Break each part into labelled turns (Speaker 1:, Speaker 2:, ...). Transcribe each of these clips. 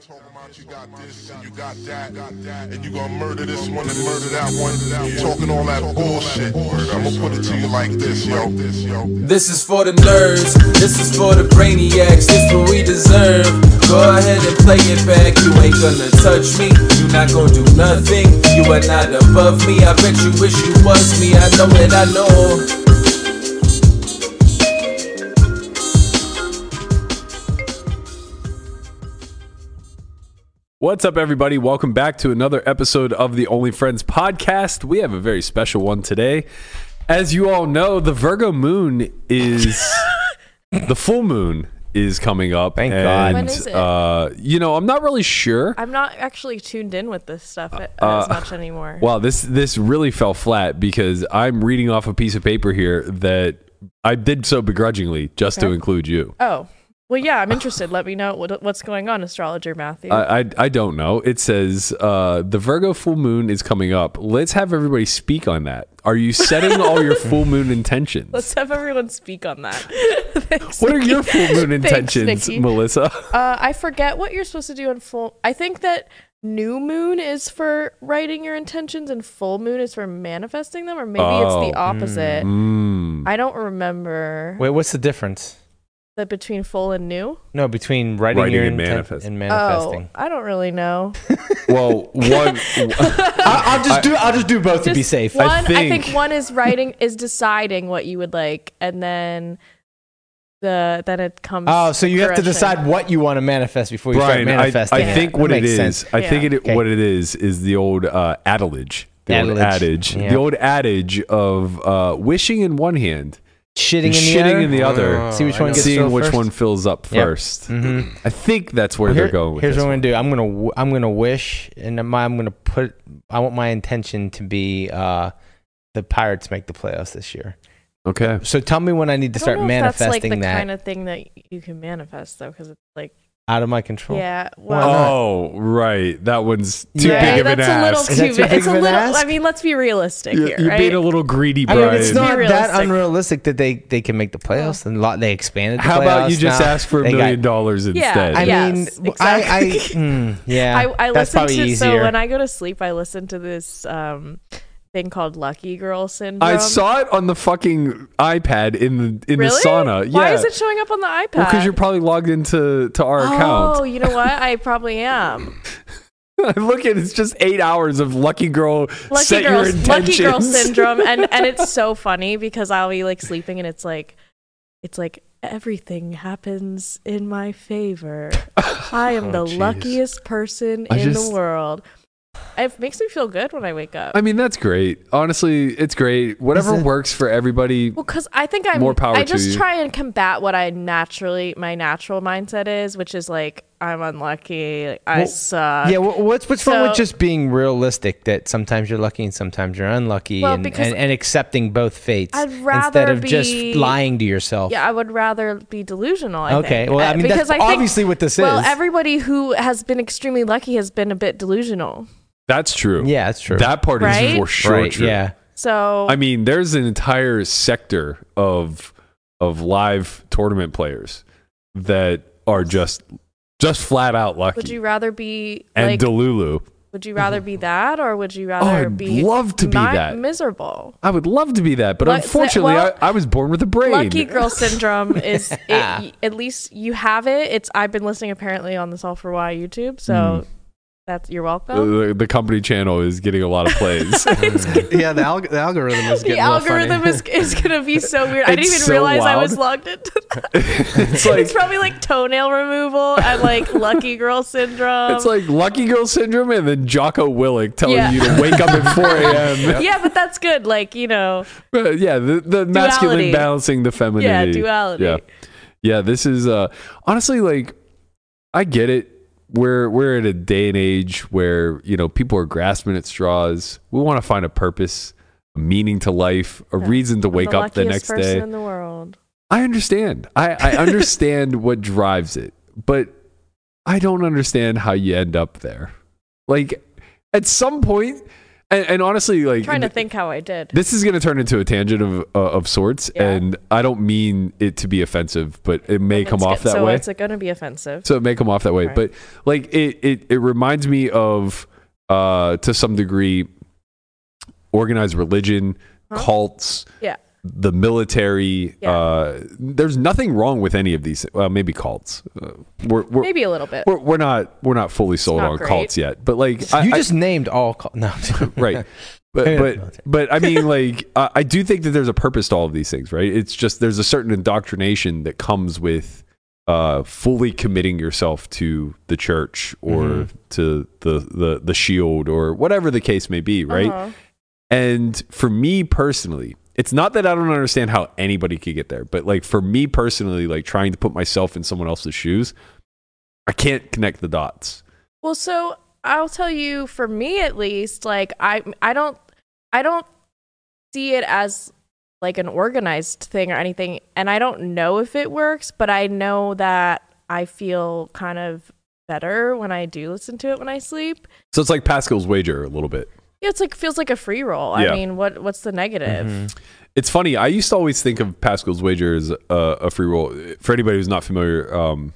Speaker 1: talking about you got this and you got that, got that, and you gonna murder this one and murder that one. Talking all that bullshit. I'm gonna put it to you like this, yo. This, yo.
Speaker 2: This is for the nerds, this is for the brainiacs, this what we deserve. Go ahead and play it back, you ain't gonna touch me, you not gonna do nothing, you are not above me. I bet you wish you was me, I know it, I know.
Speaker 3: What's up, everybody? Welcome back to another episode of the Only Friends podcast. We have a very special one today. As you all know, the Virgo moon is the full moon is coming up.
Speaker 4: Thank
Speaker 3: and,
Speaker 4: God.
Speaker 5: When is it?
Speaker 3: Uh, you know, I'm not really sure.
Speaker 5: I'm not actually tuned in with this stuff
Speaker 3: Uh,
Speaker 5: a- as much anymore.
Speaker 3: Wow, this this really fell flat because I'm reading off a piece of paper here that I did so begrudgingly just to include you.
Speaker 5: oh, well, yeah, I'm interested. Let me know what, what's going on, astrologer Matthew.
Speaker 3: I, I, I don't know. It says uh, the Virgo full moon is coming up. Let's have everybody speak on that. Are you setting all your full moon intentions?
Speaker 5: Let's have everyone speak on that. Thanks,
Speaker 3: what are
Speaker 5: Nikki.
Speaker 3: your full moon
Speaker 5: Thanks,
Speaker 3: intentions,
Speaker 5: Nikki.
Speaker 3: Melissa?
Speaker 5: Uh, I forget what you're supposed to do on full. I think that new moon is for writing your intentions, and full moon is for manifesting them, or maybe
Speaker 3: Oh.
Speaker 5: it's the opposite.
Speaker 3: Mm.
Speaker 5: I don't remember
Speaker 4: Wait, what's the difference?
Speaker 5: that between full and new.
Speaker 4: No, between writing,
Speaker 3: Writing
Speaker 4: your
Speaker 3: and
Speaker 4: intent
Speaker 3: manifest-
Speaker 4: and
Speaker 5: Oh,
Speaker 4: manifesting.
Speaker 5: I don't really know.
Speaker 3: Well, one.
Speaker 4: I, will just do. I'll just do both to be
Speaker 5: Just
Speaker 4: safe.
Speaker 5: One,
Speaker 3: I
Speaker 5: I think,
Speaker 3: think-
Speaker 5: one is writing is deciding what you would like, and then the then it comes.
Speaker 4: oh, so you have to
Speaker 5: correction.
Speaker 4: decide what you want to manifest before you
Speaker 3: Brian,
Speaker 4: start
Speaker 3: I,
Speaker 4: manifesting.
Speaker 3: I
Speaker 4: it.
Speaker 3: think
Speaker 4: That
Speaker 3: what it
Speaker 4: makes
Speaker 3: is,
Speaker 4: sense.
Speaker 3: I think it,
Speaker 5: Yeah.
Speaker 3: what it is, is the old uh, adage. The old
Speaker 4: Adage.
Speaker 3: adage.
Speaker 4: Yeah.
Speaker 3: The old adage of uh, wishing in one hand,
Speaker 4: shitting in the
Speaker 3: shitting
Speaker 4: other.
Speaker 3: in the other,
Speaker 4: Oh, See which one gets
Speaker 3: seeing
Speaker 4: filled
Speaker 3: which
Speaker 4: first.
Speaker 3: one fills up
Speaker 4: Yep.
Speaker 3: 1st
Speaker 4: Mhm.
Speaker 3: I think that's where
Speaker 4: Here-
Speaker 3: they're going with
Speaker 4: here's
Speaker 3: this.
Speaker 4: what I'm gonna do. I'm gonna w- I'm gonna wish, and I'm, I'm gonna put. I want my intention to be uh, the Pirates make the playoffs this year.
Speaker 3: Okay.
Speaker 4: So tell me when I need
Speaker 5: I
Speaker 4: to
Speaker 5: don't
Speaker 4: start
Speaker 5: know if That's
Speaker 4: manifesting
Speaker 5: like the
Speaker 4: that
Speaker 5: kind of thing that you can manifest though, because it's like
Speaker 4: out of my control.
Speaker 5: yeah, well.
Speaker 4: Why not?
Speaker 3: Oh, right. That one's too
Speaker 4: Yeah,
Speaker 3: big of an
Speaker 5: that's a
Speaker 3: ass.
Speaker 5: little
Speaker 4: Is that
Speaker 5: too
Speaker 4: too
Speaker 5: big.
Speaker 4: big
Speaker 5: It's a
Speaker 4: of an
Speaker 5: little.
Speaker 4: ask?
Speaker 5: I mean, let's be realistic
Speaker 3: You're,
Speaker 5: here,
Speaker 3: you're
Speaker 5: right?
Speaker 3: being a little greedy,
Speaker 4: I
Speaker 3: Brian.
Speaker 4: mean, it's not that
Speaker 5: Realistic.
Speaker 4: unrealistic that they, they can make the playoffs and lot they expanded. The
Speaker 3: How about you
Speaker 4: playoffs
Speaker 3: just
Speaker 4: now.
Speaker 3: ask for a
Speaker 4: They got-
Speaker 3: million dollars instead?
Speaker 4: I
Speaker 5: Yes,
Speaker 4: mean, w- I, I
Speaker 5: exactly.
Speaker 4: mm, yeah,
Speaker 5: I, I
Speaker 4: that's
Speaker 5: listen to
Speaker 4: probably easier.
Speaker 5: so when I go to sleep, I listen to this um thing called Lucky Girl Syndrome.
Speaker 3: I saw it on the fucking iPad in the in
Speaker 5: really?
Speaker 3: the sauna. Yeah.
Speaker 5: Why is it showing up on the iPad?
Speaker 3: Well, because you're probably logged into to our
Speaker 5: Oh,
Speaker 3: account.
Speaker 5: you know what? I probably am.
Speaker 3: I look at it's just eight hours of Lucky Girl
Speaker 5: lucky
Speaker 3: set
Speaker 5: girls,
Speaker 3: your intentions.
Speaker 5: lucky girl syndrome, and and it's so funny because I'll be like sleeping, and it's like, it's like everything happens in my favor. I am the
Speaker 3: Oh, jeez.
Speaker 5: luckiest person
Speaker 3: I
Speaker 5: in
Speaker 3: just-
Speaker 5: the world. It makes me feel good when I wake up.
Speaker 3: I mean, that's great. Honestly, it's great. Whatever
Speaker 4: it-
Speaker 3: works for everybody.
Speaker 5: well, because I think I'm
Speaker 3: More power to
Speaker 5: I just
Speaker 3: you.
Speaker 5: try and combat what I naturally, my natural mindset is, which is like I'm unlucky, like, I
Speaker 4: Well,
Speaker 5: suck.
Speaker 4: yeah, wha- what's what's wrong with
Speaker 5: So-
Speaker 4: just being realistic that sometimes you're lucky and sometimes you're unlucky,
Speaker 5: Well,
Speaker 4: and,
Speaker 5: because
Speaker 4: and, and accepting both fates
Speaker 5: I'd
Speaker 4: instead
Speaker 5: rather
Speaker 4: of just
Speaker 5: be-
Speaker 4: lying to yourself.
Speaker 5: Yeah, I would rather be delusional. I
Speaker 4: Okay,
Speaker 5: think.
Speaker 4: well, I
Speaker 5: Uh,
Speaker 4: mean, that's obviously what this
Speaker 5: well,
Speaker 4: is.
Speaker 5: everybody who has been extremely lucky has been a bit delusional.
Speaker 3: That's true.
Speaker 4: Yeah, that's true.
Speaker 3: That part is
Speaker 5: Right?
Speaker 3: for sure
Speaker 4: right?
Speaker 3: true.
Speaker 4: Yeah,
Speaker 5: So
Speaker 3: I mean, there's an entire sector of of live tournament players that are just just flat out lucky.
Speaker 5: would you rather be
Speaker 3: and
Speaker 5: like?
Speaker 3: Delulu,
Speaker 5: would you rather be that, or would you rather
Speaker 3: I'd
Speaker 5: be
Speaker 3: love to be
Speaker 5: mi-
Speaker 3: that.
Speaker 5: miserable?
Speaker 3: I would love to be that, but
Speaker 5: Lu-
Speaker 3: unfortunately,
Speaker 5: well,
Speaker 3: I, I was born with a brain.
Speaker 5: Lucky girl syndrome is it, y- at least you have it. It's I've been listening apparently on this all for why YouTube, so
Speaker 3: Hmm.
Speaker 5: that's you're welcome.
Speaker 3: the, the company channel is getting a lot of plays.
Speaker 5: It's gonna-
Speaker 6: yeah, the, alg- the algorithm is
Speaker 5: the
Speaker 6: getting real funny.
Speaker 5: algorithm is, is gonna be so weird. I didn't
Speaker 3: It's
Speaker 5: even
Speaker 3: so
Speaker 5: realize I
Speaker 3: wild.
Speaker 5: was logged into that.
Speaker 3: it's like
Speaker 5: it's probably like toenail removal and like lucky girl syndrome.
Speaker 3: it's like Lucky Girl syndrome, and then Jocko Willick telling
Speaker 5: Yeah.
Speaker 3: you to wake up at 4 a.m.
Speaker 5: yeah, but that's good. Like you know,
Speaker 3: Uh, yeah, the, the masculine
Speaker 5: Duality.
Speaker 3: balancing the femininity.
Speaker 5: yeah, duality.
Speaker 3: Yeah. Yeah, this is uh honestly like I get it. We're we're at a day and age where, you know, people are grasping at straws. We want to find a purpose, a meaning to life, a reason to
Speaker 5: I'm
Speaker 3: wake
Speaker 5: the
Speaker 3: up the
Speaker 5: luckiest
Speaker 3: next day.
Speaker 5: person in the world.
Speaker 3: I understand. I, I understand what drives it, but I don't understand how you end up there. Like, at some point, and, and honestly, like
Speaker 5: trying to think how I did.
Speaker 3: this is going to turn into a tangent of uh, of sorts,
Speaker 5: Yeah.
Speaker 3: and I don't mean it to be offensive, but it may come
Speaker 5: It's
Speaker 3: off
Speaker 5: good-
Speaker 3: that
Speaker 5: so
Speaker 3: way.
Speaker 5: it's going to be offensive.
Speaker 3: so it may come off that way,
Speaker 5: Right.
Speaker 3: but like it, it it reminds me of uh to some degree organized religion,
Speaker 5: Huh?
Speaker 3: cults,
Speaker 5: Yeah.
Speaker 3: the military.
Speaker 5: Yeah.
Speaker 3: Uh, there's nothing wrong with any of these. Well, maybe cults. Uh, we're we're,
Speaker 5: Maybe a little bit.
Speaker 3: we're we're not we're not fully sold
Speaker 5: not
Speaker 3: on
Speaker 5: great.
Speaker 3: cults yet, but like I-
Speaker 4: you
Speaker 3: I-
Speaker 4: just named all. Call- no,
Speaker 3: right but
Speaker 4: Yeah,
Speaker 3: but
Speaker 4: military.
Speaker 3: but i mean like I, I do think that there's a purpose to all of these things right it's just there's a certain indoctrination that comes with uh fully committing yourself to the church or
Speaker 4: Mhm.
Speaker 3: to the the the shield or whatever the case may be right
Speaker 5: Uh-huh.
Speaker 3: and for me personally, it's not that I don't understand how anybody could get there, but like for me personally, like trying to put myself in someone else's shoes, I can't connect the dots.
Speaker 5: Well, so I'll tell you, for me at least, like I, I don't, I don't see it as like an organized thing or anything, and I don't know if it works, but I know that I feel kind of better when I do listen to it when I sleep.
Speaker 3: So it's like Pascal's wager a little bit.
Speaker 5: Yeah, it's like feels like a free roll.
Speaker 3: Yeah. Mm-hmm.
Speaker 5: I mean, what what's the negative?
Speaker 3: It's funny. I used to always think of Pascal's wager as a, a free roll. For anybody who's not familiar, um,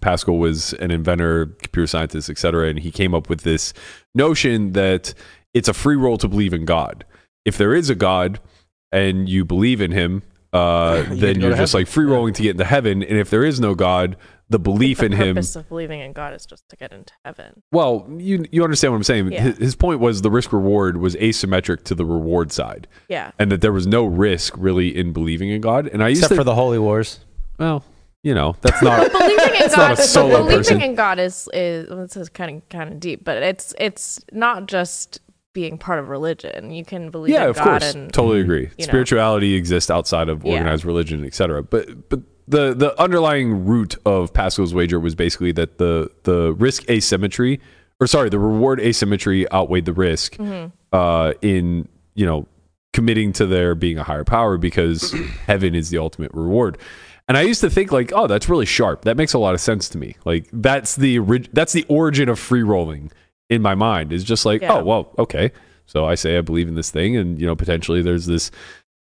Speaker 3: Pascal was an inventor, computer scientist, etc., and he came up with this notion that it's a free roll to believe in God. If there is a God and you believe in Him, uh,
Speaker 6: You get to
Speaker 3: then
Speaker 6: go
Speaker 3: you're
Speaker 6: to
Speaker 3: just
Speaker 6: heaven.
Speaker 3: like free rolling to get into heaven. And if there is no God, the belief
Speaker 5: the
Speaker 3: in Him.
Speaker 5: purpose of believing in God is just to get into heaven.
Speaker 3: Well, you you understand what I'm saying.
Speaker 5: Yeah.
Speaker 3: His, his point was the risk reward was asymmetric to the reward side,
Speaker 5: Yeah.
Speaker 3: and that there was no risk really in believing in God. And I used
Speaker 4: Except
Speaker 3: to
Speaker 4: for the Holy Wars.
Speaker 3: well, you know, that's not.
Speaker 5: believing in
Speaker 3: It's not
Speaker 5: God,
Speaker 3: a solo
Speaker 5: but believing
Speaker 3: person.
Speaker 5: in God is is well, this is kind of kind of deep, but it's it's not just being part of religion. You can believe
Speaker 3: yeah,
Speaker 5: in
Speaker 3: of
Speaker 5: God
Speaker 3: course,
Speaker 5: and
Speaker 3: totally agree.
Speaker 5: know.
Speaker 3: Spirituality exists outside of
Speaker 5: Yeah.
Speaker 3: organized religion, etc. But but the the underlying root of Pascal's wager was basically that the the risk asymmetry, or sorry, the reward asymmetry outweighed the risk uh, in you know committing to there being a higher power because heaven is the ultimate reward. And I used to think like, oh, that's really sharp. That makes a lot of sense to me. Like that's the orig- that's the origin of free rolling in my mind. Is just like,
Speaker 5: Yeah.
Speaker 3: oh, well, okay. So I say I believe in this thing, and you know, potentially there's this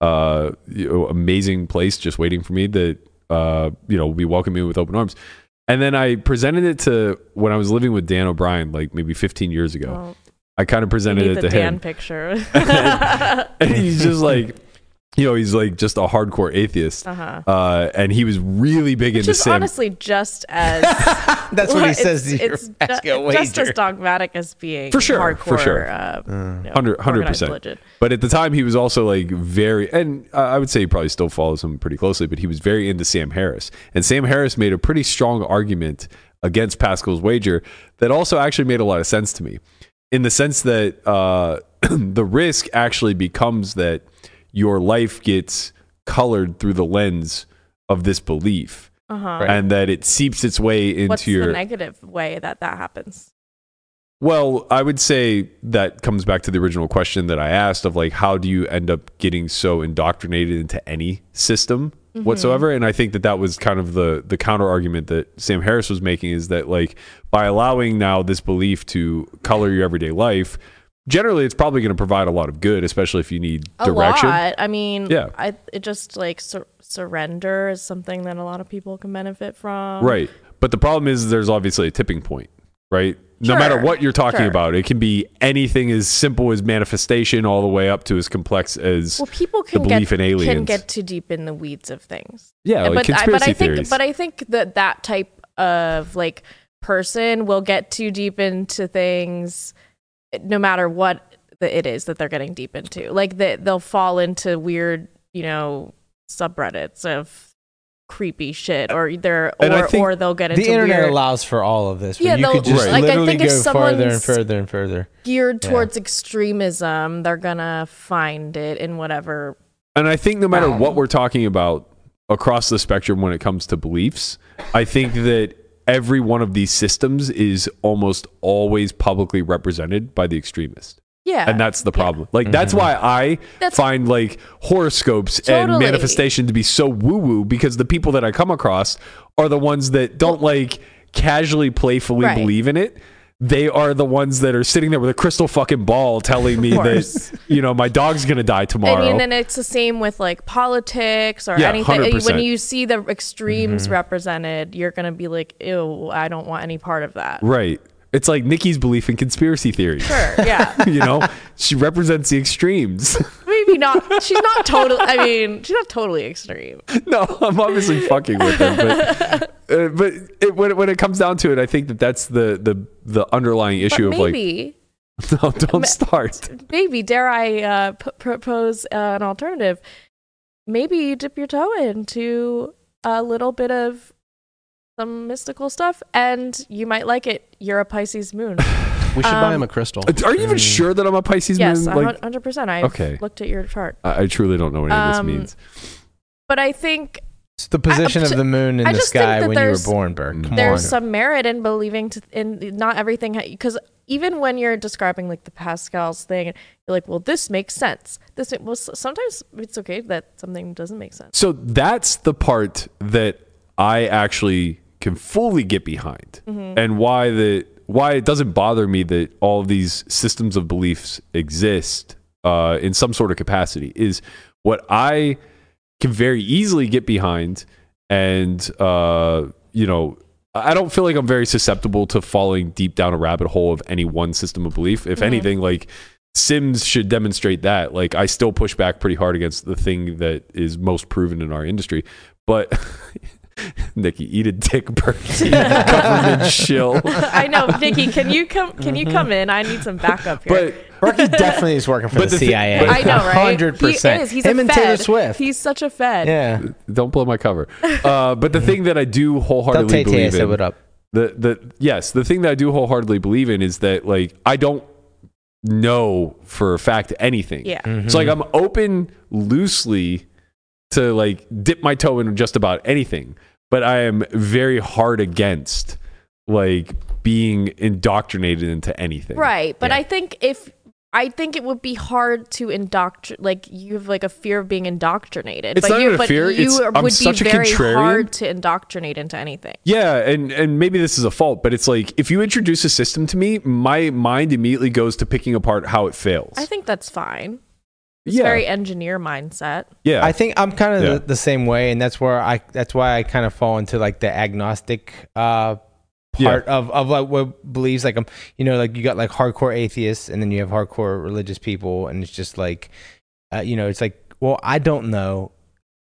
Speaker 3: uh, you know, amazing place just waiting for me that uh, you know will be welcoming me with open arms. And then I presented it to when I was living with Dan O'Brien, like maybe 15 years ago.
Speaker 5: well,
Speaker 3: I kind of
Speaker 5: Oh. you
Speaker 3: presented
Speaker 5: need
Speaker 3: it
Speaker 5: the
Speaker 3: to
Speaker 5: Dan
Speaker 3: him,
Speaker 5: picture.
Speaker 3: And-
Speaker 5: uh
Speaker 3: and he's just like, you know, he's like just a hardcore atheist,
Speaker 5: huh.
Speaker 3: uh, and he was really big
Speaker 5: Uh-huh. Which
Speaker 3: into
Speaker 5: is
Speaker 3: Sam.
Speaker 5: honestly just as
Speaker 4: That's what he
Speaker 5: it's-
Speaker 4: says to you.
Speaker 5: it's ju- just as dogmatic as being
Speaker 3: For sure,
Speaker 5: hardcore,
Speaker 3: for sure.
Speaker 5: uh, you know,
Speaker 3: 100
Speaker 5: organized
Speaker 3: 100%.
Speaker 5: religion.
Speaker 3: But at the time, he was also like very, and I I would say he probably still follows him pretty closely, but he was very into Sam Harris. And Sam Harris made a pretty strong argument against Pascal's wager that also actually made a lot of sense to me in the sense that uh, the risk actually becomes that your life gets colored through the lens of this belief
Speaker 5: Uh-huh.
Speaker 4: Right.
Speaker 3: and that it seeps its way Uh, into
Speaker 5: What's
Speaker 3: your
Speaker 5: the negative way that that happens?
Speaker 3: well, I would say that comes back to the original question that I asked of like, how do you end up getting so indoctrinated into any system
Speaker 5: Mm-hmm.
Speaker 3: whatsoever? And I think that that was kind of the the counter argument that Sam Harris was making is that like by allowing now this belief to color your everyday life, generally it's probably going to provide a lot of good, especially if you need
Speaker 5: a
Speaker 3: direction.
Speaker 5: lot. I mean,
Speaker 3: Yeah.
Speaker 5: I it just like sur- surrender is something that a lot of people can benefit from.
Speaker 3: Right. But the problem is there's obviously a tipping point, right? no matter
Speaker 5: Sure,
Speaker 3: what you're talking
Speaker 5: sure.
Speaker 3: about, it can be anything as simple as manifestation all the way up to as complex as
Speaker 5: Well, people can
Speaker 3: belief in
Speaker 5: get
Speaker 3: aliens.
Speaker 5: can get too deep in the weeds of things.
Speaker 3: yeah, like
Speaker 5: but I,
Speaker 3: conspiracy
Speaker 5: but I
Speaker 3: theories.
Speaker 5: think but I think that that type of like person will get too deep into things, no matter what the, it is that they're getting deep into. Like that they'll fall into weird, you know, subreddits of creepy shit, or they're
Speaker 3: And I
Speaker 5: or,
Speaker 3: think
Speaker 5: or they'll get into
Speaker 4: the internet
Speaker 5: weird,
Speaker 4: allows for all of this. But
Speaker 5: Yeah,
Speaker 4: you could
Speaker 5: they'll-
Speaker 4: just
Speaker 3: Right.
Speaker 5: like, I
Speaker 4: literally
Speaker 5: think if
Speaker 4: go farther and
Speaker 5: someone's-
Speaker 4: further and further.
Speaker 5: geared
Speaker 4: Yeah.
Speaker 5: towards extremism, they're gonna find it in whatever.
Speaker 3: and I think no matter
Speaker 5: Wow.
Speaker 3: what we're talking about across the spectrum when it comes to beliefs, I think that every one of these systems is almost always publicly represented by the extremist.
Speaker 5: Yeah,
Speaker 3: and that's the problem. Like that's
Speaker 4: Mhm.
Speaker 3: why I
Speaker 5: That's-
Speaker 3: find like horoscopes and
Speaker 5: Totally.
Speaker 3: manifestation to be so woo woo because the people that I come across are the ones that don't like casually playfully
Speaker 5: Right.
Speaker 3: believe in it. they are the ones that are sitting there with a crystal fucking ball telling me
Speaker 5: course.
Speaker 3: that you know my dog's gonna die tomorrow.
Speaker 5: I mean, and it's the same with like politics or
Speaker 3: Yeah, Mm-hmm.
Speaker 5: anything.
Speaker 3: 100%.
Speaker 5: When you see the extremes represented, you're gonna be like, "Ew, I don't want any part of that."
Speaker 3: right? It's like Nikki's belief in conspiracy theories.
Speaker 5: Sure, yeah,
Speaker 3: you know, she represents the extremes.
Speaker 5: maybe not. She's not totally. I mean, she's not totally extreme.
Speaker 3: no, I'm obviously fucking with her, but uh, but it, when it, when it comes down to it, I think that that's the the the underlying
Speaker 5: But
Speaker 3: issue of
Speaker 5: maybe,
Speaker 3: like no, don't start.
Speaker 5: maybe dare I uh, p- propose uh, an alternative? Maybe you dip your toe into a little bit of some mystical stuff, and you might like it. You're a Pisces moon.
Speaker 6: We should buy him
Speaker 5: Um,
Speaker 6: a crystal.
Speaker 3: Are you even sure that I'm a Pisces
Speaker 5: yes,
Speaker 3: man? Like,
Speaker 5: 100. percent I
Speaker 3: Okay.
Speaker 5: looked at your chart.
Speaker 3: I, I truly don't know what any of this
Speaker 5: Um,
Speaker 3: means.
Speaker 5: But I think
Speaker 4: It's the position of the moon in
Speaker 5: I
Speaker 4: the
Speaker 5: just think
Speaker 4: sky
Speaker 5: that
Speaker 4: when you were
Speaker 5: there's-
Speaker 4: born, Burke. Come on.
Speaker 5: there's some merit in believing to in not everything because even when you're describing like the Pascal's thing, you're like, well, this makes sense. This well, s- sometimes it's okay that something doesn't make sense.
Speaker 3: So that's the part that I actually can fully get behind,
Speaker 5: Mm-hmm.
Speaker 3: and why the why it doesn't bother me that all of these systems of beliefs exist uh, in some sort of capacity is what I can very easily get behind, and uh, you know. I don't feel like I'm very susceptible to falling deep down a rabbit hole of any one system of belief. If anything, like Sims should demonstrate that. Like I still push back pretty hard against the thing that is most proven in our industry, but Nikki, eat a dick, Berkey, government shill.
Speaker 5: I know, Nikki. Can you come? Can you come in? I need some backup here.
Speaker 3: But
Speaker 4: Burke definitely is working for
Speaker 3: But
Speaker 4: the,
Speaker 3: the thi-
Speaker 4: CIA.
Speaker 3: but-
Speaker 5: I know, right?
Speaker 4: Hundred percent.
Speaker 5: He is. He's
Speaker 4: Him
Speaker 5: a
Speaker 4: and
Speaker 5: Fed.
Speaker 4: Taylor Swift.
Speaker 5: He's such a Fed.
Speaker 4: yeah.
Speaker 3: don't blow my cover. Uh, but the thing that I do
Speaker 4: Tell
Speaker 3: wholeheartedly
Speaker 4: Tay Tay I
Speaker 3: believe
Speaker 4: said
Speaker 3: in,
Speaker 4: what up.
Speaker 3: the the yes, the thing that I do wholeheartedly believe in is that like I don't know for a fact anything.
Speaker 5: Yeah.
Speaker 3: So
Speaker 4: Mm-hmm.
Speaker 3: like I'm open loosely to like dip my toe in just about anything, but I am very hard against like being indoctrinated into anything.
Speaker 5: Right, but
Speaker 3: Yeah.
Speaker 5: I think if I think it would be hard to indoctrinate. Like you have like a fear of being indoctrinated.
Speaker 3: It's
Speaker 5: but
Speaker 3: not
Speaker 5: you,
Speaker 3: even a
Speaker 5: but
Speaker 3: fear,
Speaker 5: You
Speaker 3: it's-
Speaker 5: are-
Speaker 3: I'm
Speaker 5: would
Speaker 3: such a
Speaker 5: be very
Speaker 3: contrarian.
Speaker 5: hard to indoctrinate into anything.
Speaker 3: Yeah, and and maybe this is a fault, but it's like if you introduce a system to me, my mind immediately goes to picking apart how it fails.
Speaker 5: I think that's fine. It's
Speaker 3: yeah,
Speaker 5: very engineer mindset.
Speaker 3: yeah.
Speaker 4: I think I'm kind of
Speaker 3: Yeah.
Speaker 4: the, the same way, and that's where I that's why I kind of fall into like the agnostic uh,
Speaker 3: Yeah.
Speaker 4: part of of like what believes. Like I'm, you know, like you got like hardcore atheists, and then you have hardcore religious people, and it's just like, uh, you know, it's like, well, I don't know,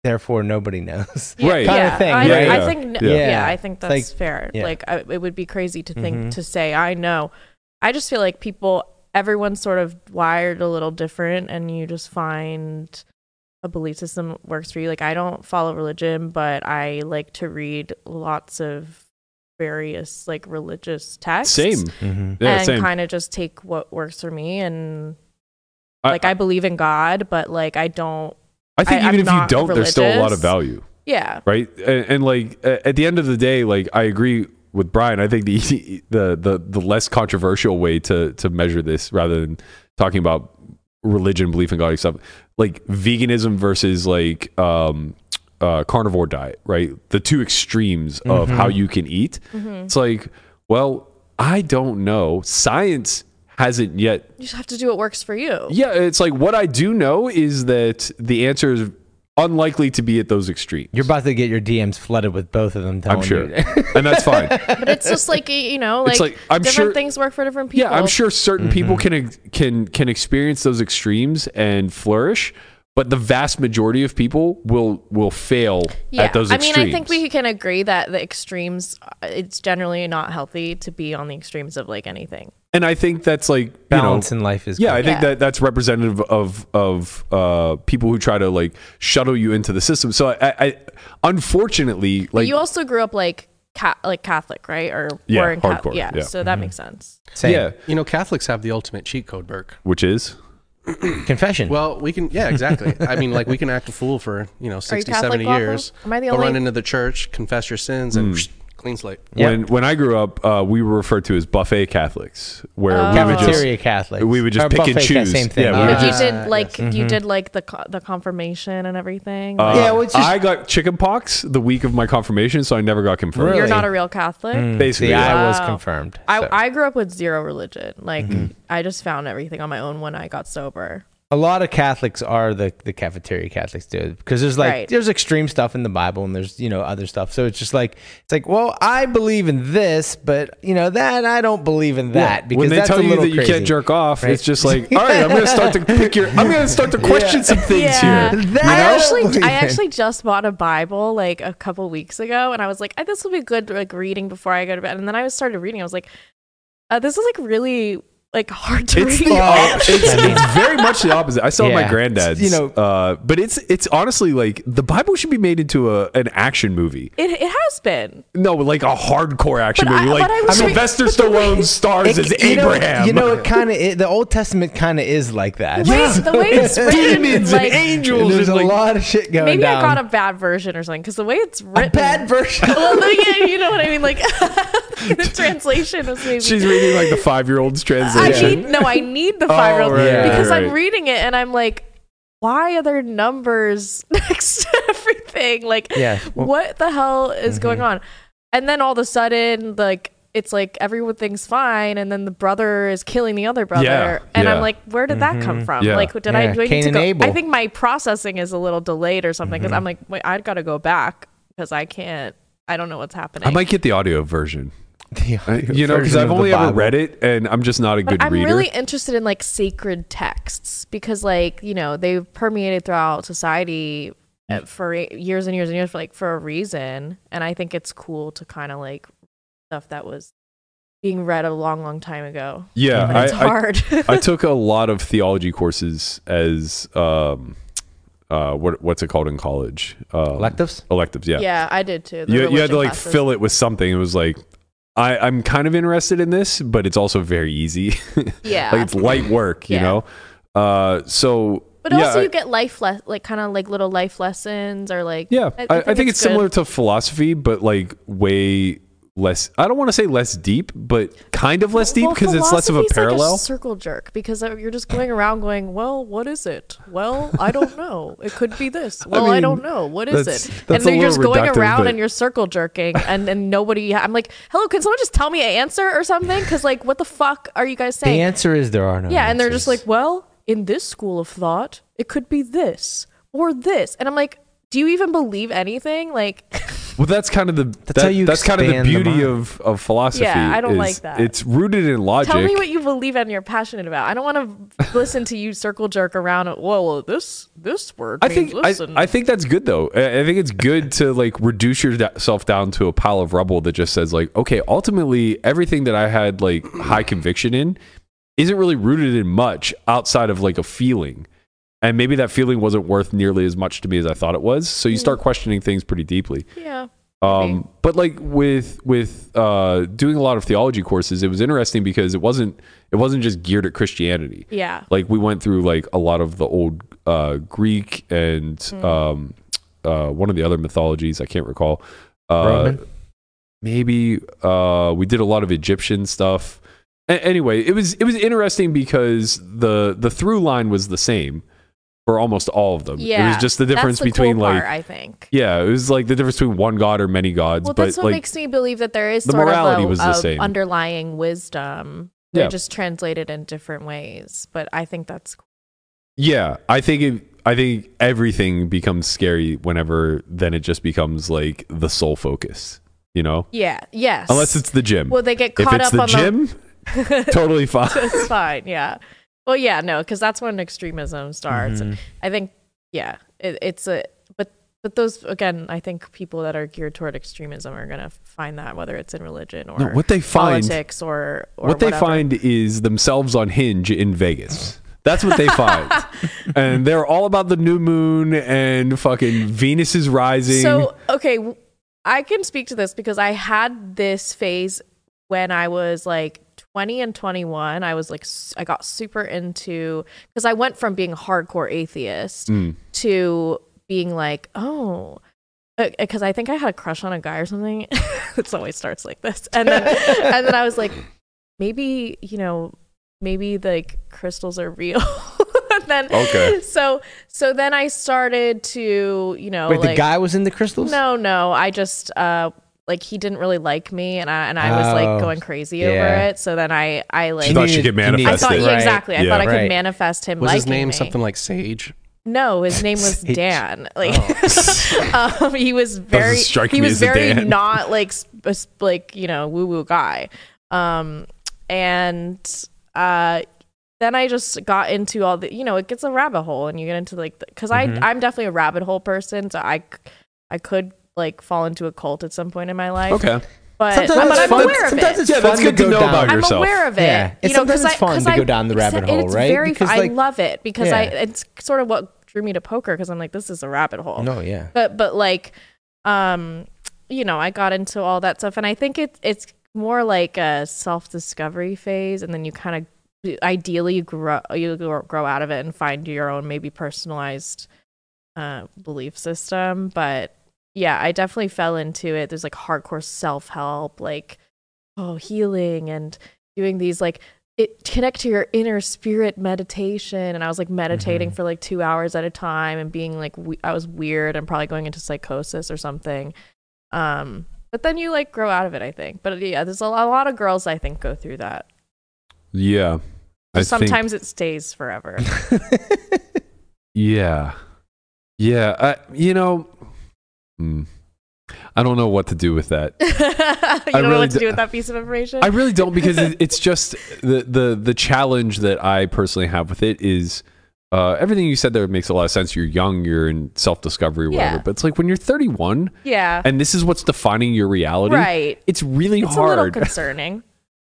Speaker 4: therefore nobody knows.
Speaker 3: Right.
Speaker 4: Kinda
Speaker 5: yeah.
Speaker 4: thing,
Speaker 5: I,
Speaker 3: right?
Speaker 5: I
Speaker 3: Yeah.
Speaker 5: think
Speaker 3: Yeah.
Speaker 5: yeah.
Speaker 4: Yeah.
Speaker 5: I think that's
Speaker 4: Like-
Speaker 5: fair.
Speaker 4: yeah.
Speaker 5: Like I, it would be crazy to think
Speaker 4: Mhm.
Speaker 5: to say I know. I just feel like people, everyone's sort of wired a little different, and you just find a belief system works for you. Like I don't follow religion, but I like to read lots of various like religious texts.
Speaker 3: same. Yeah,
Speaker 5: and
Speaker 3: same.
Speaker 5: kind of just take what works for me and
Speaker 3: I-
Speaker 5: like I believe in God, but like I don't.
Speaker 3: I think
Speaker 5: I-
Speaker 3: even
Speaker 5: I'm
Speaker 3: if you
Speaker 5: not
Speaker 3: don't, there's still a lot
Speaker 5: religious.
Speaker 3: of value.
Speaker 5: Yeah,
Speaker 3: right? And, and like a- at the end of the day, like I agree with Brian. I think the the the, the less controversial way to to measure this, rather than talking about religion, belief in God, and stuff, like veganism versus like um, uh, carnivore diet, right? The two extremes
Speaker 5: Mm-hmm.
Speaker 3: of how you can eat. It's like, well, I don't know. Science hasn't yet
Speaker 5: you just have to do what works for you.
Speaker 3: yeah, it's like what I do know is that the answer is unlikely to be at those extremes.
Speaker 4: You're about to get your DMs flooded with both of them. Telling
Speaker 3: I'm sure,
Speaker 4: You.
Speaker 3: and that's fine.
Speaker 5: but it's just like you know, like,
Speaker 3: It's like, I'm
Speaker 5: different
Speaker 3: sure-
Speaker 5: things work for different people.
Speaker 3: Yeah, I'm sure certain
Speaker 4: mm-hmm.
Speaker 3: people can ex- can can experience those extremes and flourish, but the vast majority of people will will fail
Speaker 5: Yeah,
Speaker 3: at those
Speaker 5: I
Speaker 3: extremes.
Speaker 5: mean, I think we can agree that the extremes. uh, It's generally not healthy to be on the extremes of like anything.
Speaker 3: and I think that's like you know,
Speaker 4: Balance in life is
Speaker 3: yeah, I
Speaker 4: good.
Speaker 3: think
Speaker 5: Yeah.
Speaker 3: that that's representative of of uh, people who try to like shuttle you into the system. So I, I unfortunately
Speaker 5: But
Speaker 3: like
Speaker 5: you also grew up like ca- like Catholic, right? Or
Speaker 3: Yeah,
Speaker 5: were in Ca-
Speaker 3: hardcore,
Speaker 5: yeah,
Speaker 3: yeah.
Speaker 5: so
Speaker 4: Mm-hmm.
Speaker 5: that makes sense.
Speaker 4: Same.
Speaker 3: yeah,
Speaker 6: you know, Catholics have the ultimate cheat code, Burke.
Speaker 3: which is
Speaker 4: Confession.
Speaker 6: Well, we can, yeah, exactly. I mean, like, we can act a fool for, you know, 60,
Speaker 5: Catholic,
Speaker 6: 70
Speaker 5: Waffle?
Speaker 6: years.
Speaker 5: Am I the
Speaker 6: but
Speaker 5: only-
Speaker 6: run into the church, confess your sins, and Clean slate.
Speaker 4: Hmm. Yeah.
Speaker 3: When when I grew up, uh, we were referred to as buffet Catholics, where
Speaker 5: Oh.
Speaker 3: we would just
Speaker 4: Cafeteria Catholics.
Speaker 3: we would just
Speaker 4: Or
Speaker 3: pick and
Speaker 4: buffet, yeah,
Speaker 3: choose.
Speaker 4: Same thing. Uh,
Speaker 3: Yeah, we
Speaker 5: Like,
Speaker 3: were
Speaker 5: you
Speaker 3: just-
Speaker 5: did like you
Speaker 4: Mhm.
Speaker 5: did like the co- the confirmation and everything.
Speaker 3: Uh,
Speaker 5: Like,
Speaker 4: Yeah, well, it's just-
Speaker 3: I got chicken pox the week of my confirmation, so I never got confirmed.
Speaker 5: You're
Speaker 4: really?
Speaker 5: not a real Catholic.
Speaker 4: Mm,
Speaker 3: Basically,
Speaker 4: See, I was
Speaker 5: Wow.
Speaker 4: confirmed.
Speaker 5: I,
Speaker 4: so.
Speaker 5: I grew up with zero religion. Like
Speaker 4: Mm-hmm.
Speaker 5: I just found everything on my own when I got sober.
Speaker 4: a lot of Catholics are the, the cafeteria Catholics do because there's like
Speaker 5: Right.
Speaker 4: there's extreme stuff in the Bible and there's you know other stuff. So it's just like it's like well I believe in this, but you know that I don't believe in that because
Speaker 3: when they
Speaker 4: that's
Speaker 3: tell
Speaker 4: a
Speaker 3: you
Speaker 4: little
Speaker 3: that you
Speaker 4: crazy.
Speaker 3: can't jerk off,
Speaker 4: right?
Speaker 3: it's just like, all right, I'm gonna start to pick your, I'm gonna start to question some things
Speaker 5: Yeah.
Speaker 3: here.
Speaker 4: That-
Speaker 5: I
Speaker 4: I don't
Speaker 5: actually
Speaker 4: believe
Speaker 5: I
Speaker 4: it.
Speaker 5: actually just bought a Bible like a couple weeks ago, and I was like, "Ah, this will be good like reading before I go to bed. And then I started reading. I was like, uh, this is like really like hard to
Speaker 3: It's
Speaker 5: read.
Speaker 3: the op- it's, it's very much the opposite. I saw it at my
Speaker 4: Yeah.
Speaker 3: granddad's,
Speaker 4: You know-
Speaker 3: uh, but it's it's honestly like the Bible should be made into a an action movie.
Speaker 5: it, it has been.
Speaker 3: No, like a hardcore action
Speaker 5: But I-
Speaker 3: movie. like
Speaker 5: but I was-
Speaker 3: Sylvester
Speaker 5: but the way-
Speaker 3: Stallone stars as
Speaker 4: It- you know-
Speaker 3: Abraham.
Speaker 4: You know, it kind of the Old Testament kind of is like that.
Speaker 5: The way, the way it's written,
Speaker 3: demons
Speaker 5: like,
Speaker 3: and angels.
Speaker 4: There's
Speaker 3: and like,
Speaker 4: a lot of shit going
Speaker 5: maybe
Speaker 4: down.
Speaker 5: I got a bad version or something because the way it's written,
Speaker 4: bad version.
Speaker 5: well, like, yeah, you know what I mean. Like the translation was maybe.
Speaker 3: She's reading like the five year old's
Speaker 5: I
Speaker 3: translation.
Speaker 5: need no, I need the five year old
Speaker 3: right,
Speaker 4: Oh, right,
Speaker 5: because I'm
Speaker 3: right.
Speaker 5: reading it and I'm like, why are there numbers next to everything? Like,
Speaker 4: Yeah. Mm-hmm.
Speaker 5: what the hell is going on? And then all of a sudden, like, it's like everything's fine, and then the brother is killing the other brother, and
Speaker 3: yeah.
Speaker 5: I'm like, where did that come from?
Speaker 3: Yeah.
Speaker 5: Like, did I
Speaker 4: Mm-hmm. Yeah,
Speaker 5: do I
Speaker 4: Cain
Speaker 5: need to
Speaker 4: and
Speaker 5: go?
Speaker 4: Abel. Mm-hmm.
Speaker 5: I think my processing is a little delayed or something because I'm like, wait, I've got to go back because I can't. I don't know what's happening.
Speaker 3: I might get the audio version. I-
Speaker 4: The
Speaker 3: Uh, you know, because
Speaker 4: version
Speaker 3: I've
Speaker 4: of the
Speaker 3: only ever
Speaker 4: Bible.
Speaker 3: read it, and I'm just not a good
Speaker 5: But I'm
Speaker 3: reader.
Speaker 5: really interested in like sacred texts because like you know they've permeated throughout society uh,
Speaker 3: Mm.
Speaker 5: for e- years and years and years for like for a reason, and I think it's cool to kind of like stuff that was being read a long, long time ago.
Speaker 3: yeah,
Speaker 5: But
Speaker 3: I,
Speaker 5: it's
Speaker 3: I-
Speaker 5: hard.
Speaker 3: I took a lot of theology courses as um, uh, what what's it called in college? Um,
Speaker 4: Electives?
Speaker 3: Electives, yeah.
Speaker 5: yeah. I did too. the
Speaker 3: you, you had
Speaker 5: religion
Speaker 3: to like
Speaker 5: classes.
Speaker 3: fill it with something. It was like. I, I'm kind of interested in this, but it's also very easy.
Speaker 5: Yeah,
Speaker 3: like it's light work, you
Speaker 5: Yeah.
Speaker 3: know. Uh, so,
Speaker 5: but
Speaker 3: yeah,
Speaker 5: also
Speaker 3: I-
Speaker 5: you get life le- like kind of like little life lessons or like
Speaker 3: Yeah, I, I, think, it's,
Speaker 5: good.
Speaker 3: similar to philosophy, but like way less. I don't want to say less deep, but kind of less deep
Speaker 5: Well,
Speaker 3: because it's less of a
Speaker 5: philosophy's like
Speaker 3: parallel.
Speaker 5: circle jerk because uh, you're just going around going, well, what is it? Well, I don't know. It could be this. Well, I,
Speaker 3: mean,
Speaker 5: don't know. What is
Speaker 3: that's-
Speaker 5: it?
Speaker 3: that's a
Speaker 5: and you're just
Speaker 3: little
Speaker 5: going
Speaker 3: reductive,
Speaker 5: around
Speaker 3: but-
Speaker 5: and you're circle jerking, and and nobody. I'm like, hello, can someone just tell me an answer or something? Because like, what the fuck are you guys
Speaker 4: The
Speaker 5: saying?
Speaker 4: answer is there are no.
Speaker 5: yeah, and they're just
Speaker 4: answers.
Speaker 5: like, well, in this school of thought, it could be this or this, and I'm like, do you even believe anything? Like,
Speaker 3: well, that's kind of the that's,
Speaker 4: how you
Speaker 3: that's kind of the
Speaker 4: expand the
Speaker 3: beauty
Speaker 4: mind.
Speaker 3: of of philosophy.
Speaker 5: Yeah, I don't
Speaker 3: is
Speaker 5: like that.
Speaker 3: It's rooted in logic.
Speaker 5: Tell me what you believe and you're passionate about. I don't want to listen to you circle jerk around. Well, well this this word.
Speaker 3: I
Speaker 5: means
Speaker 3: think I,
Speaker 5: this and-
Speaker 3: I think that's good though. I I think it's good to like reduce yourself down to a pile of rubble that just says like, okay, ultimately everything that I had like high conviction in isn't really rooted in much outside of like a feeling. And maybe that feeling wasn't worth nearly as much to me as I thought it was. So you start questioning things pretty deeply.
Speaker 5: yeah.
Speaker 3: Um, but like with with uh, doing a lot of theology courses, it was interesting because it wasn't it wasn't just geared at Christianity
Speaker 5: Yeah.
Speaker 3: like we went through like a lot of the old uh, Greek and
Speaker 5: Hmm.
Speaker 3: um, uh, one of the other mythologies I can't recall. Uh,
Speaker 4: Roman?
Speaker 3: Maybe uh, we did a lot of Egyptian stuff. A- anyway, it was it was interesting because the the through line was the same for almost all of them.
Speaker 5: Yeah.
Speaker 3: um, It was just the difference
Speaker 5: That's the
Speaker 3: between
Speaker 5: cool
Speaker 3: like
Speaker 5: part, I think.
Speaker 3: yeah, it was like the difference between one god or many gods.
Speaker 5: Well,
Speaker 3: but
Speaker 5: that's what
Speaker 3: like
Speaker 5: makes me believe that there is
Speaker 3: the
Speaker 5: sort
Speaker 3: morality
Speaker 5: of a,
Speaker 3: was the
Speaker 5: a
Speaker 3: same.
Speaker 5: underlying wisdom. They're
Speaker 3: Yeah.
Speaker 5: just translated in different ways, but I think that's cool.
Speaker 3: Yeah, I think it, I think everything becomes scary whenever then it just becomes like the sole focus, you know?
Speaker 5: Yeah. Yes.
Speaker 3: Unless it's the gym.
Speaker 5: well, they get
Speaker 3: if
Speaker 5: caught
Speaker 3: it's
Speaker 5: up
Speaker 3: the
Speaker 5: on
Speaker 3: gym, totally fine.
Speaker 5: the. it's fine. Yeah. Well, yeah, no, because that's when extremism starts.
Speaker 4: Mm-hmm.
Speaker 5: I think, yeah, it, it's a but but those again. I think people that are geared toward extremism are gonna find that whether it's in religion or
Speaker 3: No, what they find-
Speaker 5: politics or, or
Speaker 3: what they
Speaker 5: whatever.
Speaker 3: find is themselves on Hinge in Vegas. That's what they find. and they're all about the new moon and fucking Venus is rising.
Speaker 5: So okay, w- I can speak to this because I had this phase when I was like. 20 and 21 i was like s- i got super into because i
Speaker 3: Hmm.
Speaker 5: went from being a hardcore atheist
Speaker 3: Mm.
Speaker 5: to being like, oh, because I think I had a crush on a guy or something. it always starts like this, and then and then I was like, maybe you know, maybe like crystals are real. and then
Speaker 3: Okay.
Speaker 5: so so then I started to you know
Speaker 4: Wait,
Speaker 5: like
Speaker 4: the guy was in the crystals?
Speaker 5: no no I just uh like he didn't really like me and I and I was
Speaker 4: Oh,
Speaker 5: like going crazy
Speaker 4: yeah.
Speaker 5: over it. So then I I
Speaker 3: She
Speaker 5: like
Speaker 3: thought she'd get
Speaker 5: I
Speaker 3: manifested.
Speaker 5: thought
Speaker 3: That's
Speaker 5: yeah,
Speaker 3: it.
Speaker 5: exactly I
Speaker 3: Yeah.
Speaker 5: thought I
Speaker 4: Right.
Speaker 5: could manifest him
Speaker 6: Was his
Speaker 5: liking
Speaker 6: name
Speaker 5: me.
Speaker 6: something like Sage?
Speaker 5: No, his name was
Speaker 4: Sage.
Speaker 5: Dan. Like um, he was very
Speaker 3: Oh. strike
Speaker 5: he
Speaker 3: me
Speaker 5: was
Speaker 3: as a
Speaker 5: very
Speaker 3: Dan.
Speaker 5: not like sp- s- like you know woo woo guy. Um, and uh, then I just got into all the you know it gets a rabbit hole and you get into like because
Speaker 3: Mm-hmm.
Speaker 4: Mhm.
Speaker 5: I I'm definitely a rabbit hole person so I c- I could like fall into a cult at some point in my life.
Speaker 3: Okay.
Speaker 5: but,
Speaker 4: Sometimes
Speaker 5: but
Speaker 4: it's
Speaker 5: I'm
Speaker 4: fun-
Speaker 5: aware of it.
Speaker 4: sometimes it's
Speaker 3: Yeah, that's
Speaker 4: fun
Speaker 3: good to
Speaker 4: go
Speaker 3: know
Speaker 4: down.
Speaker 3: about
Speaker 5: I'm
Speaker 3: yourself.
Speaker 5: aware of it.
Speaker 4: Yeah. It's-
Speaker 5: you know,
Speaker 4: sometimes
Speaker 5: 'cause
Speaker 4: it's fun
Speaker 5: I, 'cause
Speaker 4: to go
Speaker 5: I-
Speaker 4: down the rabbit
Speaker 5: it's-
Speaker 4: hole, right?
Speaker 5: It's very
Speaker 4: Because,
Speaker 5: fun.
Speaker 4: like-
Speaker 5: I love it because I
Speaker 4: Yeah.
Speaker 5: it's sort of what drew me to poker because I'm like, this is a rabbit hole.
Speaker 4: No, yeah.
Speaker 5: But but like, um, you know, I got into all that stuff, and I think it's it's more like a self discovery phase, and then you kind of ideally you grow you grow grow out of it and find your own maybe personalized uh, belief system, but yeah, I definitely fell into it. There's like hardcore self help, like oh healing and doing these like it connect to your inner spirit meditation. And I was like
Speaker 3: Mm-hmm.
Speaker 5: meditating for like two hours at a time and being like we- I was weird and probably going into psychosis or something. Um, but then you like grow out of it, I think. But yeah, there's a lot, a lot of girls I think go through that.
Speaker 3: Yeah. I think-
Speaker 5: Sometimes it stays forever.
Speaker 3: Yeah. Yeah. I, you know, hmm. I don't know what to do with that.
Speaker 5: you don't know
Speaker 3: really
Speaker 5: what
Speaker 3: d-
Speaker 5: to do with that piece of information.
Speaker 3: I really don't because it, it's just the, the, the challenge that I personally have with it is uh, everything you said there makes a lot of sense. You're young, you're in self discovery, whatever.
Speaker 5: Yeah.
Speaker 3: But it's like when you're 31
Speaker 5: yeah,
Speaker 3: and this is what's defining your reality,
Speaker 5: right.
Speaker 3: it's really
Speaker 5: It's a little
Speaker 3: hard.
Speaker 5: concerning,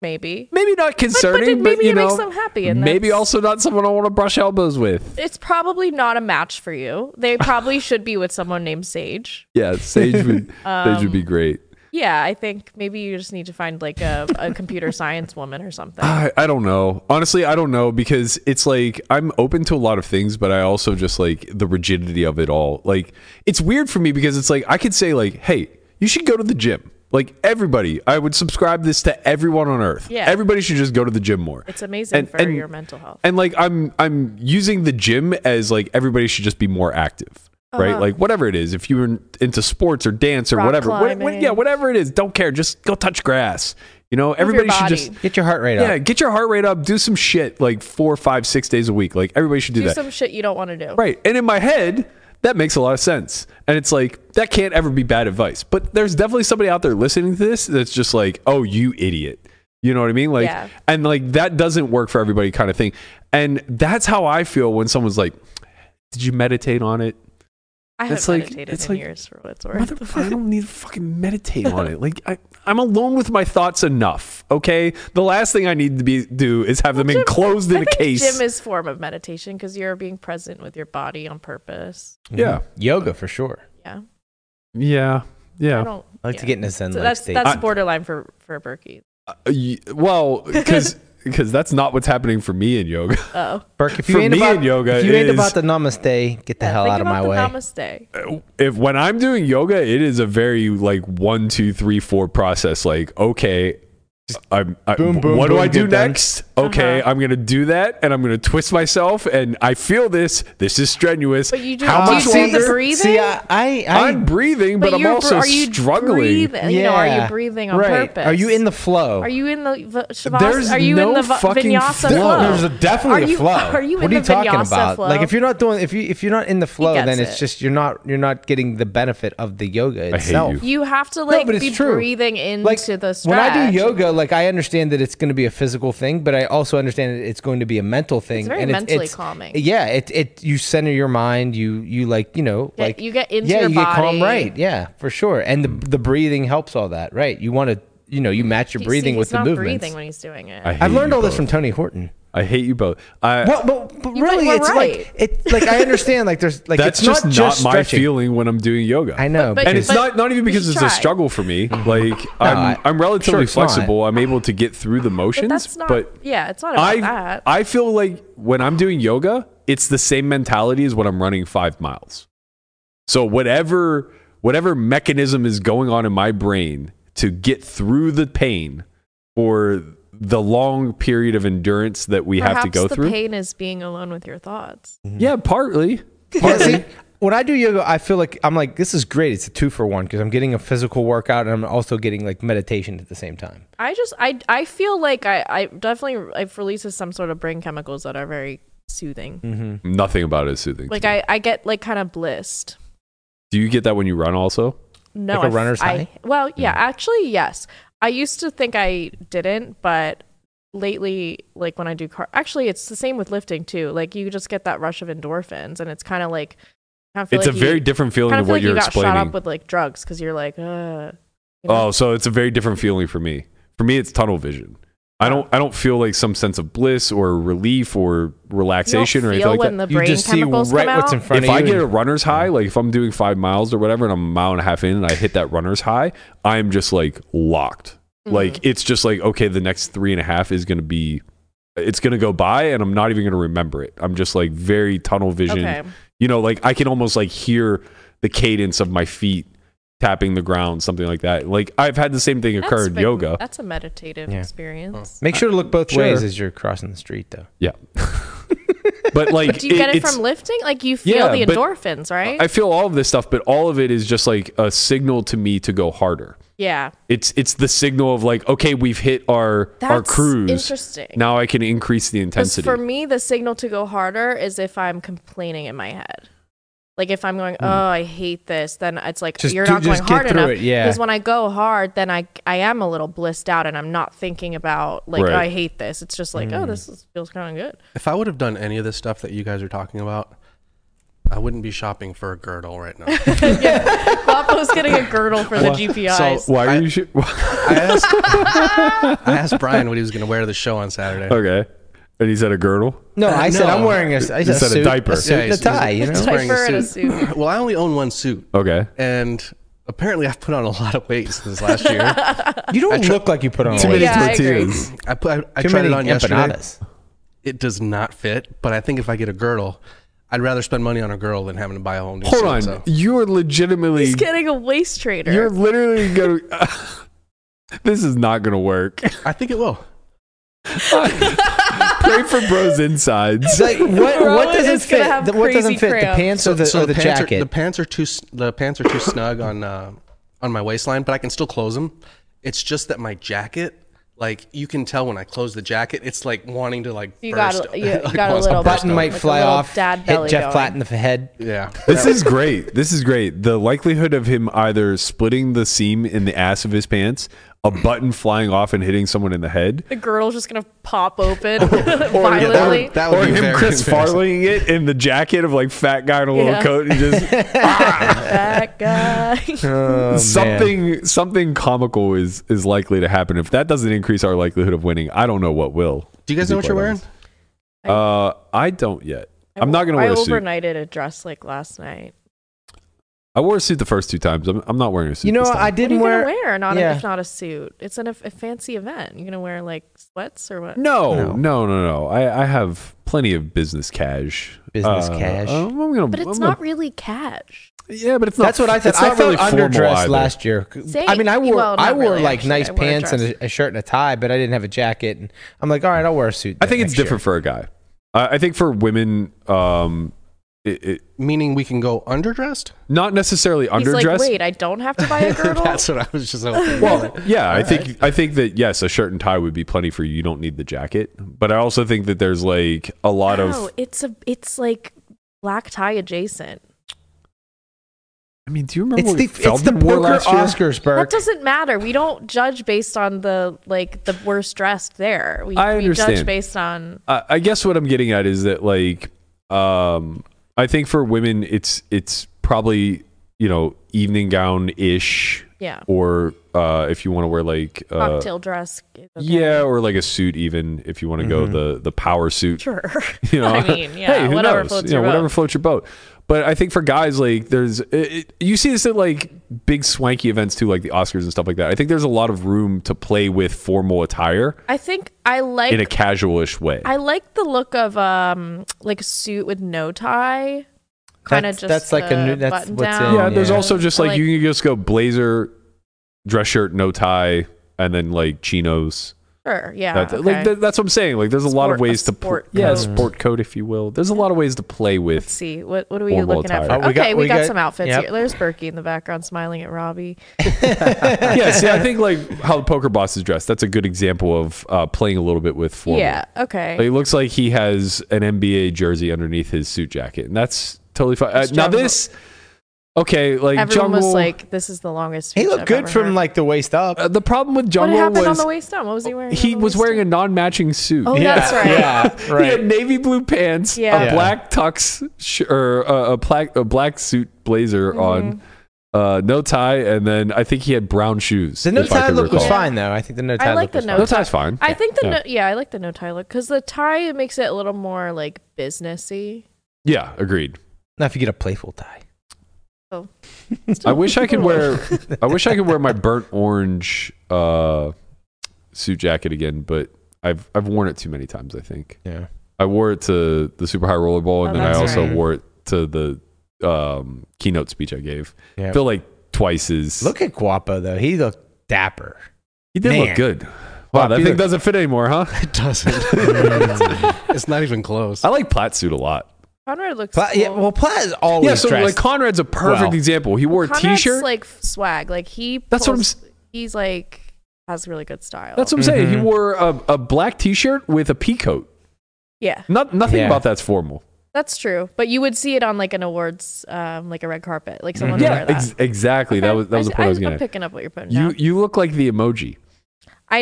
Speaker 5: maybe.
Speaker 3: maybe not
Speaker 5: But- but
Speaker 3: concerning,
Speaker 5: then
Speaker 3: but,
Speaker 5: maybe
Speaker 3: you
Speaker 5: it
Speaker 3: know,
Speaker 5: makes them happy. And
Speaker 3: maybe
Speaker 5: that's-
Speaker 3: also not someone I want to brush elbows with.
Speaker 5: It's probably not a match for you. They probably should be with someone named Sage.
Speaker 3: Yeah, Sage would, Sage
Speaker 5: Um,
Speaker 3: would be great.
Speaker 5: Yeah, I think maybe you just need to find like a, a computer science woman or something.
Speaker 3: I, I don't know. Honestly, I don't know because it's like I'm open to a lot of things, but I also just like the rigidity of it all. Like it's weird for me because it's like I could say like, "Hey, you should go to the gym." Like everybody, I would subscribe this to everyone on earth.
Speaker 5: Yeah.
Speaker 3: Everybody should just go to the gym more.
Speaker 5: it's amazing
Speaker 3: and-
Speaker 5: for
Speaker 3: and-
Speaker 5: your mental health.
Speaker 3: and like i'm i'm using the gym as like everybody should just be more active right
Speaker 5: Uh-huh.
Speaker 3: like whatever it is if you're in- into sports or dance or
Speaker 5: Rock
Speaker 3: whatever what- what- yeah
Speaker 5: climbing.
Speaker 3: whatever it is don't care just go touch grass you know everybody should
Speaker 5: body.
Speaker 3: just
Speaker 4: Get your heart rate
Speaker 3: yeah
Speaker 4: up.
Speaker 3: get your heart rate up do some shit like four five six days a week like everybody should do,
Speaker 5: do
Speaker 3: that
Speaker 5: some shit you don't want to do.
Speaker 3: right and in my head that makes a lot of sense and it's like that can't ever be bad advice but there's definitely somebody out there listening to this that's just like oh you idiot you know what i mean like
Speaker 5: Yeah.
Speaker 3: and like that doesn't work for everybody kind of thing and that's how i feel when someone's like did you meditate on it
Speaker 5: I haven't
Speaker 3: It's like-
Speaker 5: meditated
Speaker 3: it's
Speaker 5: in
Speaker 3: like-
Speaker 5: years for what it's
Speaker 3: Mother,
Speaker 5: worth.
Speaker 3: i don't need to fucking meditate on it like I, i'm alone with my thoughts enough okay the last thing i need to be do is have them
Speaker 5: Well, gym-
Speaker 3: enclosed
Speaker 5: I
Speaker 3: in a
Speaker 5: think
Speaker 3: case
Speaker 5: gym is form of meditation because you're being present with your body on purpose.
Speaker 3: yeah
Speaker 4: Mm-hmm. Yoga for sure.
Speaker 5: Yeah,
Speaker 3: yeah
Speaker 5: I
Speaker 3: yeah
Speaker 5: don't.
Speaker 4: Oh, I like
Speaker 5: yeah.
Speaker 4: to get in a zen
Speaker 5: So
Speaker 4: like
Speaker 5: that's
Speaker 4: state.
Speaker 5: that's
Speaker 3: I-
Speaker 5: borderline for for Berkey.
Speaker 3: Uh, y- well, because that's not what's happening for me in yoga.
Speaker 5: Oh,
Speaker 4: Burke, if
Speaker 3: for
Speaker 4: you ain't
Speaker 3: me
Speaker 4: about,
Speaker 3: in yoga
Speaker 4: if you ain't
Speaker 3: is-
Speaker 4: about the namaste, get the hell
Speaker 5: think
Speaker 4: out of my
Speaker 5: about
Speaker 4: way.
Speaker 5: the Namaste.
Speaker 3: If when I'm doing yoga, it is a very like one, two, three, four process. Like okay, I'm I,
Speaker 4: Boom, boom,
Speaker 3: What do
Speaker 4: boom,
Speaker 3: I do
Speaker 4: get done.
Speaker 3: next? Okay,
Speaker 5: Uh-huh.
Speaker 3: I'm gonna do that, and I'm gonna twist myself, and I feel this. This is strenuous.
Speaker 5: But you do-
Speaker 3: how
Speaker 5: do
Speaker 3: much
Speaker 5: you do the
Speaker 3: longer?
Speaker 5: breathing?
Speaker 4: See, I, I, I
Speaker 3: I'm breathing, but, I'm
Speaker 5: you're-
Speaker 3: also
Speaker 5: are you
Speaker 3: struggling.
Speaker 5: breathing- You know, are
Speaker 4: Yeah.
Speaker 5: you breathing on
Speaker 4: right.
Speaker 5: purpose?
Speaker 4: Are you in the flow?
Speaker 5: Are you in the v-
Speaker 3: There's
Speaker 5: shavasana? Are you
Speaker 3: no
Speaker 5: in the v-
Speaker 3: fucking
Speaker 5: vinyasa
Speaker 3: flow.
Speaker 5: flow?
Speaker 4: There's a, definitely
Speaker 5: Are
Speaker 4: a
Speaker 5: you-
Speaker 4: flow.
Speaker 5: are you
Speaker 4: what
Speaker 5: in
Speaker 4: are you
Speaker 5: the
Speaker 4: talking
Speaker 5: vinyasa
Speaker 4: about?
Speaker 5: flow?
Speaker 4: Like if you're not doing if you if you're not in the flow,
Speaker 5: gets
Speaker 4: then it's
Speaker 5: it.
Speaker 4: just you're not you're not getting the benefit of the yoga
Speaker 3: hate
Speaker 4: itself.
Speaker 3: you.
Speaker 5: you have to like
Speaker 4: but it's
Speaker 5: be
Speaker 4: true.
Speaker 5: breathing into
Speaker 4: Like
Speaker 5: the stretch.
Speaker 4: when I do yoga, like I understand that it's going to be a physical thing, but I also understand that it's going to be a mental thing.
Speaker 5: very
Speaker 4: and
Speaker 5: mentally calming.
Speaker 4: Yeah, it it you center your mind. You you like you know
Speaker 5: Get-
Speaker 4: like
Speaker 5: you get into
Speaker 4: yeah
Speaker 5: your
Speaker 4: you get calm
Speaker 5: body.
Speaker 4: right yeah for sure and the the breathing helps all that right. You want to you know you match your
Speaker 5: See,
Speaker 4: breathing
Speaker 5: he's
Speaker 4: with the
Speaker 5: not
Speaker 4: movements.
Speaker 5: breathing when he's doing it.
Speaker 3: I hate
Speaker 4: I've learned
Speaker 3: you
Speaker 4: all this
Speaker 3: both.
Speaker 4: from Tony Horton.
Speaker 3: I hate you both. I,
Speaker 4: Well, but, but
Speaker 5: You guys
Speaker 4: really,
Speaker 5: were
Speaker 4: it's
Speaker 5: right.
Speaker 4: like it. Like I understand. Like there's like
Speaker 3: that's
Speaker 4: it's
Speaker 3: just
Speaker 4: not
Speaker 3: not,
Speaker 4: just
Speaker 3: my
Speaker 4: stretching.
Speaker 3: feeling when I'm doing yoga.
Speaker 4: I know,
Speaker 5: But-
Speaker 3: and
Speaker 5: Okay.
Speaker 3: it's not not even
Speaker 5: you
Speaker 3: because
Speaker 5: should
Speaker 3: it's a
Speaker 5: try.
Speaker 3: struggle for me. Like
Speaker 4: Mm-hmm. I-
Speaker 3: I'm I'm
Speaker 4: sure
Speaker 3: relatively
Speaker 4: it's not.
Speaker 3: flexible. I'm able to get through the
Speaker 5: but
Speaker 3: motions,
Speaker 5: that's not.
Speaker 3: but
Speaker 5: yeah, it's not about
Speaker 3: I
Speaker 5: that.
Speaker 3: I feel like when I'm doing yoga, it's the same mentality as when I'm running 5 miles. So whatever whatever mechanism is going on in my brain to get through the pain or the long period of endurance that we
Speaker 5: Perhaps
Speaker 3: have to go
Speaker 5: the
Speaker 3: through.
Speaker 5: pain is being alone with your thoughts.
Speaker 3: Yeah, partly.
Speaker 4: Yeah, see, when I do yoga, I feel like I'm like this is great. It's a two for one because I'm getting a physical workout and I'm also getting like meditation at the same time.
Speaker 5: I just I I feel like I I definitely it releases some sort of brain chemicals that are very soothing.
Speaker 3: Mm-hmm.
Speaker 4: Mm-hmm.
Speaker 3: Nothing about it is soothing.
Speaker 5: Like
Speaker 3: to me.
Speaker 5: I I get like kind of blissed.
Speaker 3: Do you get that when you run also?
Speaker 5: No,
Speaker 4: Like a
Speaker 5: I f-
Speaker 4: runner's
Speaker 5: I-
Speaker 4: high?
Speaker 5: well, yeah, actually, yes. I used to think I didn't, but lately, like when I do car, actually, it's the same with lifting too. Like you just get that rush of endorphins, and it's kind of like, kinda feel
Speaker 3: It's
Speaker 5: like
Speaker 3: a very
Speaker 5: you,
Speaker 3: different feeling
Speaker 5: kind
Speaker 3: than
Speaker 5: of feel
Speaker 3: what
Speaker 5: like
Speaker 3: you're
Speaker 5: you got
Speaker 3: explaining.
Speaker 5: shot up with like drugs because you're like, uh, you know?
Speaker 3: Oh, so it's a very different feeling for me. For me, it's tunnel vision. I don't. I don't feel like some sense of bliss or relief or
Speaker 5: You don't
Speaker 3: relaxation or anything
Speaker 5: feel
Speaker 3: like
Speaker 5: when
Speaker 3: that.
Speaker 5: the brain
Speaker 4: you just see
Speaker 5: chemicals
Speaker 4: right
Speaker 5: come
Speaker 4: what's
Speaker 5: out.
Speaker 4: in front
Speaker 3: if
Speaker 4: of you.
Speaker 3: I get a
Speaker 4: and-
Speaker 3: runner's high, like if I'm doing five miles or whatever, and I'm a mile and a half in, and I hit that runner's high, I'm just like locked. Like
Speaker 5: Mm-hmm.
Speaker 3: it's just like okay, the next three and a half is gonna be, it's gonna go by, and I'm not even gonna remember it. I'm just like very tunnel vision.
Speaker 5: Okay.
Speaker 3: You know, like I can almost like hear the cadence of my feet tapping the ground, something like that. Like I've had the same thing occur
Speaker 5: That's
Speaker 3: in
Speaker 5: been-
Speaker 3: yoga.
Speaker 5: That's a meditative
Speaker 4: Yeah.
Speaker 5: experience.
Speaker 4: Make sure to look both
Speaker 3: Sure.
Speaker 4: ways as you're crossing the street, though.
Speaker 3: Yeah. but like,
Speaker 5: Do you get it
Speaker 3: it's-
Speaker 5: from lifting? Like you feel
Speaker 3: Yeah,
Speaker 5: the
Speaker 3: but-
Speaker 5: endorphins, right?
Speaker 3: I feel all of this stuff, but all of it is just like a signal to me to go harder.
Speaker 5: yeah.
Speaker 3: It's it's the signal of like, okay, we've hit our our
Speaker 5: That's
Speaker 3: cruise.
Speaker 5: interesting.
Speaker 3: Now I can increase the
Speaker 5: 'Cause
Speaker 3: intensity.
Speaker 5: for me, the signal to go harder is if I'm complaining in my head. Like if I'm
Speaker 3: Hmm.
Speaker 5: going, oh, I hate this, then it's like
Speaker 4: Just
Speaker 5: you're
Speaker 4: do-
Speaker 5: not
Speaker 4: just
Speaker 5: going
Speaker 4: get
Speaker 5: hard
Speaker 4: through
Speaker 5: enough.
Speaker 4: it, yeah.
Speaker 5: Because when I go hard, then I I am a little blissed out, and I'm not thinking about like
Speaker 3: Right. Hmm.
Speaker 5: oh, I hate this. It's just like oh, this is, feels kind of good.
Speaker 6: If I would have done any of this stuff that you guys are talking about, I wouldn't be shopping for a girdle right now.
Speaker 5: Guapo's getting a girdle for the GPIs.
Speaker 3: Why
Speaker 6: I-
Speaker 3: are you? Sh-
Speaker 6: I asked, I asked Brian what he was going to wear to the show on Saturday.
Speaker 3: okay. And he's at a girdle.
Speaker 4: No,
Speaker 5: Uh,
Speaker 4: I said
Speaker 6: no.
Speaker 4: I'm wearing a, I said
Speaker 3: You
Speaker 4: a,
Speaker 3: said a
Speaker 4: suit,
Speaker 3: diaper.
Speaker 4: a suit, and a
Speaker 6: he's-
Speaker 4: tie. You
Speaker 6: he's
Speaker 4: know,
Speaker 6: wearing
Speaker 5: Diaper and a
Speaker 6: well, I only own one suit,
Speaker 3: Okay.
Speaker 6: and apparently I've put on a lot of weight since last year.
Speaker 4: you don't look like you put on
Speaker 3: Too
Speaker 4: weight.
Speaker 3: many
Speaker 5: Yeah, I agree.
Speaker 3: tortillas.
Speaker 6: I put I, I
Speaker 4: Too
Speaker 6: tried
Speaker 4: many
Speaker 6: it on yesterday.
Speaker 4: empanadas.
Speaker 6: It does not fit, but I think if I get a girdle, I'd rather spend money on a girdle than having to buy a whole new
Speaker 3: Hold
Speaker 6: suit,
Speaker 3: on.
Speaker 6: so.
Speaker 3: You're legitimately.
Speaker 5: He's getting a waist trainer.
Speaker 3: You're literally gonna. this is not gonna work.
Speaker 6: I think it will.
Speaker 3: Pray for bros insides.
Speaker 4: It's like what?
Speaker 5: Rowan
Speaker 4: What doesn't
Speaker 5: is gonna
Speaker 4: fit?
Speaker 5: have
Speaker 4: The- What doesn't
Speaker 5: crazy
Speaker 4: fit? The
Speaker 5: cramps.
Speaker 4: pants or the, or the,
Speaker 6: pants
Speaker 4: jacket?
Speaker 6: Are, the pants are too s- the pants are too snug on uh, on my waistline, but I can still close them. It's just that my jacket, like you can tell when I close the jacket, it's like wanting to like
Speaker 5: You got
Speaker 6: burst.
Speaker 5: a- you
Speaker 6: like,
Speaker 5: got a
Speaker 6: wants to
Speaker 5: little
Speaker 6: burst
Speaker 4: button
Speaker 6: out.
Speaker 4: might
Speaker 5: Like a
Speaker 4: fly
Speaker 5: little
Speaker 4: off.
Speaker 5: dad
Speaker 4: hit
Speaker 5: belly
Speaker 4: Jeff Platt
Speaker 5: going.
Speaker 4: in the head.
Speaker 6: Yeah,
Speaker 3: This is great. This is great. The likelihood of him either splitting the seam in the ass of his pants, a button flying off and hitting someone in the head,
Speaker 5: the girdle's just gonna pop open violently.
Speaker 6: that would
Speaker 3: or
Speaker 6: be
Speaker 3: him
Speaker 6: very
Speaker 3: Chris
Speaker 6: embarrassing.
Speaker 3: Farleying it in the jacket of like fat guy in a little
Speaker 5: Yeah.
Speaker 3: coat and just
Speaker 5: that guy.
Speaker 6: Oh,
Speaker 3: something something comical is is likely to happen. If that doesn't increase our likelihood of winning, I don't know what will.
Speaker 6: Do you guys
Speaker 3: to
Speaker 6: know
Speaker 3: be
Speaker 6: what you're
Speaker 3: quite
Speaker 6: wearing?
Speaker 3: honest. Uh, I don't yet. I'm not gonna
Speaker 5: I
Speaker 3: wear a suit.
Speaker 5: overnighted a dress like last night.
Speaker 3: I wore a suit the first two times. I'm, I'm not wearing a suit.
Speaker 4: You know,
Speaker 3: this
Speaker 4: what?
Speaker 3: time.
Speaker 4: I
Speaker 5: What are
Speaker 4: didn't
Speaker 5: you
Speaker 4: wear.
Speaker 5: gonna wear? Not
Speaker 4: yeah.
Speaker 5: if not a suit. It's an, a fancy event. You're gonna wear like sweats or what?
Speaker 3: No, no, no, no, I, I have plenty of business cash. Uh,
Speaker 4: Business cash.
Speaker 3: I'm gonna,
Speaker 5: But it's
Speaker 3: I'm
Speaker 5: not
Speaker 3: gonna-
Speaker 5: really cash.
Speaker 3: yeah, but it's not.
Speaker 4: That's what I said.
Speaker 3: It's not
Speaker 4: I felt
Speaker 3: really formal
Speaker 4: underdressed
Speaker 3: either.
Speaker 4: last year.
Speaker 5: Same.
Speaker 4: I mean, I wore
Speaker 5: Well, not
Speaker 4: I wore
Speaker 5: really,
Speaker 4: like
Speaker 5: actually.
Speaker 4: nice
Speaker 5: I wore a
Speaker 4: pants and
Speaker 5: dress.
Speaker 4: a, a shirt and a tie, but I didn't have a jacket. And I'm like, all right, I'll wear a suit.
Speaker 3: I think it's
Speaker 4: next year.
Speaker 3: different for a guy. I, I think for women, um, it, it,
Speaker 6: Meaning we can go underdressed?
Speaker 3: not necessarily
Speaker 5: He's
Speaker 3: underdressed.
Speaker 5: like, wait, I don't have to buy a girdle.
Speaker 6: That's what I was just hoping.
Speaker 3: well, yeah, I think I think that yes, a shirt and tie would be plenty for you. You don't need the jacket, but I also think that there's like a lot
Speaker 5: No,
Speaker 3: of.
Speaker 5: it's a it's like black tie adjacent.
Speaker 3: I mean, do you remember
Speaker 4: It's
Speaker 3: what
Speaker 4: the it's the
Speaker 3: Feldman wore
Speaker 4: poker
Speaker 3: last year?
Speaker 4: Oscars, Burke.
Speaker 5: That doesn't matter. We don't judge based on the like the worst dressed there. We,
Speaker 3: I
Speaker 5: we
Speaker 3: understand.
Speaker 5: judge based on
Speaker 3: I I guess what I'm getting at is that like um I think for women it's it's probably you know evening gown ish
Speaker 5: yeah
Speaker 3: or uh if you want to wear like uh
Speaker 5: cocktail dress. is okay.
Speaker 3: yeah or like a suit even if you want to go the the power suit
Speaker 5: sure.
Speaker 3: you know
Speaker 5: I mean, yeah,
Speaker 3: hey, who
Speaker 5: whatever
Speaker 3: knows?
Speaker 5: floats
Speaker 3: you know,
Speaker 5: your
Speaker 3: whatever
Speaker 5: boat.
Speaker 3: floats your boat but I think for guys like there's it, it, you see this at like big swanky events too like the Oscars and stuff like that I think there's a lot of room to play with formal attire
Speaker 5: I think I like
Speaker 3: in a casualish way
Speaker 5: I like the look of um like a suit with no tie. kind of
Speaker 4: That's- that's
Speaker 5: just
Speaker 4: like a
Speaker 5: the
Speaker 4: new- that's
Speaker 5: button
Speaker 4: what's
Speaker 5: down.
Speaker 4: in,
Speaker 3: yeah, there's
Speaker 4: yeah.
Speaker 3: also just like,
Speaker 5: Like-
Speaker 3: you can just go blazer, dress shirt, no tie, and then like chinos.
Speaker 5: Sure, yeah.
Speaker 3: That- like
Speaker 5: okay.
Speaker 3: th- that's what I'm saying. Like there's a lot
Speaker 5: Sport-
Speaker 3: of
Speaker 5: a
Speaker 3: ways to pl-
Speaker 5: sport
Speaker 3: yeah
Speaker 5: coat.
Speaker 3: sport coat if you will. There's a lot of ways to play
Speaker 5: Let's
Speaker 3: with.
Speaker 5: see. What what are we
Speaker 3: Formal
Speaker 5: looking at? For?
Speaker 3: attire.
Speaker 4: Oh, we got-
Speaker 5: okay, we,
Speaker 4: we
Speaker 5: got,
Speaker 4: got-
Speaker 5: some outfits
Speaker 4: yep.
Speaker 5: here. There's Berkey in the background smiling at Robbie.
Speaker 3: yeah, see, I think like how the poker boss is dressed. That's a good example of uh, playing a little bit with formal.
Speaker 5: Yeah. Okay.
Speaker 3: Like, it looks like he has an NBA jersey underneath his suit jacket, and that's totally fine. Uh,
Speaker 5: It's
Speaker 3: now
Speaker 5: jungle.
Speaker 3: this, okay, like
Speaker 5: Everyone
Speaker 3: jungle.
Speaker 5: was like, "This is the longest."
Speaker 4: He
Speaker 5: speech
Speaker 4: looked
Speaker 5: I've
Speaker 4: good
Speaker 5: ever
Speaker 4: from
Speaker 5: heard.
Speaker 4: like the waist up.
Speaker 3: uh, the problem with
Speaker 5: What
Speaker 3: jungle
Speaker 5: happened on
Speaker 3: was
Speaker 5: the waist down? What was he wearing?
Speaker 3: he was wearing a non-matching suit.
Speaker 5: Oh,
Speaker 4: yeah,
Speaker 5: that's right.
Speaker 4: Yeah,
Speaker 3: He had
Speaker 4: right.
Speaker 3: navy blue pants,
Speaker 5: Yeah.
Speaker 3: a
Speaker 4: Yeah.
Speaker 3: black tux, sh- or uh, a, black a black suit blazer
Speaker 5: Mm-hmm.
Speaker 3: on, uh, no tie, and then I think he had brown shoes.
Speaker 4: The no
Speaker 3: if I
Speaker 4: tie
Speaker 3: can
Speaker 4: look was
Speaker 3: recall.
Speaker 4: fine though. I think the no
Speaker 5: I
Speaker 4: tie
Speaker 5: like
Speaker 4: look
Speaker 5: the
Speaker 4: was
Speaker 5: no
Speaker 3: No
Speaker 4: fine.
Speaker 3: tie's fine.
Speaker 5: I think the
Speaker 3: Yeah.
Speaker 5: no, yeah, I like the no tie look because the tie it makes it a little more like businessy.
Speaker 3: Yeah, agreed.
Speaker 4: Now if you get a playful tie.
Speaker 3: I wish I could wear. I wish I could wear my burnt orange uh, suit jacket again, but I've I've worn it too many times. I think
Speaker 4: Yeah.
Speaker 3: I wore it to the Super High Roller Bowl, and
Speaker 5: Oh,
Speaker 3: then I
Speaker 5: that's
Speaker 3: also
Speaker 4: right.
Speaker 3: wore it to the um, keynote speech I gave.
Speaker 4: Yeah.
Speaker 3: I feel like twice as
Speaker 4: Look at Guapo though. He looked dapper.
Speaker 3: He did
Speaker 4: Man.
Speaker 3: look good. Wow, that
Speaker 4: Fuck,
Speaker 3: thing
Speaker 4: either.
Speaker 3: doesn't fit anymore, huh?
Speaker 6: It doesn't. it's, it's not even close.
Speaker 3: I like plaid suit a lot.
Speaker 5: Conrad looks
Speaker 4: Pla-
Speaker 5: cool.
Speaker 4: yeah, well, Platt is always
Speaker 3: yeah, so
Speaker 4: dressed.
Speaker 3: like Conrad's a perfect
Speaker 4: Wow.
Speaker 3: example. He wore a
Speaker 5: Conrad's,
Speaker 3: t-shirt.
Speaker 5: like f- swag. Like he.
Speaker 3: That's what I'm
Speaker 5: pulls- He's like has really good style.
Speaker 3: That's what I'm saying. He wore a, a black t-shirt with a pea coat.
Speaker 5: yeah,
Speaker 3: Not nothing
Speaker 4: Yeah.
Speaker 3: about that's formal.
Speaker 5: that's true. But you would see it on like an awards, um, like a red carpet. Like someone would
Speaker 3: Mm-hmm. Yeah,
Speaker 5: wear that.
Speaker 3: ex- exactly. That
Speaker 5: Okay.
Speaker 3: was that was the point I, was
Speaker 5: I'm
Speaker 3: going to.
Speaker 5: picking up what you're putting
Speaker 3: You
Speaker 5: down.
Speaker 3: you look like the emoji.
Speaker 5: I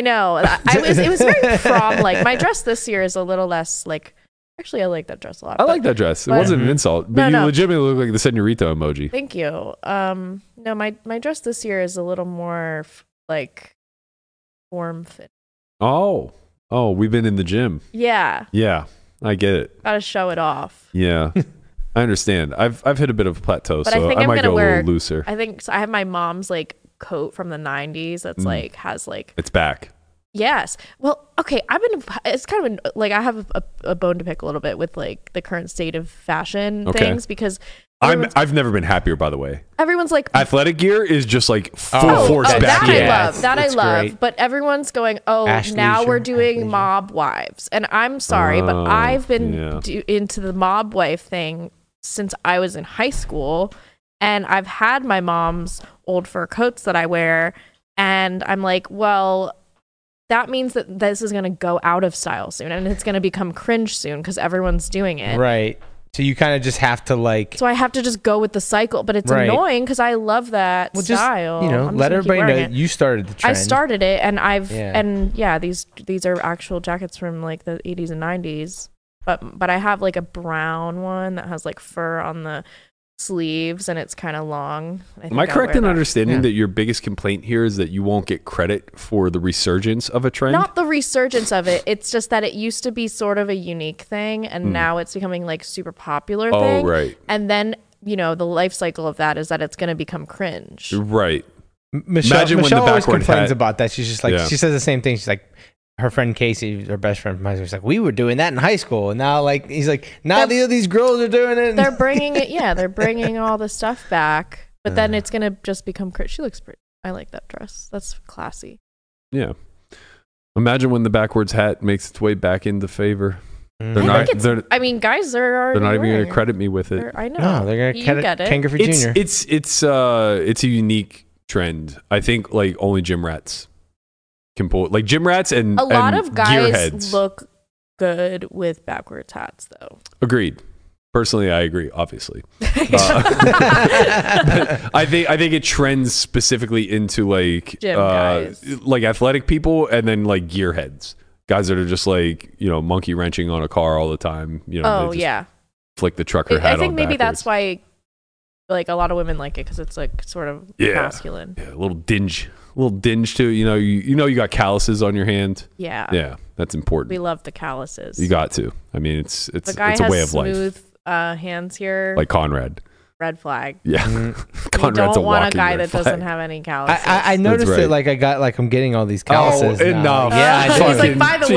Speaker 5: know. I, I was. It was very prom like. My dress this year is a little less like. Actually, I like that dress a lot.
Speaker 3: I
Speaker 5: but-
Speaker 3: like that dress. It
Speaker 5: but-
Speaker 3: wasn't an insult, but
Speaker 5: No,
Speaker 3: you
Speaker 5: no.
Speaker 3: legitimately look like the senorita emoji.
Speaker 5: Thank you. Um, no, my my dress this year is a little more f- like form fit.
Speaker 3: Oh oh, we've been in the gym.
Speaker 5: Yeah,
Speaker 3: Yeah, I get it.
Speaker 5: gotta show it off.
Speaker 3: Yeah. I understand. I've I've hit a bit of a plateau,
Speaker 5: But I
Speaker 3: so
Speaker 5: think
Speaker 3: I,
Speaker 5: I'm
Speaker 3: might
Speaker 5: gonna
Speaker 3: go a
Speaker 5: wear-
Speaker 3: little looser.
Speaker 5: I think so I have my mom's like coat from the '90s that's
Speaker 3: Mm.
Speaker 5: like has like
Speaker 3: It's back.
Speaker 5: yes. Well, okay, I've been. It's kind of an, like I have a, a bone to pick a little bit with like the current state of fashion
Speaker 3: Okay.
Speaker 5: things because
Speaker 3: I'm
Speaker 5: everyone's,
Speaker 3: I've never been happier by the way.
Speaker 5: everyone's like
Speaker 3: athletic gear is just like full
Speaker 4: Oh,
Speaker 3: force
Speaker 4: oh,
Speaker 3: back
Speaker 5: that
Speaker 3: in.
Speaker 5: I
Speaker 4: Yeah,
Speaker 5: love.
Speaker 4: it's-
Speaker 5: That I
Speaker 4: it's
Speaker 5: love.
Speaker 4: great.
Speaker 5: But everyone's going, oh,
Speaker 4: Ash
Speaker 5: now we're
Speaker 4: leisure,
Speaker 5: doing
Speaker 4: athleisure.
Speaker 5: mob wives, and I'm sorry,
Speaker 3: Oh,
Speaker 5: but I've been
Speaker 3: yeah.
Speaker 5: do- into the mob wife thing since I was in high school, and I've had my mom's old fur coats that I wear, and I'm like, well. That means that this is going to go out of style soon and it's going to become cringe soon because everyone's doing it.
Speaker 4: right. So you kind of just have to like
Speaker 5: So I have to just go with the cycle, but it's
Speaker 4: Right.
Speaker 5: annoying because I love that
Speaker 4: well, just
Speaker 5: style.
Speaker 4: you know
Speaker 5: I'm just
Speaker 4: let
Speaker 5: gonna keep
Speaker 4: everybody know
Speaker 5: wearing it.
Speaker 4: you started the trend.
Speaker 5: I started it, and I've
Speaker 4: Yeah.
Speaker 5: and yeah, these these are actual jackets from like the 80s and 90s. But but I have like a brown one that has like fur on the sleeves, and it's kind of long.
Speaker 3: Am
Speaker 5: I
Speaker 3: I
Speaker 5: think I'll
Speaker 3: correct
Speaker 5: wear
Speaker 3: in
Speaker 5: that.
Speaker 3: understanding
Speaker 4: Yeah.
Speaker 3: that your biggest complaint here is that you won't get credit for the resurgence of a trend?
Speaker 5: Not the resurgence of it. It's just that it used to be sort of a unique thing, and
Speaker 3: Hmm.
Speaker 5: now it's becoming like super popular.
Speaker 3: Oh,
Speaker 5: thing.
Speaker 3: right.
Speaker 5: And then you know the life cycle of that is that it's going to become cringe.
Speaker 3: right.
Speaker 4: M- Michelle,
Speaker 3: Imagine when the
Speaker 4: Michelle always
Speaker 3: backward hat-
Speaker 4: complains about that. She's just like
Speaker 3: Yeah.
Speaker 4: she says the same thing. She's like her friend Casey, her best friend from high school. She's like, we were doing that in high school, and now like he's like, now
Speaker 5: They're-
Speaker 4: the, these girls are doing it.
Speaker 5: They're bringing it. Yeah, they're bringing all the stuff back, but then it's gonna just become. cr- She looks pretty. I like that dress. That's classy.
Speaker 3: Yeah. Imagine when the backwards hat makes its way back into favor. They're
Speaker 5: I
Speaker 3: not
Speaker 5: think it's.
Speaker 3: they're,
Speaker 5: I mean, guys are already.
Speaker 3: they're not even going
Speaker 5: wearing
Speaker 3: to
Speaker 5: it.
Speaker 3: credit me with it.
Speaker 5: They're- I know.
Speaker 4: no, they're
Speaker 5: You
Speaker 4: gonna cut it.
Speaker 5: get it.
Speaker 4: Kangaroo
Speaker 3: It's
Speaker 4: Junior.
Speaker 3: it's it's uh it's a unique trend. I think like only gym rats can pull like gym rats and
Speaker 5: A lot
Speaker 3: and
Speaker 5: of guys
Speaker 3: gearheads.
Speaker 5: look good with backwards hats, though.
Speaker 3: Agreed. Personally, I agree. Obviously, Uh, I think I think it trends specifically into like uh,
Speaker 5: Gym guys.
Speaker 3: like athletic people, and then like gearheads, guys that are just like you know monkey wrenching on a car all the time. You know, they
Speaker 5: oh
Speaker 3: just
Speaker 5: yeah.
Speaker 3: flick the trucker
Speaker 5: I
Speaker 3: hat.
Speaker 5: I think
Speaker 3: on
Speaker 5: maybe that's
Speaker 3: backwards.
Speaker 5: why, like, a lot of women like it because it's like sort of
Speaker 3: Yeah.
Speaker 5: masculine.
Speaker 3: Yeah, a little dinge, a little dinge too. You know, you, you know you got calluses on your hand.
Speaker 5: Yeah.
Speaker 3: Yeah, that's important.
Speaker 5: Uh, We love the calluses.
Speaker 3: You got to. I mean, it's it's
Speaker 5: the guy
Speaker 3: it's a
Speaker 5: has
Speaker 3: way of life.
Speaker 5: smooth uh, hands here.
Speaker 3: Like Conrad.
Speaker 5: red flag.
Speaker 3: Yeah,
Speaker 4: Mm.
Speaker 5: You
Speaker 3: Conrad's
Speaker 5: don't
Speaker 3: a
Speaker 5: want a
Speaker 3: walking
Speaker 5: guy
Speaker 3: red
Speaker 5: that doesn't
Speaker 3: flag.
Speaker 5: have any
Speaker 4: I,
Speaker 5: calluses.
Speaker 4: I, I noticed
Speaker 3: right. Oh,
Speaker 4: that like I got like I'm getting all these calluses. now.
Speaker 3: enough.
Speaker 4: Yeah, I
Speaker 5: Uh, He's
Speaker 4: did.
Speaker 5: like, by the
Speaker 3: Jesus.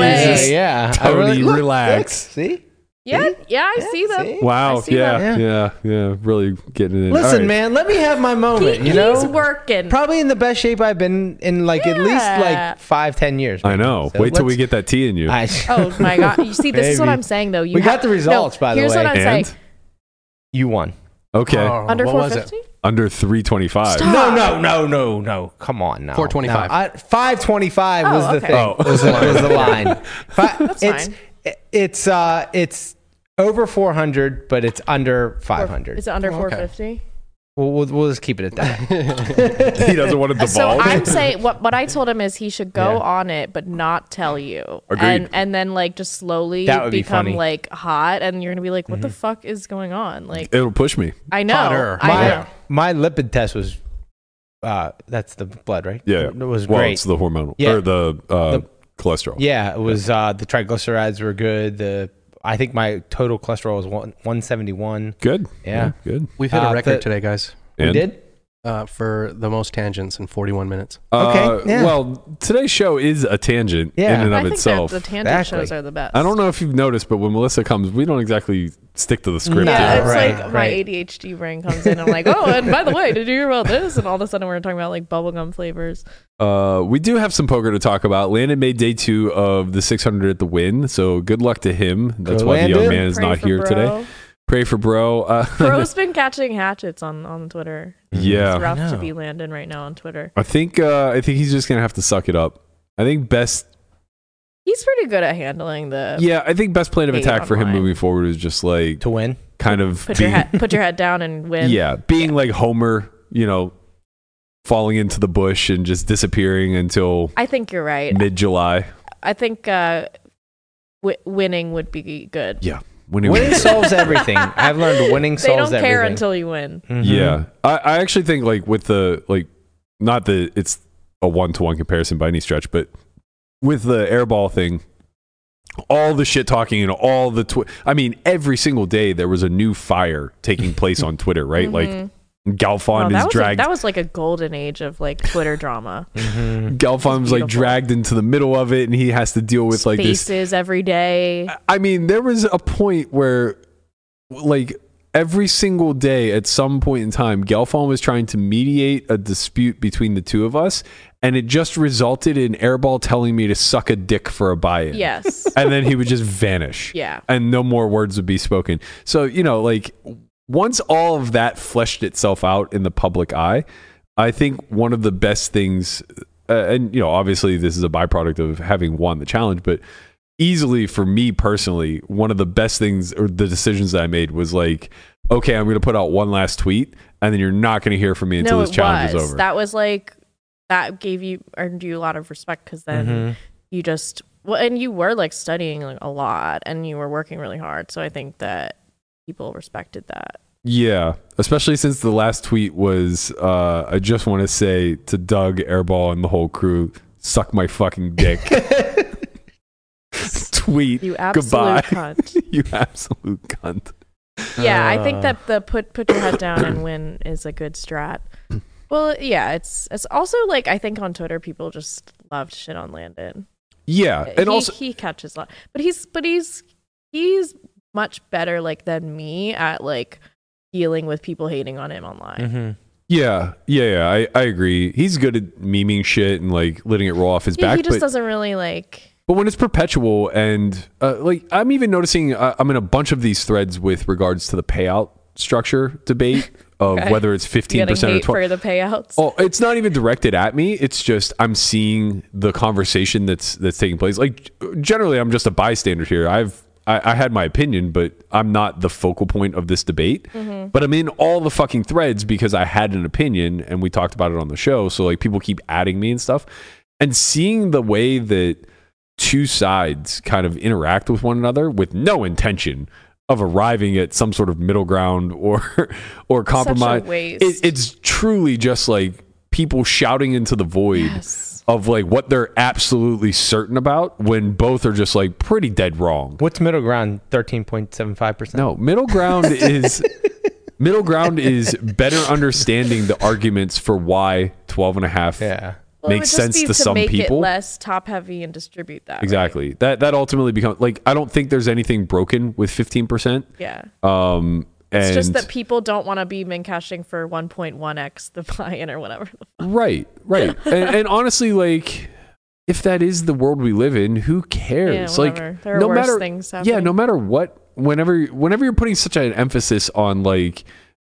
Speaker 4: yeah,
Speaker 5: way.
Speaker 4: yeah. I
Speaker 3: Tony,
Speaker 4: really- look,
Speaker 3: relax.
Speaker 4: look, see,
Speaker 5: Yeah, yeah, I see them.
Speaker 4: see?
Speaker 3: Wow.
Speaker 5: I see
Speaker 3: Yeah,
Speaker 4: that.
Speaker 3: yeah. Yeah. Really getting it in.
Speaker 4: Listen,
Speaker 3: All right.
Speaker 4: man, let me have my moment.
Speaker 5: He-
Speaker 4: you know,
Speaker 5: he's working.
Speaker 4: probably in the best shape I've been in like at least
Speaker 5: Yeah.
Speaker 4: like five, ten years.
Speaker 3: I know.
Speaker 4: So
Speaker 3: Wait till we
Speaker 4: let's-
Speaker 3: get that tea in you.
Speaker 4: I,
Speaker 5: Oh my god! You see, this is what
Speaker 4: Maybe.
Speaker 5: I'm saying though. You
Speaker 4: We
Speaker 5: have-
Speaker 4: got the results, by the
Speaker 5: here's
Speaker 4: way.
Speaker 5: what I'm
Speaker 3: and
Speaker 5: saying.
Speaker 4: you won.
Speaker 3: okay,
Speaker 6: Oh,
Speaker 5: Under
Speaker 6: what was it?
Speaker 5: 450.
Speaker 3: under three twenty-five.
Speaker 5: Stop.
Speaker 4: No, no, no, no, no. Come on now.
Speaker 6: 425.
Speaker 4: Five twenty-five was
Speaker 5: Oh,
Speaker 4: the
Speaker 5: okay.
Speaker 4: thing.
Speaker 3: Oh.
Speaker 4: Was, the, was the line. Fi-
Speaker 5: That's
Speaker 4: it's,
Speaker 5: fine.
Speaker 4: It's uh, it's over four hundred, but it's under five hundred.
Speaker 5: Is it under
Speaker 6: okay.
Speaker 5: 450?
Speaker 4: We'll, we'll we'll just keep it at that.
Speaker 3: He doesn't want to devolve.
Speaker 5: So I'm saying what what I told him is he should go
Speaker 4: Yeah.
Speaker 5: on it but not tell you.
Speaker 3: Agreed.
Speaker 5: And and then like just slowly
Speaker 4: That would be
Speaker 5: become
Speaker 4: funny. Mm-hmm.
Speaker 5: like hot and you're gonna be like, What the fuck is going on? Like
Speaker 3: It'll push me.
Speaker 5: I know.
Speaker 6: Hotter.
Speaker 5: I
Speaker 4: My
Speaker 5: know.
Speaker 4: my lipid test was, uh, that's the blood, right?
Speaker 3: Yeah.
Speaker 4: it was
Speaker 3: well,
Speaker 4: great.
Speaker 3: it's the hormonal
Speaker 4: Yeah.
Speaker 3: or the, uh,
Speaker 4: The-
Speaker 3: cholesterol.
Speaker 4: Yeah, it was uh, the triglycerides were good. The I think my total cholesterol was one one seventy one.
Speaker 3: Good.
Speaker 4: Yeah.
Speaker 3: Good.
Speaker 6: We've hit
Speaker 4: Uh,
Speaker 6: a record
Speaker 4: the-
Speaker 6: today, guys,
Speaker 4: We
Speaker 3: And-
Speaker 4: did.
Speaker 6: uh, for the most tangents in 41 minutes.
Speaker 3: Uh,
Speaker 4: Okay, yeah.
Speaker 3: Well, today's show is a tangent in
Speaker 4: Yeah.
Speaker 3: and
Speaker 5: I
Speaker 3: of
Speaker 5: think
Speaker 3: itself.
Speaker 5: that the tangent
Speaker 4: Exactly.
Speaker 5: shows are the best.
Speaker 3: I don't know if you've noticed, but when Melissa comes, we don't exactly stick to the script.
Speaker 4: No.
Speaker 5: Yeah,
Speaker 3: here.
Speaker 5: it's
Speaker 4: Right,
Speaker 5: like my
Speaker 4: right.
Speaker 5: ADHD brain comes in. and I'm like, oh, and by the way, did you hear about this? And all of a sudden, we're talking about like bubblegum flavors.
Speaker 3: Uh, we do have some poker to talk about. Landon made day two of the 600 at the win, so good luck to him. That's
Speaker 4: Go
Speaker 3: why the young
Speaker 4: Landon.
Speaker 3: man is
Speaker 5: Pray
Speaker 3: not
Speaker 5: for
Speaker 3: here
Speaker 5: bro.
Speaker 3: today. Pray for bro. Uh,
Speaker 5: Bro's been catching hatchets on on Twitter. It's
Speaker 3: yeah,
Speaker 5: rough to
Speaker 4: know.
Speaker 5: be Landon right now on Twitter.
Speaker 3: I think uh, I think he's just gonna have to suck it up. I think best.
Speaker 5: He's pretty good at handling the
Speaker 3: Yeah, I think best plan of
Speaker 5: Hate
Speaker 3: attack for him
Speaker 5: online.
Speaker 3: moving forward is just like
Speaker 4: to win.
Speaker 3: kind of
Speaker 5: put your
Speaker 3: being,
Speaker 5: head put your head down and win.
Speaker 3: yeah, being like Homer, you know, falling into the bush and just disappearing until
Speaker 5: I think you're right.
Speaker 3: mid July.
Speaker 5: I think uh, wi winning would be good.
Speaker 3: Yeah, when he
Speaker 4: Winning solves everything. I've learned winning
Speaker 5: They
Speaker 4: solves
Speaker 5: don't care
Speaker 4: everything.
Speaker 5: until you win.
Speaker 4: Mhm.
Speaker 3: Yeah. I, I actually think like with the like not that it's a one to one comparison by any stretch, but with the airball thing, all the shit talking and all the twi- I mean, every single day there was a new fire taking place on Twitter, right?
Speaker 5: Mhm.
Speaker 3: Like
Speaker 5: Wow,
Speaker 3: Galfond
Speaker 5: that
Speaker 3: is
Speaker 5: was a,
Speaker 3: dragged
Speaker 5: that was like a golden age of like Twitter drama.
Speaker 3: Galfond was like
Speaker 5: beautiful.
Speaker 3: dragged into the middle of it and he has to deal with like this
Speaker 5: Faces every day.
Speaker 3: I mean, there was a point where, like, every single day at some point in time, Gelfon was trying to mediate a dispute between the two of us, and it just resulted in Airball telling me to suck a dick for a buy in.
Speaker 5: Yes.
Speaker 3: And then he would just vanish.
Speaker 5: Yeah.
Speaker 3: And no more words would be spoken. So, you know, like, once all of that fleshed itself out in the public eye, I think one of the best things, uh, and, you know, obviously this is a byproduct of having won the challenge, but easily for me personally, one of the best things or the decisions that I made was like, okay, I'm going to put out one last tweet, and then you're not going to hear from me until
Speaker 5: no,
Speaker 3: this
Speaker 5: it
Speaker 3: challenge
Speaker 5: was.
Speaker 3: is over.
Speaker 5: That was like that gave you earned you a lot of respect because then
Speaker 4: Mm-hmm.
Speaker 5: you just well, and you were like studying like, a lot and you were working really hard. So I think that people respected that.
Speaker 3: yeah, especially since the last tweet was, uh, I just want to say to Doug, Airball, and the whole crew, suck my fucking dick.
Speaker 4: Mm-hmm.
Speaker 3: tweet.
Speaker 5: You absolute
Speaker 3: Goodbye.
Speaker 5: cunt.
Speaker 3: you absolute cunt.
Speaker 5: Yeah, I
Speaker 6: Uh.
Speaker 5: think that the put put your head down and win is a good strat. Well, yeah, it's it's also like I think on Twitter people just loved shit on Landon.
Speaker 3: Yeah, and
Speaker 5: Uh, he,
Speaker 3: also
Speaker 5: he catches a lot, but he's but he's he's much better like than me at like dealing with people hating on him online.
Speaker 3: Mm, Mm-hmm. yeah, yeah, yeah. I, I agree. He's good at memeing shit and like letting it roll off his
Speaker 5: Yeah,
Speaker 3: back.
Speaker 5: he just
Speaker 3: but
Speaker 5: doesn't really like.
Speaker 3: But when it's perpetual and uh, like I'm even noticing, uh, I'm in a bunch of these threads with regards to the payout structure debate of
Speaker 5: Okay.
Speaker 3: whether it's 15
Speaker 5: Getting
Speaker 3: percent or
Speaker 5: hate
Speaker 3: 12.
Speaker 5: for the payouts.
Speaker 3: Oh, it's not even directed at me. It's just I'm seeing the conversation that's that's taking place. Like generally, I'm just a bystander here. I've I, I had my opinion, but I'm not the focal point of this debate. But I'm in all the fucking threads because I had an opinion and we talked about it on the show. So like people keep adding me and stuff, and seeing the way that two sides kind of interact with one another with no intention of arriving at some sort of middle ground or or compromise.
Speaker 5: waste.
Speaker 3: It- it's truly just like people shouting into the void
Speaker 5: Yes.
Speaker 3: of like what they're absolutely certain about when both are just like pretty dead wrong.
Speaker 4: What's middle ground? Thirteen point seven five percent.
Speaker 3: No, middle ground is middle ground is better understanding the arguments for why 12 and a half
Speaker 4: Yeah.
Speaker 5: Well, it
Speaker 3: makes
Speaker 5: would just
Speaker 3: sense
Speaker 5: be
Speaker 3: to some
Speaker 5: make
Speaker 3: people.
Speaker 5: It less top heavy and distribute that. right?
Speaker 3: Exactly. That that ultimately becomes like I don't think there's anything broken with 15%.
Speaker 5: Yeah.
Speaker 3: Um and
Speaker 5: It's just that people don't want to be mincashing for 1.1x the buy-in or whatever.
Speaker 3: Right, right. and, and honestly, like, if that is the world we live in, who cares?
Speaker 5: Yeah,
Speaker 3: like,
Speaker 5: whatever. There are
Speaker 3: no
Speaker 5: worse
Speaker 3: matter
Speaker 5: things
Speaker 3: yeah,
Speaker 5: happening.
Speaker 3: no matter what, whenever whenever you're putting such an emphasis on like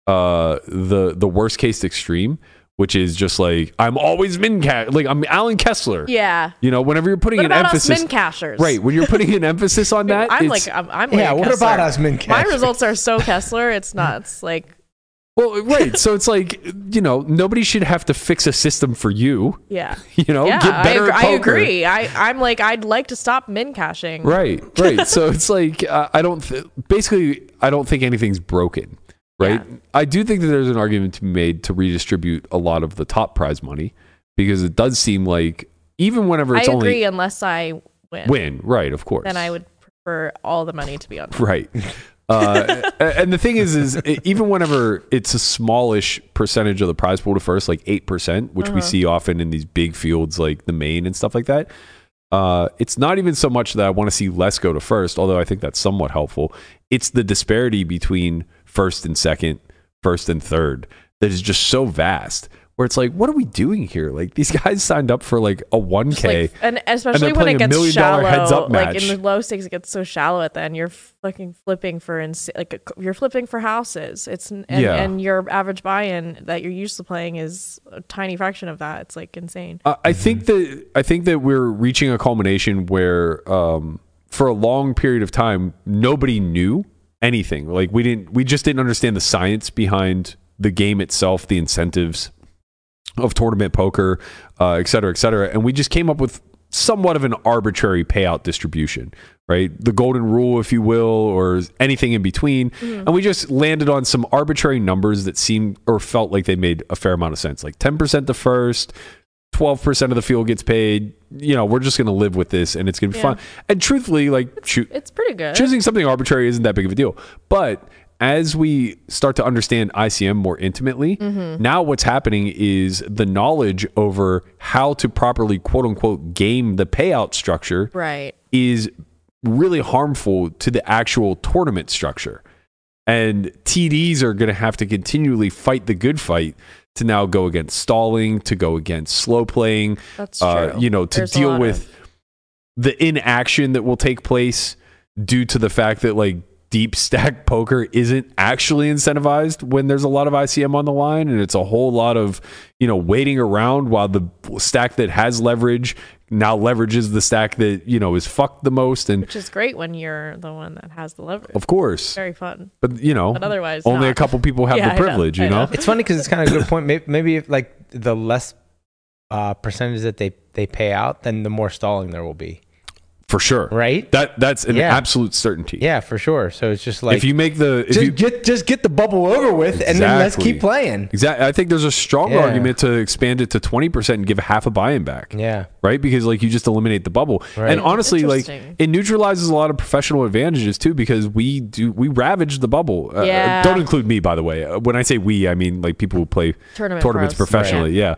Speaker 3: uh the the worst case extreme, which is just like I'm always mincat, like I'm Alan Kessler.
Speaker 5: Yeah.
Speaker 3: You know, whenever you're putting
Speaker 5: What
Speaker 3: an
Speaker 5: about
Speaker 3: emphasis,
Speaker 5: us mincashers?
Speaker 3: right? When you're putting an emphasis on that,
Speaker 5: I'm
Speaker 3: it's-
Speaker 5: like uh, I'm, I'm
Speaker 4: Yeah,
Speaker 5: like
Speaker 4: what
Speaker 5: Kessler.
Speaker 4: about us, Min
Speaker 5: My
Speaker 4: Kessler?
Speaker 5: results are so Kessler. It's not. It's like
Speaker 3: well, right. so it's like you know, nobody should have to fix a system for you.
Speaker 5: yeah.
Speaker 3: You know,
Speaker 5: yeah,
Speaker 3: Oh, get
Speaker 5: I,
Speaker 3: better
Speaker 5: ag-
Speaker 3: at
Speaker 5: I
Speaker 3: poker.
Speaker 5: agree. I I'm like I'd like to stop mincashing.
Speaker 3: Right, right. so it's like uh, I don't. Th- basically, I don't think anything's broken. Right. I do think that there's an argument to be made to redistribute a lot of the top prize money because it does seem like even whenever
Speaker 5: I
Speaker 3: it's
Speaker 5: agree
Speaker 3: only
Speaker 5: unless I win.
Speaker 3: win, right? Of course.
Speaker 5: Then I would prefer all the money to be on.
Speaker 3: Right. Uh, a- and the thing is, is i- even whenever it's a smallish percentage of the prize pool to first, like eight percent, which
Speaker 5: Uh-huh.
Speaker 3: we see often in these big fields like the main and stuff like that. Uh, it's not even so much that I want to see less go to first, although I think that's somewhat helpful. It's the disparity between first and second, first and third that is just so vast. Where it's like, what are we doing here? Like these guys signed up for like a one
Speaker 5: Just, like,
Speaker 3: k.
Speaker 5: and especially when
Speaker 3: playing
Speaker 5: it
Speaker 3: a
Speaker 5: gets
Speaker 3: million
Speaker 5: shallow,
Speaker 3: dollar heads-up
Speaker 5: like
Speaker 3: match.
Speaker 5: in the low stakes, it gets so shallow at the end. You're fucking flipping for ins- like you're flipping for houses. It's and,
Speaker 3: Yeah.
Speaker 5: and your average buy-in that you're used to playing is a tiny fraction of that. It's like insane.
Speaker 3: I I think that I think that we're reaching a culmination where, um, for a long period of time, nobody knew anything. Like we didn't, we just didn't understand the science behind the game itself, the incentives of tournament poker, uh, et cetera, et cetera, and we just came up with somewhat of an arbitrary payout distribution, right? The golden rule, if you will, or anything in between,
Speaker 5: Mm-hmm.
Speaker 3: and we just landed on some arbitrary numbers that seemed or felt like they made a fair amount of sense, like ten percent the first. 12% of the field gets paid. You know, we're just going to live with this and it's going to be
Speaker 5: Yeah.
Speaker 3: fun. And truthfully, like, shoot,
Speaker 5: It's pretty good.
Speaker 3: choosing something arbitrary isn't that big of a deal. But as we start to understand ICM more intimately,
Speaker 5: Mm-hmm.
Speaker 3: now what's happening is the knowledge over how to properly, quote unquote, game the payout structure
Speaker 5: right.
Speaker 3: is really harmful to the actual tournament structure. And TDs are going to have to continually fight the good fight to now go against stalling, to go against slow playing,
Speaker 5: That's
Speaker 3: uh,
Speaker 5: true.
Speaker 3: you know, to
Speaker 5: There's a lot
Speaker 3: deal
Speaker 5: of-
Speaker 3: with the inaction that will take place due to the fact that like deep stack poker isn't actually incentivized when there's a lot of ICM on the line and it's a whole lot of, you know, waiting around while the stack that has leverage now leverages the stack that, you know, is fucked the most and
Speaker 5: which is great when you're the one that has the leverage.
Speaker 3: of course,
Speaker 5: Very fun.
Speaker 3: but you know,
Speaker 5: But otherwise
Speaker 3: only a
Speaker 5: not.
Speaker 3: couple people have
Speaker 5: Yeah, I
Speaker 3: the
Speaker 5: know,
Speaker 3: privilege,
Speaker 5: I
Speaker 3: you know.
Speaker 5: know.
Speaker 4: It's funny because it's kind of a good point. Maybe, maybe if like the less uh, percentage that they, they pay out, then the more stalling there will be.
Speaker 3: For sure.
Speaker 4: Right?
Speaker 3: That that's an
Speaker 4: Yeah.
Speaker 3: absolute certainty.
Speaker 4: Yeah, for sure. So it's just like
Speaker 3: if you make the if
Speaker 4: just
Speaker 3: you,
Speaker 4: get just get the bubble over with, and then let's
Speaker 3: Exactly.
Speaker 4: keep playing.
Speaker 3: Exactly. I think there's a strong
Speaker 4: Yeah.
Speaker 3: argument to expand it to 20% and give half a buy-in back.
Speaker 4: Yeah.
Speaker 3: Right? Because like you just eliminate the bubble.
Speaker 4: Right.
Speaker 3: And honestly like
Speaker 5: Interesting.
Speaker 3: it neutralizes a lot of professional advantages too because we do we ravage the bubble. Uh,
Speaker 5: Yeah.
Speaker 3: don't include me by the way. Uh, When I say we, I mean like people who play
Speaker 5: Tournament
Speaker 3: tournaments
Speaker 5: pros.
Speaker 3: professionally. Yeah.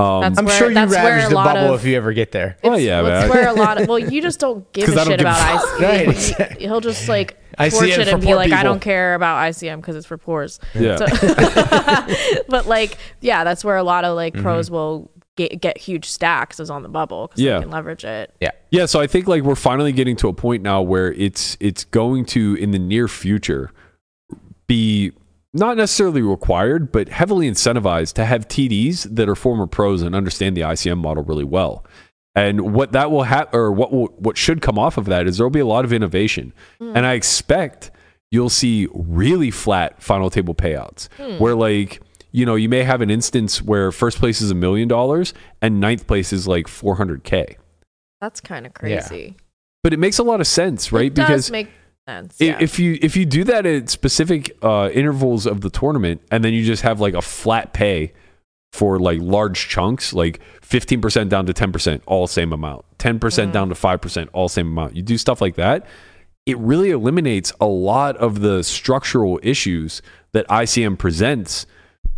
Speaker 3: Um
Speaker 5: That's
Speaker 4: I'm
Speaker 5: where-
Speaker 4: sure you
Speaker 5: that's where
Speaker 4: ravage
Speaker 5: a
Speaker 4: the
Speaker 5: lot
Speaker 4: bubble
Speaker 5: of-
Speaker 4: if you Oh, ever get there.
Speaker 3: Well,
Speaker 5: It's-
Speaker 3: yeah,
Speaker 5: that's
Speaker 3: man.
Speaker 5: where a lot of well, you just don't give
Speaker 3: 'Cause I
Speaker 5: a
Speaker 3: don't
Speaker 5: shit
Speaker 3: give a
Speaker 5: about
Speaker 3: fuck.
Speaker 5: ICM.
Speaker 4: Right,
Speaker 5: He-
Speaker 4: exactly.
Speaker 5: He'll just like
Speaker 4: ICM
Speaker 5: torch it
Speaker 4: for
Speaker 5: and be
Speaker 4: poor
Speaker 5: like, I
Speaker 4: people.
Speaker 5: don't care about ICM because it's for poors.
Speaker 3: Yeah.
Speaker 5: So- but like, yeah, that's where a lot of like pros will get, get huge stacks is on the bubble because
Speaker 3: Yeah.
Speaker 5: they can leverage it.
Speaker 4: Mm-hmm. Yeah.
Speaker 3: Yeah, so I think like we're finally getting to a point now where it's it's going to in the near future be not necessarily required, but heavily incentivized to have TDs that are former pros and understand the ICM model really well. And what that will have, or what will, what should come off of that, is there will be a lot of innovation, and I expect you'll see really flat final table payouts, where like you know you may have an instance where first place is a million dollars and ninth place is like four hundred k,
Speaker 5: That's kind of crazy.
Speaker 3: but it makes a lot of sense, right?
Speaker 5: It does make sense.
Speaker 3: i-
Speaker 5: Yeah.
Speaker 3: if you if you do that at specific uh, intervals of the tournament, and then you just have like a flat pay for like large chunks, like fifteen percent down to ten percent, all same amount, ten percent
Speaker 5: Mm-hmm.
Speaker 3: down to five percent, all same amount. You do stuff like that, it really eliminates a lot of the structural issues that ICM presents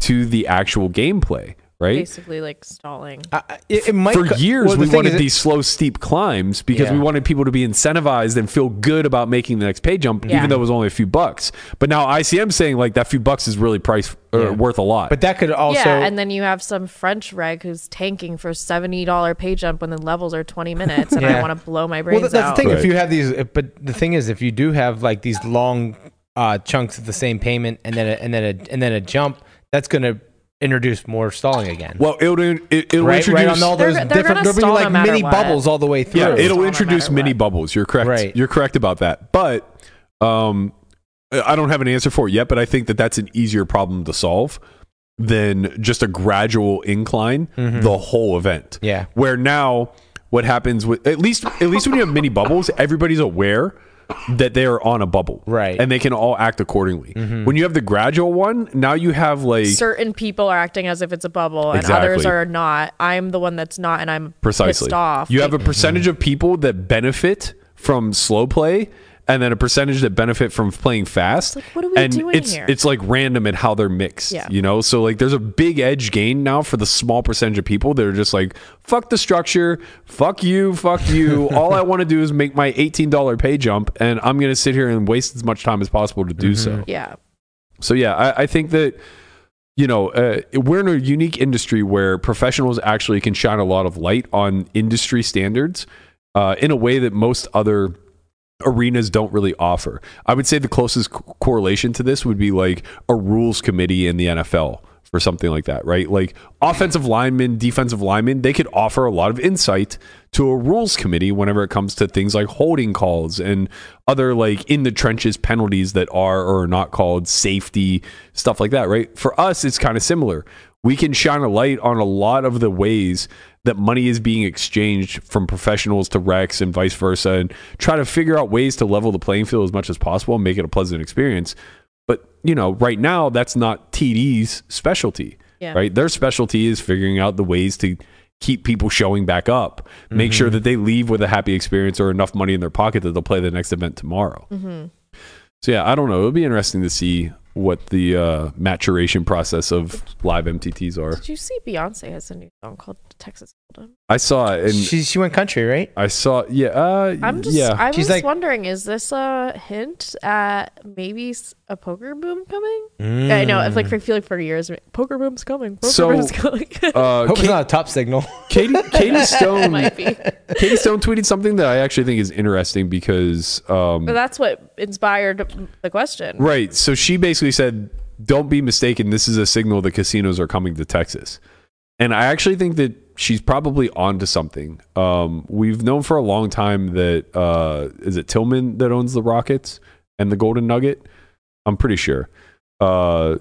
Speaker 3: to the actual gameplay right?
Speaker 5: basically like stalling.
Speaker 4: I, I- it, it might
Speaker 3: For
Speaker 4: co-
Speaker 3: years,
Speaker 4: uh, well, the
Speaker 3: we
Speaker 4: thing
Speaker 3: wanted
Speaker 4: is it-
Speaker 3: these slow, steep climbs because we
Speaker 4: Yeah.
Speaker 3: wanted people to be incentivized and feel good about making the next pay jump,
Speaker 5: Yeah.
Speaker 3: even though it was only a few bucks. But now ICM's saying like that few bucks is really price or
Speaker 4: Yeah.
Speaker 3: worth a lot.
Speaker 4: But that could also.
Speaker 5: yeah, and then you have some French reg who's tanking for seventy dollar pay jump when the levels are twenty minutes, and I
Speaker 4: Yeah.
Speaker 5: want to blow my
Speaker 4: well,
Speaker 5: brains
Speaker 4: that- that's
Speaker 5: out.
Speaker 4: the thing.
Speaker 3: Right.
Speaker 4: If you have these, but the thing is, if you do have like these long uh, chunks of the same payment, and then a, and then a, and then a jump, that's going to introduce more stalling again.
Speaker 3: well, it'll it, it'll
Speaker 4: right,
Speaker 3: introduce
Speaker 4: right on all
Speaker 5: They're
Speaker 4: those
Speaker 5: go- they're
Speaker 4: different.
Speaker 5: gonna
Speaker 4: There'll be
Speaker 5: stall no
Speaker 4: like
Speaker 5: matter
Speaker 4: mini
Speaker 5: what.
Speaker 4: bubbles all the way through.
Speaker 3: Yeah,
Speaker 5: It's all
Speaker 3: it'll
Speaker 5: no
Speaker 3: introduce
Speaker 5: matter
Speaker 3: mini
Speaker 5: what.
Speaker 3: bubbles. You're correct.
Speaker 4: Right.
Speaker 3: You're correct about that. But um, I don't have an answer for it yet. But I think that that's an easier problem to solve than just a gradual incline the whole event.
Speaker 4: Mm-hmm. Yeah.
Speaker 3: Where now what happens with at least at least when you have mini bubbles, everybody's aware that they are on a bubble.
Speaker 4: Right. Mm-hmm.
Speaker 3: And they can all act accordingly. When you have the gradual one, now you have like
Speaker 5: Certain people are acting as if it's a bubble, and others
Speaker 3: Exactly.
Speaker 5: are not. I'm the one that's not, and I'm
Speaker 3: precisely
Speaker 5: pissed off.
Speaker 3: you have a percentage of people that benefit from slow play and then a percentage that benefit from playing fast
Speaker 5: It's like, what are we
Speaker 3: and
Speaker 5: doing
Speaker 3: it's
Speaker 5: here?
Speaker 3: it's like random at how they're mixed
Speaker 5: Yeah.
Speaker 3: you know so like there's a big edge gain now for the small percentage of people that are just like fuck the structure fuck you fuck you all i want to do is make my $18 pay jump and i'm going to sit here and waste as much time as possible to do so
Speaker 5: yeah,
Speaker 3: so yeah, I, I think that you know uh, we're in a unique industry where professionals actually can shine a lot of light on industry standards uh, in a way that most other arenas don't really offer. I would say the closest co- correlation to this would be like a rules committee in the NFL for something like that, right? Like offensive linemen, defensive linemen, they could offer a lot of insight to a rules committee whenever it comes to things like holding calls and other like in the trenches penalties that are or are not called, safety, stuff like that, right? For us, it's kind of similar. We can shine a light on a lot of the ways that money is being exchanged from professionals to recs and vice versa and try to figure out ways to level the playing field as much as possible and make it a pleasant experience. But, you know, right now that's not TD's specialty.
Speaker 5: Yeah.
Speaker 3: Right? Their specialty is figuring out the ways to keep people showing back up, make sure that they leave with a happy experience or enough money in their pocket that they'll play the next event tomorrow. So yeah, I don't know. It'll be interesting to see what the uh, maturation process of live MTTs are.
Speaker 5: Did you see Beyonce has a new song called Texas Hold'em?
Speaker 3: I saw it and
Speaker 4: she she went country, right?
Speaker 3: I saw yeah, uh,
Speaker 5: I'm just,
Speaker 3: yeah.
Speaker 5: I was
Speaker 4: She's like-
Speaker 5: wondering, is this a hint at maybe s- a poker boom coming? I know, it's like for feel like for years, poker boom's coming. Poker
Speaker 3: Hmm. So,
Speaker 5: boom's coming.
Speaker 3: uh,
Speaker 4: Hope
Speaker 3: Ka-
Speaker 4: it's not a top signal.
Speaker 3: Katie, Katie Stone,
Speaker 5: might be,
Speaker 3: Katie Stone tweeted something that I actually think is interesting because, um,
Speaker 5: but that's what inspired the question.
Speaker 3: right. So she basically said, "Don't be mistaken. This is a signal the casinos are coming to Texas." And I actually think that she's probably onto something. Um, we've known for a long time that uh, is it Tillman that owns the Rockets and the Golden Nugget. I'm pretty sure. Uh,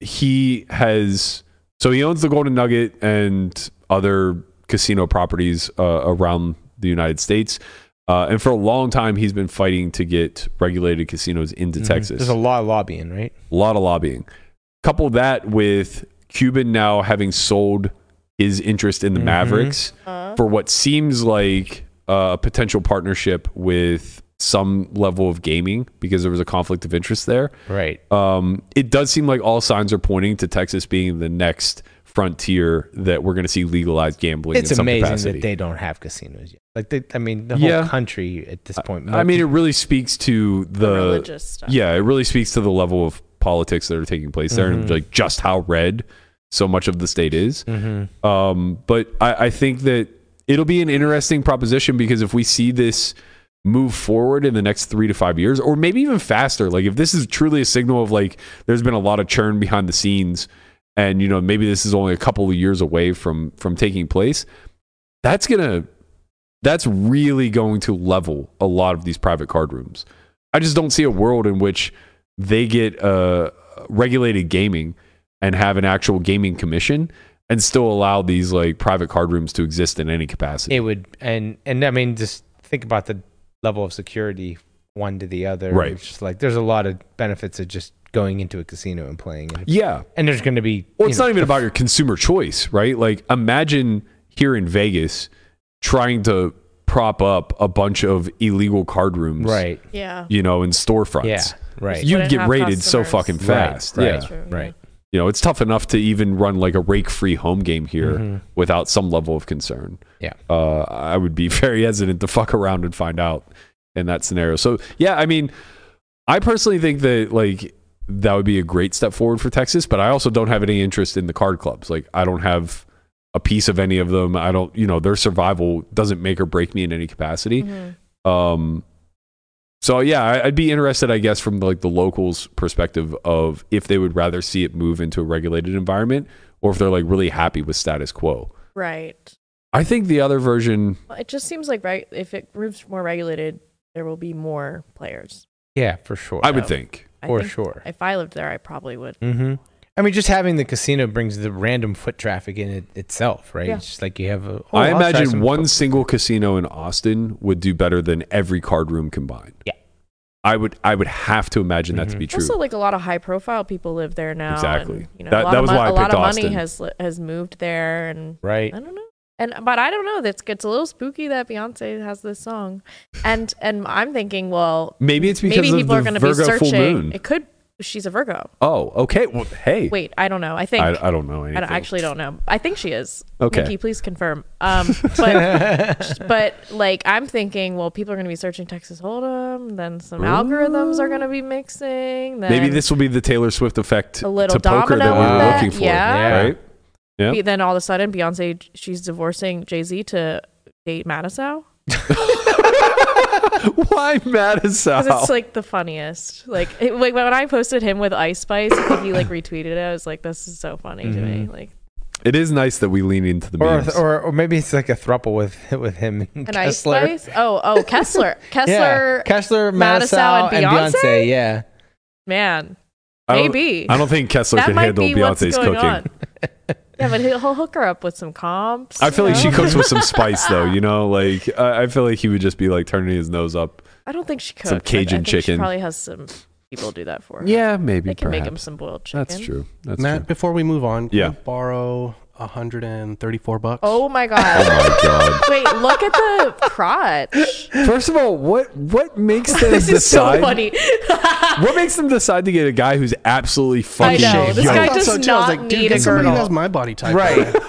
Speaker 3: he has so he owns the Golden Nugget and other casino properties uh, around the United States. Uh, and for a long time, he's been fighting to get regulated casinos into Texas
Speaker 4: Mm-hmm. There's a lot of lobbying, right?
Speaker 3: a lot of lobbying. Couple that with Cuban now having sold his interest in the
Speaker 4: Mm-hmm.
Speaker 3: Mavericks for what seems like a potential partnership with some level of gaming because there was a conflict of interest there.
Speaker 4: Right.
Speaker 3: Um, it does seem like all signs are pointing to Texas being the next frontier that we're going to see legalized gambling
Speaker 4: It's
Speaker 3: in some
Speaker 4: amazing
Speaker 3: capacity.
Speaker 4: that they don't have casinos yet. Like, they, I mean, the whole
Speaker 3: Yeah.
Speaker 4: country at this point.
Speaker 3: I mean, it really speaks to the,
Speaker 5: religious stuff.
Speaker 3: Yeah, it really speaks to the level of politics that are taking place there, and like just how red so much of the state is.
Speaker 4: mm-hmm.
Speaker 3: Um, but I, I think that it'll be an interesting proposition because if we see this move forward in the next three to five years, or maybe even faster, like if this is truly a signal of like there's been a lot of churn behind the scenes, and you know maybe this is only a couple of years away from from taking place, that's gonna that's really going to level a lot of these private card rooms. I just don't see a world in which they get uh, regulated gaming and have an actual gaming commission and still allow these like private card rooms to exist in any capacity.
Speaker 4: it would, and and I mean, just think about the level of security one to the other.
Speaker 3: Right.
Speaker 4: It's just like there's a lot of benefits of just going into a casino and playing, and,
Speaker 3: yeah.
Speaker 4: and there's going to be.
Speaker 3: Well,
Speaker 4: you
Speaker 3: it's
Speaker 4: know,
Speaker 3: not even about your consumer choice, right? Like, imagine here in Vegas trying to prop up a bunch of illegal card rooms,
Speaker 4: Right.
Speaker 5: Yeah.
Speaker 3: You know, in storefronts.
Speaker 4: Yeah. Right.
Speaker 3: You'd
Speaker 5: Wouldn't
Speaker 3: get
Speaker 5: have
Speaker 3: rated so
Speaker 5: customers.
Speaker 3: fucking
Speaker 5: Right,
Speaker 3: fast.
Speaker 4: Right.
Speaker 3: Yeah.
Speaker 5: True,
Speaker 4: Right.
Speaker 3: you know, it's tough enough to even run like a rake free home game here without some level of concern.
Speaker 4: Yeah.
Speaker 3: Uh, I would be very hesitant to fuck around and find out in that scenario. So, yeah, I mean, I personally think that like that would be a great step forward for Texas, but I also don't have any interest in the card clubs. Like, I don't have a piece of any of them. I don't, you know, their survival doesn't make or break me in any capacity. Um, so yeah, I- I'd be interested, I guess, from like the locals' perspective of if they would rather see it move into a regulated environment or if they're like really happy with status quo.
Speaker 5: Right.
Speaker 3: I think the other version,
Speaker 5: Well, it just seems like reg- if it moves more regulated, there will be more players.
Speaker 4: Yeah, for sure.
Speaker 3: I would think.
Speaker 5: I
Speaker 4: For
Speaker 5: think
Speaker 4: sure.
Speaker 5: If I lived there, I probably would.
Speaker 4: Mm-hmm. I mean, just having the casino brings the random foot traffic in it itself, right?
Speaker 5: Yeah.
Speaker 4: It's just like you have a. oh,
Speaker 3: I
Speaker 4: I'll try
Speaker 3: imagine
Speaker 4: some
Speaker 3: one
Speaker 4: foot-
Speaker 3: single casino in Austin would do better than every card room combined.
Speaker 4: Yeah.
Speaker 3: I would. I would have to imagine
Speaker 4: Mm-hmm.
Speaker 3: that to be true.
Speaker 5: Also, like a lot of high-profile people live there now. and,
Speaker 3: Exactly.
Speaker 5: you know,
Speaker 3: That-
Speaker 5: a lot
Speaker 3: that
Speaker 5: of
Speaker 3: was
Speaker 5: mon-
Speaker 3: why I
Speaker 5: a lot
Speaker 3: picked
Speaker 5: of
Speaker 3: Austin.
Speaker 5: money has li- has moved there, and
Speaker 4: Right.
Speaker 5: I don't know. And but I don't know. That's gets a little spooky that Beyonce has this song, and and I'm thinking, well,
Speaker 3: Maybe it's because
Speaker 5: maybe
Speaker 3: of
Speaker 5: people
Speaker 3: the
Speaker 5: are going to be
Speaker 3: Virgo
Speaker 5: searching.
Speaker 3: full moon.
Speaker 5: It could. She's a Virgo.
Speaker 3: oh, okay. Well, hey.
Speaker 5: Wait, I don't know. I think
Speaker 3: I,
Speaker 5: I,
Speaker 3: I don't know anything.
Speaker 5: don't, actually don't know. I think she is.
Speaker 3: Okay.
Speaker 5: Nikki, please confirm. Um, but but like I'm thinking, well, people are going to be searching Texas Hold'em. Then some algorithms are going to be mixing. Then
Speaker 3: Maybe this will be the Taylor Swift effect
Speaker 5: A
Speaker 3: to
Speaker 5: little
Speaker 3: poker that
Speaker 5: domino
Speaker 3: we were
Speaker 4: effect,
Speaker 3: looking for.
Speaker 5: yeah.
Speaker 4: Yeah.
Speaker 3: Right. Yeah.
Speaker 5: Be- Then all of a sudden, Beyonce she's divorcing Jay Z to date Madison
Speaker 3: Why Madison?
Speaker 5: because
Speaker 3: Oh.
Speaker 5: it's like the funniest. Like it, like when I posted him with Ice Spice, I think he like retweeted it. I was like, this is so funny to
Speaker 3: Mm-hmm.
Speaker 5: me. Like
Speaker 3: It is nice that we lean into the
Speaker 4: Or,
Speaker 3: memes.
Speaker 4: or or maybe it's like a thruple with with him and
Speaker 5: an
Speaker 4: Kessler.
Speaker 5: Ice Spice. Oh oh Kessler Kessler
Speaker 4: yeah. Kessler,
Speaker 5: Madison,
Speaker 4: Mattisau, and Beyonce. Yeah,
Speaker 5: man
Speaker 3: I don't-
Speaker 5: maybe.
Speaker 3: I don't think Kessler
Speaker 5: that
Speaker 3: can
Speaker 5: might
Speaker 3: handle
Speaker 5: be what's
Speaker 3: Beyonce's
Speaker 5: going
Speaker 3: cooking.
Speaker 5: on. yeah, but he'll, he'll hook her up with some comps.
Speaker 3: I feel
Speaker 5: you
Speaker 3: like she
Speaker 5: know?
Speaker 3: cooks with some spice, though. You know, like I, I feel like he would just be like turning his nose up.
Speaker 5: I don't think she cooks.
Speaker 3: some
Speaker 5: I- I
Speaker 3: Cajun
Speaker 5: think
Speaker 3: chicken.
Speaker 5: She probably has some people do that for her.
Speaker 3: Yeah, maybe.
Speaker 5: they can make him
Speaker 3: perhaps.
Speaker 5: some boiled chicken.
Speaker 3: That's true. That's
Speaker 6: Matt,
Speaker 3: true.
Speaker 6: before we move on, can
Speaker 3: Yeah.
Speaker 6: you borrow 134 bucks?
Speaker 5: Oh my
Speaker 3: Oh
Speaker 5: god.
Speaker 3: my god!
Speaker 5: Wait, look at the crotch.
Speaker 3: First of all, what what makes them
Speaker 5: This is
Speaker 3: decide?
Speaker 5: so funny.
Speaker 3: What makes them decide to get a guy who's absolutely
Speaker 5: I
Speaker 3: fucking
Speaker 5: know.
Speaker 3: yoked?
Speaker 5: This guy
Speaker 6: I
Speaker 5: does
Speaker 6: thought so, too. I was
Speaker 5: not
Speaker 6: like, dude,
Speaker 5: need
Speaker 6: get
Speaker 5: a
Speaker 6: somebody who
Speaker 5: girdle.
Speaker 6: has my body type.
Speaker 4: Right.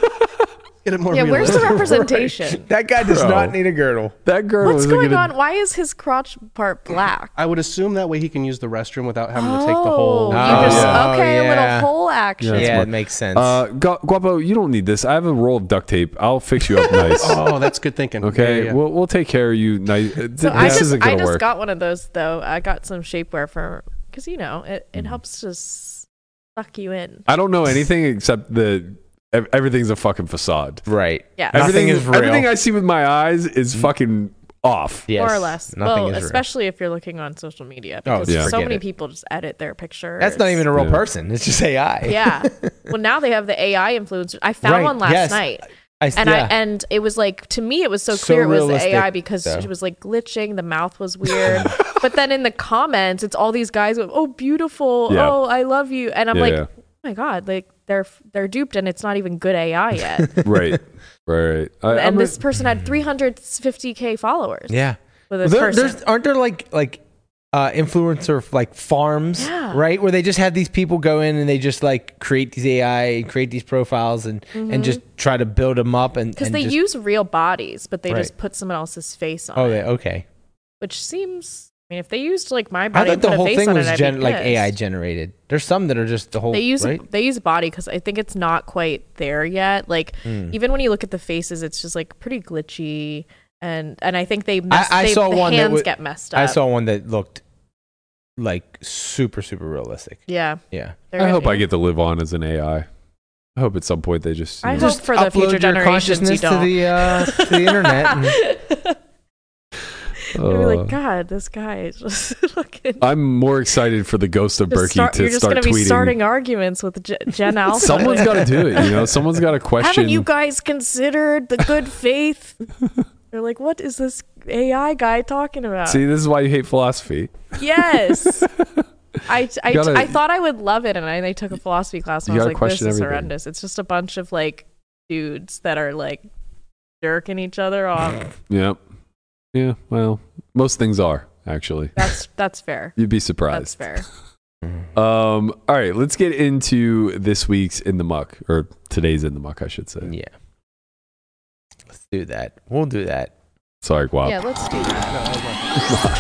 Speaker 6: Get it more
Speaker 5: Yeah, where's the
Speaker 6: realistic.
Speaker 5: representation?
Speaker 4: that guy does
Speaker 3: Bro.
Speaker 4: not need a girdle.
Speaker 3: that girl
Speaker 5: What's
Speaker 3: isn't
Speaker 5: going
Speaker 3: gonna-
Speaker 5: on? Why is his crotch part black?
Speaker 6: I would assume that way he can use the restroom without having to take the whole.
Speaker 5: you
Speaker 3: Ah,
Speaker 4: Oh,
Speaker 5: just-
Speaker 4: yeah.
Speaker 5: okay,
Speaker 4: Oh,
Speaker 5: a little
Speaker 4: yeah.
Speaker 5: hole action.
Speaker 3: That's
Speaker 4: yeah,
Speaker 3: smart.
Speaker 4: it makes sense.
Speaker 3: Uh, Gu- Guapo, you don't need this. I have a roll of duct tape. I'll fix you up nice.
Speaker 6: Oh, that's good thinking.
Speaker 3: Okay,
Speaker 6: Yeah, yeah.
Speaker 3: We'll, we'll take care of you. Nice. This
Speaker 5: So I just,
Speaker 3: isn't
Speaker 5: I
Speaker 3: gonna
Speaker 5: just
Speaker 3: work.
Speaker 5: got one of those though. I got some shapewear for because you know it,
Speaker 4: Mm-hmm.
Speaker 5: it helps to s- suck you in.
Speaker 3: I don't know anything except that ev- everything's a fucking facade.
Speaker 4: right.
Speaker 5: Yeah,
Speaker 4: Nothing
Speaker 3: everything
Speaker 4: is real. Mm.
Speaker 3: Everything I see with my eyes is fucking off.
Speaker 4: Yes.
Speaker 5: more or less.
Speaker 4: Nothing
Speaker 5: well,
Speaker 4: is real.
Speaker 5: especially if you're looking on social media
Speaker 4: Oh,
Speaker 5: because
Speaker 3: yeah.
Speaker 5: so
Speaker 4: forget
Speaker 5: many
Speaker 4: it.
Speaker 5: people just edit their picture.
Speaker 4: That's not even a real
Speaker 3: Yeah.
Speaker 4: person. It's just AI.
Speaker 5: yeah. Well, now they have the AI influencers. I found
Speaker 4: Right,
Speaker 5: one last
Speaker 4: yes.
Speaker 5: night,
Speaker 4: I, s-
Speaker 5: and
Speaker 4: yeah.
Speaker 5: I and it was like to me it was so
Speaker 4: So
Speaker 5: clear it was
Speaker 4: realistic,
Speaker 5: the AI because
Speaker 4: though.
Speaker 5: it was like glitching. The mouth was weird, but then in the comments it's all these guys with oh beautiful,
Speaker 3: Yeah.
Speaker 5: oh I love you, and I'm
Speaker 3: Yeah,
Speaker 5: like
Speaker 3: yeah.
Speaker 5: oh my god, like they're they're duped and it's not even good AI yet.
Speaker 3: Right. right. I,
Speaker 5: and
Speaker 3: I'm a-
Speaker 5: this person had 350k followers.
Speaker 4: yeah.
Speaker 5: with
Speaker 4: Well,
Speaker 5: this
Speaker 4: there,
Speaker 5: person.
Speaker 4: there's aren't there like like uh, influencer like farms,
Speaker 5: Yeah.
Speaker 4: right? Where they just have these people go in and they just like create these AI and create these profiles and and just try to build them up and
Speaker 5: Mm-hmm. because
Speaker 4: and
Speaker 5: they
Speaker 4: just-
Speaker 5: use real bodies, but they just
Speaker 4: Right.
Speaker 5: put someone else's face on
Speaker 4: oh
Speaker 5: it,
Speaker 4: they, okay.
Speaker 5: which seems. I mean, if they used like my
Speaker 4: I
Speaker 5: body,
Speaker 4: thought
Speaker 5: and put
Speaker 4: the whole
Speaker 5: a face
Speaker 4: thing
Speaker 5: on
Speaker 4: was
Speaker 5: it, I'd be
Speaker 4: gen- like
Speaker 5: pissed.
Speaker 4: AI generated. There's some that are just the whole
Speaker 5: They use
Speaker 4: right?
Speaker 5: they use body because I think it's not quite there yet. Like
Speaker 4: Mm. Hmm.
Speaker 5: even when you look at the faces, it's just like pretty glitchy, and and I think they mess,
Speaker 4: I
Speaker 5: they,
Speaker 4: saw
Speaker 5: the
Speaker 4: one that
Speaker 5: hands
Speaker 4: wa-
Speaker 5: get messed up.
Speaker 4: I saw one that looked like super super realistic.
Speaker 5: yeah.
Speaker 4: Yeah.
Speaker 5: they're
Speaker 3: I
Speaker 5: gonna
Speaker 3: hope
Speaker 5: be-
Speaker 3: I get to live on as an AI. I hope at some point they just. you
Speaker 5: I
Speaker 3: know-
Speaker 5: hope for the future
Speaker 4: upload your
Speaker 5: generations you
Speaker 4: consciousness
Speaker 5: don't.
Speaker 4: to the uh, to the internet. and- Oh.
Speaker 5: You're gonna be
Speaker 3: Uh,
Speaker 5: like, God, this guy is just looking.
Speaker 3: I'm more excited for the ghost of
Speaker 5: just
Speaker 3: Berkey
Speaker 5: start-
Speaker 3: to
Speaker 5: you're just
Speaker 3: start
Speaker 5: gonna be
Speaker 3: tweeting.
Speaker 5: starting arguments with G- Gen Alpha.
Speaker 3: Someone's got to do it. You know, someone's got to question.
Speaker 5: Haven't you guys considered the good faith? They're like, what is this AI guy talking about?
Speaker 3: See, this is why you hate philosophy.
Speaker 5: Yes. I, I,
Speaker 3: gotta-
Speaker 5: I thought I would love it, and I, I took a philosophy class, and
Speaker 3: You
Speaker 5: I was
Speaker 3: gotta
Speaker 5: like, this
Speaker 3: question
Speaker 5: is
Speaker 3: everything.
Speaker 5: horrendous. It's just a bunch of like dudes that are like jerking each other off.
Speaker 3: Yeah. Yeah. Well, most things are actually.
Speaker 5: That's that's fair.
Speaker 3: You'd be
Speaker 5: That's
Speaker 3: surprised.
Speaker 5: fair.
Speaker 3: Um, all right, let's get into this week's in the muck or today's in the muck, I should say.
Speaker 4: Yeah. Let's do that. We'll do that.
Speaker 3: Sorry, Guap.
Speaker 5: Yeah, let's do that.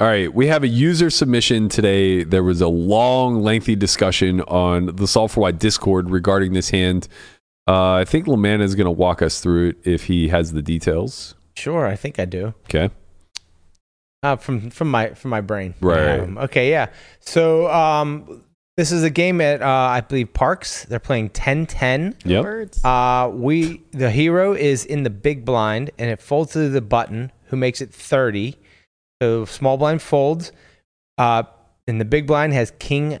Speaker 3: All right, we have a user submission today. There was a long, lengthy discussion on the Solve for Why Discord regarding this hand. Uh, I think Lamanna is going to walk us through it if he has the details.
Speaker 4: Sure, I think I do.
Speaker 3: Okay.
Speaker 4: Uh, from from my from my brain.
Speaker 3: Right.
Speaker 4: Um, okay. Yeah. So um, this is a game at uh, I believe Parks. They're playing 10-10.
Speaker 3: Yep.
Speaker 5: Words.
Speaker 4: Uh, we the hero is in the big blind and it folds to the button, who makes it thirty. So small blind folds. Uh, and the big blind has king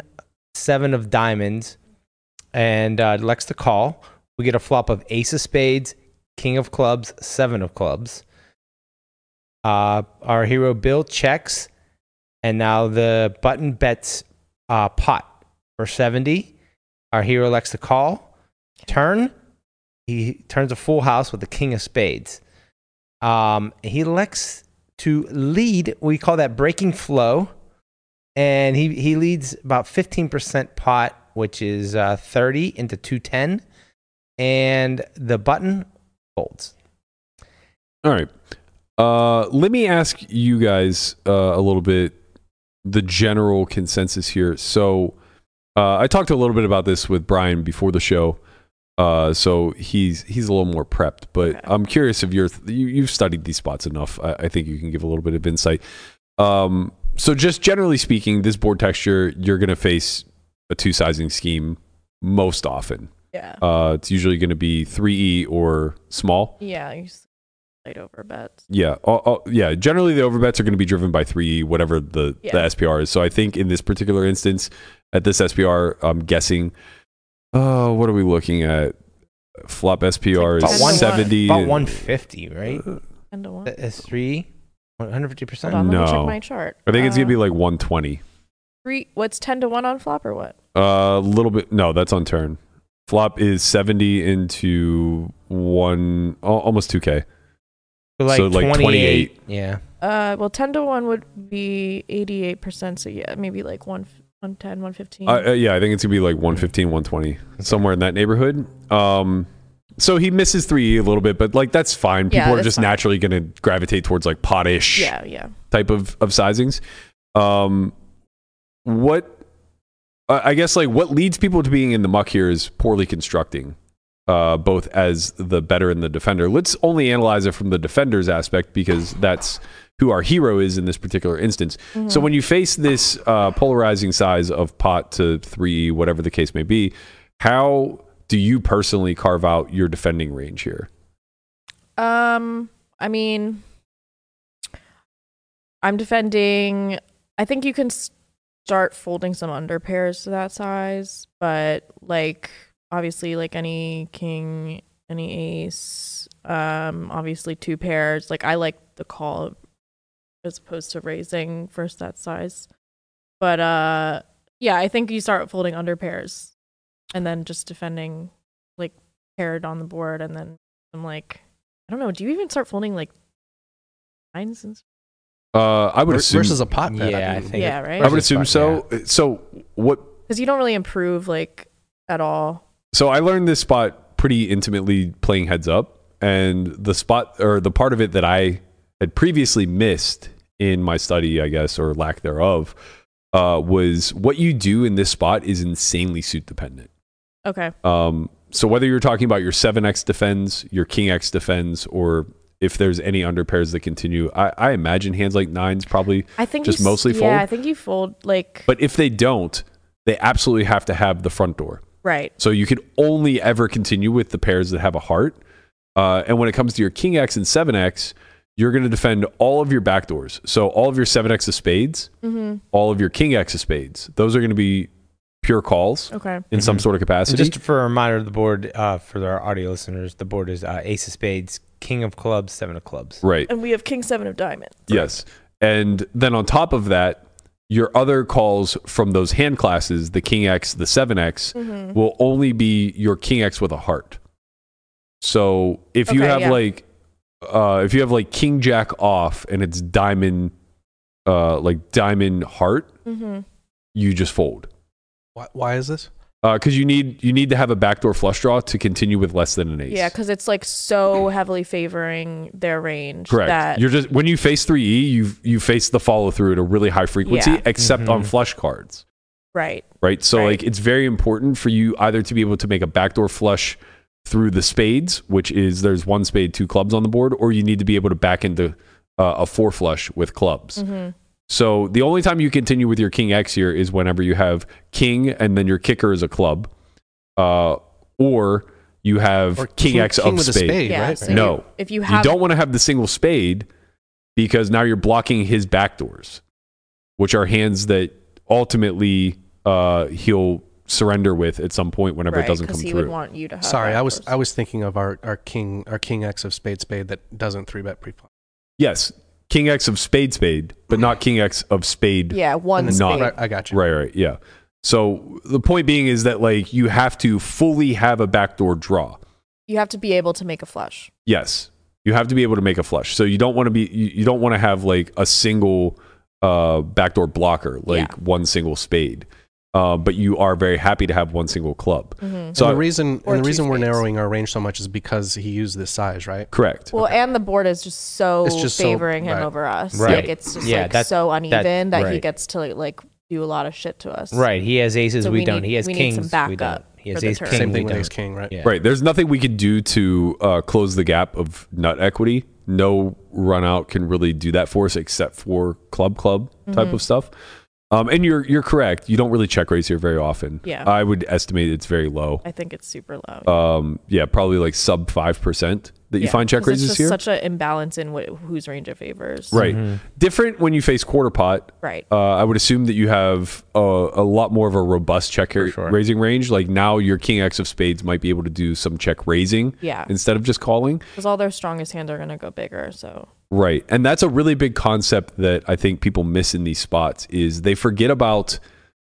Speaker 4: seven of diamonds, and uh, elects to call. We get a flop of ace of spades, king of clubs, seven of clubs. Uh, our hero Bill checks, and now the button bets uh, pot for seventy. Our hero elects to call. Turn he turns a full house with the king of spades. Um, he elects to lead. We call that breaking flow, and he he leads about fifteen percent pot, which is uh, thirty into two ten, and the button folds.
Speaker 3: All right. Uh, let me ask you guys uh, a little bit the general consensus here. So, uh, I talked a little bit about this with Brian before the show, uh, so he's he's a little more prepped. But I'm curious if you're you, you've studied these spots enough. I, I think you can give a little bit of insight. Um, so, just generally speaking, this board texture you're going to face a two sizing scheme most often.
Speaker 5: Yeah.
Speaker 3: Uh, it's usually going to be three E or small.
Speaker 5: Yeah, you just played over bets.
Speaker 3: Yeah, all, all- yeah. Generally, the overbets are going to be driven by three, whatever the
Speaker 5: Yeah.
Speaker 3: the SPR is. So I think in this particular instance, at this SPR, I'm guessing. Oh, what are we looking at? Flop SPR
Speaker 4: It's like
Speaker 3: is
Speaker 4: about one-
Speaker 3: seventy.
Speaker 4: About one fifty, right?
Speaker 5: Ten to one.
Speaker 4: That is three, one hundred fifty
Speaker 5: Hold
Speaker 3: Uh-huh. Um,
Speaker 4: percent.
Speaker 5: on, let me
Speaker 3: No.
Speaker 5: check my chart.
Speaker 3: I think it's
Speaker 5: Uh,
Speaker 3: gonna be like one twenty.
Speaker 5: three. What's ten to one on flop or what?
Speaker 3: A little bit. No, that's on turn. Flop is seventy into one, al- almost two k. so like 28.
Speaker 4: Yeah.
Speaker 5: Uh, well, ten to one would be eighty-eight percent. So yeah, maybe like one, one ten, one fifteen.
Speaker 3: Uh, uh, yeah, I think it's gonna be like 115, 120, somewhere in that neighborhood. Um, so he misses three E a little bit, but like that's fine. People
Speaker 5: Yeah,
Speaker 3: are
Speaker 5: that's
Speaker 3: just
Speaker 5: fine.
Speaker 3: naturally gonna gravitate towards like potish
Speaker 5: yeah, yeah.
Speaker 3: type of of sizings. Um, what I I guess like what leads people to being in the muck here is poorly constructing, uh, both as the better and the defender. Let's only analyze it from the defender's aspect because that's who our hero is in this particular instance. So when you face this uh, polarizing size of pot to three, whatever the case may be, how do you personally carve out your defending range here?
Speaker 5: Um, I mean, I'm defending. I think you can start folding some under pairs to that size, but like obviously, like any king, any ace, um, obviously two pairs. Like I like the call as opposed to raising first that size, but uh, yeah, I think you start folding under pairs, and then just defending like paired on the board, and then I'm like. I don't know. Do you even start folding like nines? And...
Speaker 3: Uh, I would assume
Speaker 6: versus a pot bet.
Speaker 4: Yeah, I
Speaker 6: mean,
Speaker 4: think.
Speaker 5: Yeah, right?
Speaker 3: I would assume so. So what
Speaker 5: Because you don't really improve like at all.
Speaker 3: So I learned this spot pretty intimately playing heads up, and the spot or the part of it that I had previously missed in my study, I guess, or lack thereof, uh, was what you do in this spot is insanely suit dependent.
Speaker 5: Okay.
Speaker 3: Um, so whether you're talking about your seven X defends, your King X defends, or if there's any under pairs that continue, I, I imagine hands like nines probably.
Speaker 5: I think
Speaker 3: Just
Speaker 5: you s-
Speaker 3: mostly
Speaker 5: yeah,
Speaker 3: fold?
Speaker 5: I think you fold like
Speaker 3: But if they don't, they absolutely have to have the front door.
Speaker 5: right.
Speaker 3: So you can only ever continue with the pairs that have a heart. Uh, and when it comes to your King X and 7X, you're going to defend all of your backdoors. So all of your 7X of spades,
Speaker 5: Mm-hmm.
Speaker 3: all of your King X of spades, those are going to be pure calls
Speaker 5: Okay.
Speaker 3: in some sort of
Speaker 4: And
Speaker 3: capacity.
Speaker 4: just for a reminder of the board, uh, for our audio listeners, the board is uh, ace of spades, king of clubs, seven of clubs.
Speaker 3: right.
Speaker 5: And we have king seven of diamonds.
Speaker 3: Yes. And then on top of that, your other calls from those hand
Speaker 5: Mm-hmm.
Speaker 3: classes, the King X, the 7X, will only be your King X with a heart. So if you
Speaker 5: Okay,
Speaker 3: have
Speaker 5: yeah.
Speaker 3: like uh if you have like king jack off and it's diamond uh like diamond heart,
Speaker 5: Mm-hmm.
Speaker 3: you just fold.
Speaker 6: Why, why is this?
Speaker 3: Uh cuz you need you need to have a backdoor flush draw to continue with less than an ace.
Speaker 5: Yeah, because it's like so heavily favoring their range.
Speaker 3: Correct.
Speaker 5: That
Speaker 3: You're just when you face 3E, you you face the follow through at a really high frequency
Speaker 5: Yeah.
Speaker 3: except on
Speaker 4: Mhm.
Speaker 3: flush cards.
Speaker 5: right.
Speaker 3: right? So
Speaker 5: Right.
Speaker 3: like it's very important for you either to be able to make a backdoor flush through the spades, which is there's one spade, two clubs on the board, or you need to be able to back into uh, a four flush with clubs.
Speaker 5: Mhm.
Speaker 3: So the only time you continue with your king X here is whenever you have king and then your kicker is a club, uh, or you have
Speaker 6: Or
Speaker 3: king, X
Speaker 6: king
Speaker 3: of
Speaker 6: with a
Speaker 3: spade.
Speaker 6: spade,
Speaker 5: Yeah.
Speaker 6: right?
Speaker 5: so
Speaker 3: No.
Speaker 5: you- if you
Speaker 3: You,
Speaker 5: have
Speaker 3: don't want to have the single spade because now you're blocking his backdoors, which are hands that ultimately uh, he'll surrender with at some point whenever
Speaker 5: right,
Speaker 3: it doesn't
Speaker 5: 'cause
Speaker 3: come
Speaker 5: he
Speaker 3: through.
Speaker 5: would want you to. Have
Speaker 6: Sorry, I was
Speaker 5: backdoors.
Speaker 6: I was thinking of our, our king our king X of spade spade that doesn't three bet pre flop.
Speaker 3: yes, king X of spade spade, but not king X of spade.
Speaker 5: yeah, one
Speaker 3: not-
Speaker 5: spade.
Speaker 6: Right, I got you.
Speaker 3: Right, right, yeah. So the point being is that like you have to fully have a backdoor draw.
Speaker 5: You have to be able to make a flush.
Speaker 3: Yes, you have to be able to make a flush. So you don't want to be you, you don't want to have like a single uh, backdoor blocker, like
Speaker 5: Yeah.
Speaker 3: one single spade. Uh, but you are very happy to have one single club.
Speaker 5: Mhm.
Speaker 3: So
Speaker 6: and the reason
Speaker 5: Or
Speaker 6: and the
Speaker 5: two
Speaker 6: reason we're
Speaker 5: spades.
Speaker 6: narrowing our range so much is because he used this size, right?
Speaker 3: correct.
Speaker 5: Well, and the board is just so
Speaker 6: It's just so-
Speaker 5: favoring him
Speaker 6: right.
Speaker 5: over us.
Speaker 4: Right.
Speaker 5: Like it's just
Speaker 4: Yeah,
Speaker 5: like
Speaker 4: that-
Speaker 5: so uneven that, he
Speaker 4: right.
Speaker 5: gets to like do a lot of shit to us.
Speaker 4: Right. He has aces.
Speaker 5: So
Speaker 4: we,
Speaker 5: we
Speaker 4: don't.
Speaker 5: need-
Speaker 4: he has
Speaker 5: we need
Speaker 4: kings.
Speaker 5: some
Speaker 4: we don't.
Speaker 5: backup
Speaker 4: He has
Speaker 5: for the
Speaker 4: ace
Speaker 5: turn.
Speaker 4: king.
Speaker 5: Same
Speaker 6: Same
Speaker 4: we
Speaker 6: thing with
Speaker 4: don't.
Speaker 6: ace king, right?
Speaker 4: Yeah.
Speaker 3: Right. There's nothing we can do to uh, close the gap of nut equity. No run out can really do that for us except for club club
Speaker 5: Mm-hmm.
Speaker 3: type of stuff. Um, and you're you're correct. You don't really check raise here very often.
Speaker 5: Yeah.
Speaker 3: I would estimate it's very low.
Speaker 5: I think it's super low.
Speaker 3: Um, yeah, probably like sub five percent that you
Speaker 5: Yeah,
Speaker 3: find check
Speaker 5: 'cause it's
Speaker 3: raises
Speaker 5: just
Speaker 3: here.
Speaker 5: Such an imbalance in wh- whose range it favors.
Speaker 3: Right.
Speaker 4: Mm-hmm.
Speaker 3: Different when you face quarter pot.
Speaker 5: Right.
Speaker 3: Uh, I would assume that you have a, a lot more of a robust check
Speaker 4: For sure.
Speaker 3: raising range. Like now, your king X of spades might be able to do some check raising
Speaker 5: Yeah.
Speaker 3: instead of just calling.
Speaker 5: Because all their strongest hands are going to go bigger. So
Speaker 3: Right. And that's a really big concept that I think people miss in these spots is they forget about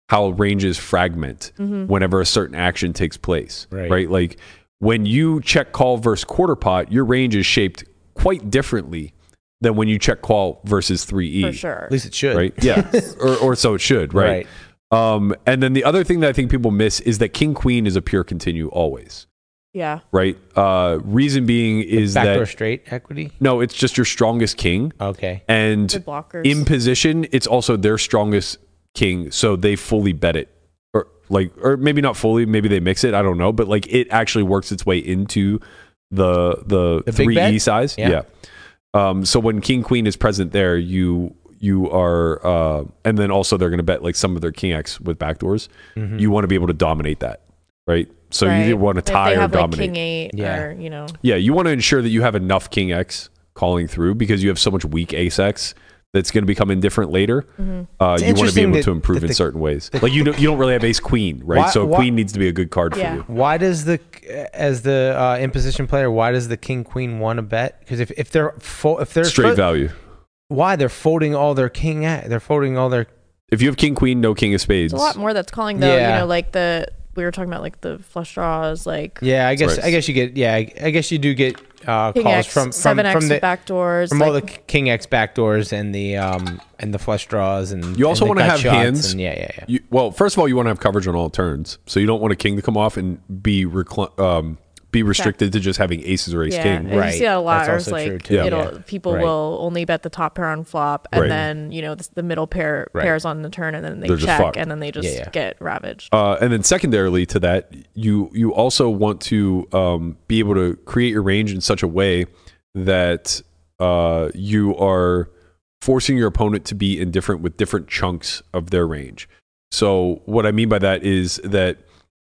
Speaker 3: how ranges fragment
Speaker 5: Mm-hmm.
Speaker 3: whenever a certain action takes place.
Speaker 4: Right.
Speaker 3: Like when you check call versus quarter pot, your range is shaped quite differently than when you check call versus E. 3E.
Speaker 5: for sure.
Speaker 4: At least it should.
Speaker 3: Right? Yeah. or, or so it should, right? Um, and then the other thing that I think people miss is that king queen is a pure continue always,
Speaker 5: Yeah.
Speaker 3: right? Uh, reason being is
Speaker 4: Backdoor
Speaker 3: that
Speaker 4: straight equity.
Speaker 3: no, it's just your strongest king.
Speaker 4: Okay.
Speaker 3: And
Speaker 5: Good blockers.
Speaker 3: in position, it's also their strongest king, so they fully bet it, or like, or maybe not fully, maybe they mix it. I don't know, but like it actually works its way into the the
Speaker 4: The big
Speaker 3: three E
Speaker 4: bet?
Speaker 3: size.
Speaker 4: Yeah.
Speaker 3: Yeah. Um. So when king queen is present there, you you are, uh, and then also they're going to bet like some of their king x with backdoors.
Speaker 4: Mm-hmm.
Speaker 3: You want to be able to dominate that, right? So
Speaker 5: Right.
Speaker 3: you either want to
Speaker 5: If they
Speaker 3: tie or
Speaker 5: have, like,
Speaker 3: dominate.
Speaker 5: King eight
Speaker 4: Yeah.
Speaker 5: or, you know,
Speaker 3: Yeah, you want to ensure that you have enough King X calling through because you have so much weak Ace X that's going to become indifferent later. Uh,
Speaker 5: Mm-hmm.
Speaker 4: It's
Speaker 3: you want to be
Speaker 4: interesting
Speaker 3: able
Speaker 4: that-
Speaker 3: to improve
Speaker 4: that
Speaker 3: in
Speaker 4: the-
Speaker 3: certain ways. like you, know, you don't really have Ace Queen, right?
Speaker 4: Why-
Speaker 3: so
Speaker 4: why-
Speaker 3: Queen needs to be a good card
Speaker 5: Yeah.
Speaker 3: for you.
Speaker 4: Why does the as the uh, imposition player? Why does the king queen want to bet? Because if, if they're fo- if they're
Speaker 3: Straight
Speaker 4: fo-
Speaker 3: value.
Speaker 4: why they're folding all their king a- they're folding all their
Speaker 3: If you have King Queen, no King of Spades.
Speaker 5: there's a lot more that's calling, though.
Speaker 4: Yeah.
Speaker 5: You know, like the, we were talking about like the flush draws, like
Speaker 4: yeah. I guess
Speaker 3: Right.
Speaker 4: I guess you get yeah. I, I guess you do get uh,
Speaker 5: King
Speaker 4: calls
Speaker 5: X,
Speaker 4: from from
Speaker 5: 7X
Speaker 4: from the
Speaker 5: backdoors.
Speaker 4: from all the
Speaker 5: like-
Speaker 4: k- king x backdoors and the um and the flush draws and
Speaker 3: You also
Speaker 4: and
Speaker 3: want
Speaker 4: the
Speaker 3: to
Speaker 4: gut
Speaker 3: have
Speaker 4: shots
Speaker 3: hands.
Speaker 4: and yeah yeah yeah
Speaker 3: You, well, first of all, you want to have coverage on all turns, so you don't want a king to come off and be recl- um, be restricted to just having aces or ace
Speaker 5: yeah,
Speaker 3: king.
Speaker 5: and You see that a
Speaker 4: Right.
Speaker 5: lot.
Speaker 4: That's
Speaker 5: Or it's
Speaker 4: also true,
Speaker 5: like
Speaker 4: too.
Speaker 5: it'll
Speaker 4: Yeah.
Speaker 5: people
Speaker 4: Right.
Speaker 5: will only bet the top pair on flop, and
Speaker 3: Right.
Speaker 5: then you know the, the middle pair
Speaker 4: Right.
Speaker 5: pairs on the turn, and then they
Speaker 3: They're just
Speaker 5: check,
Speaker 3: fucked.
Speaker 5: and then they just
Speaker 4: Yeah, yeah.
Speaker 5: get ravaged.
Speaker 3: Uh, and then secondarily to that, you you also want to um, be able to create your range in such a way that uh, you are forcing your opponent to be indifferent with different chunks of their range. So what I mean by that is that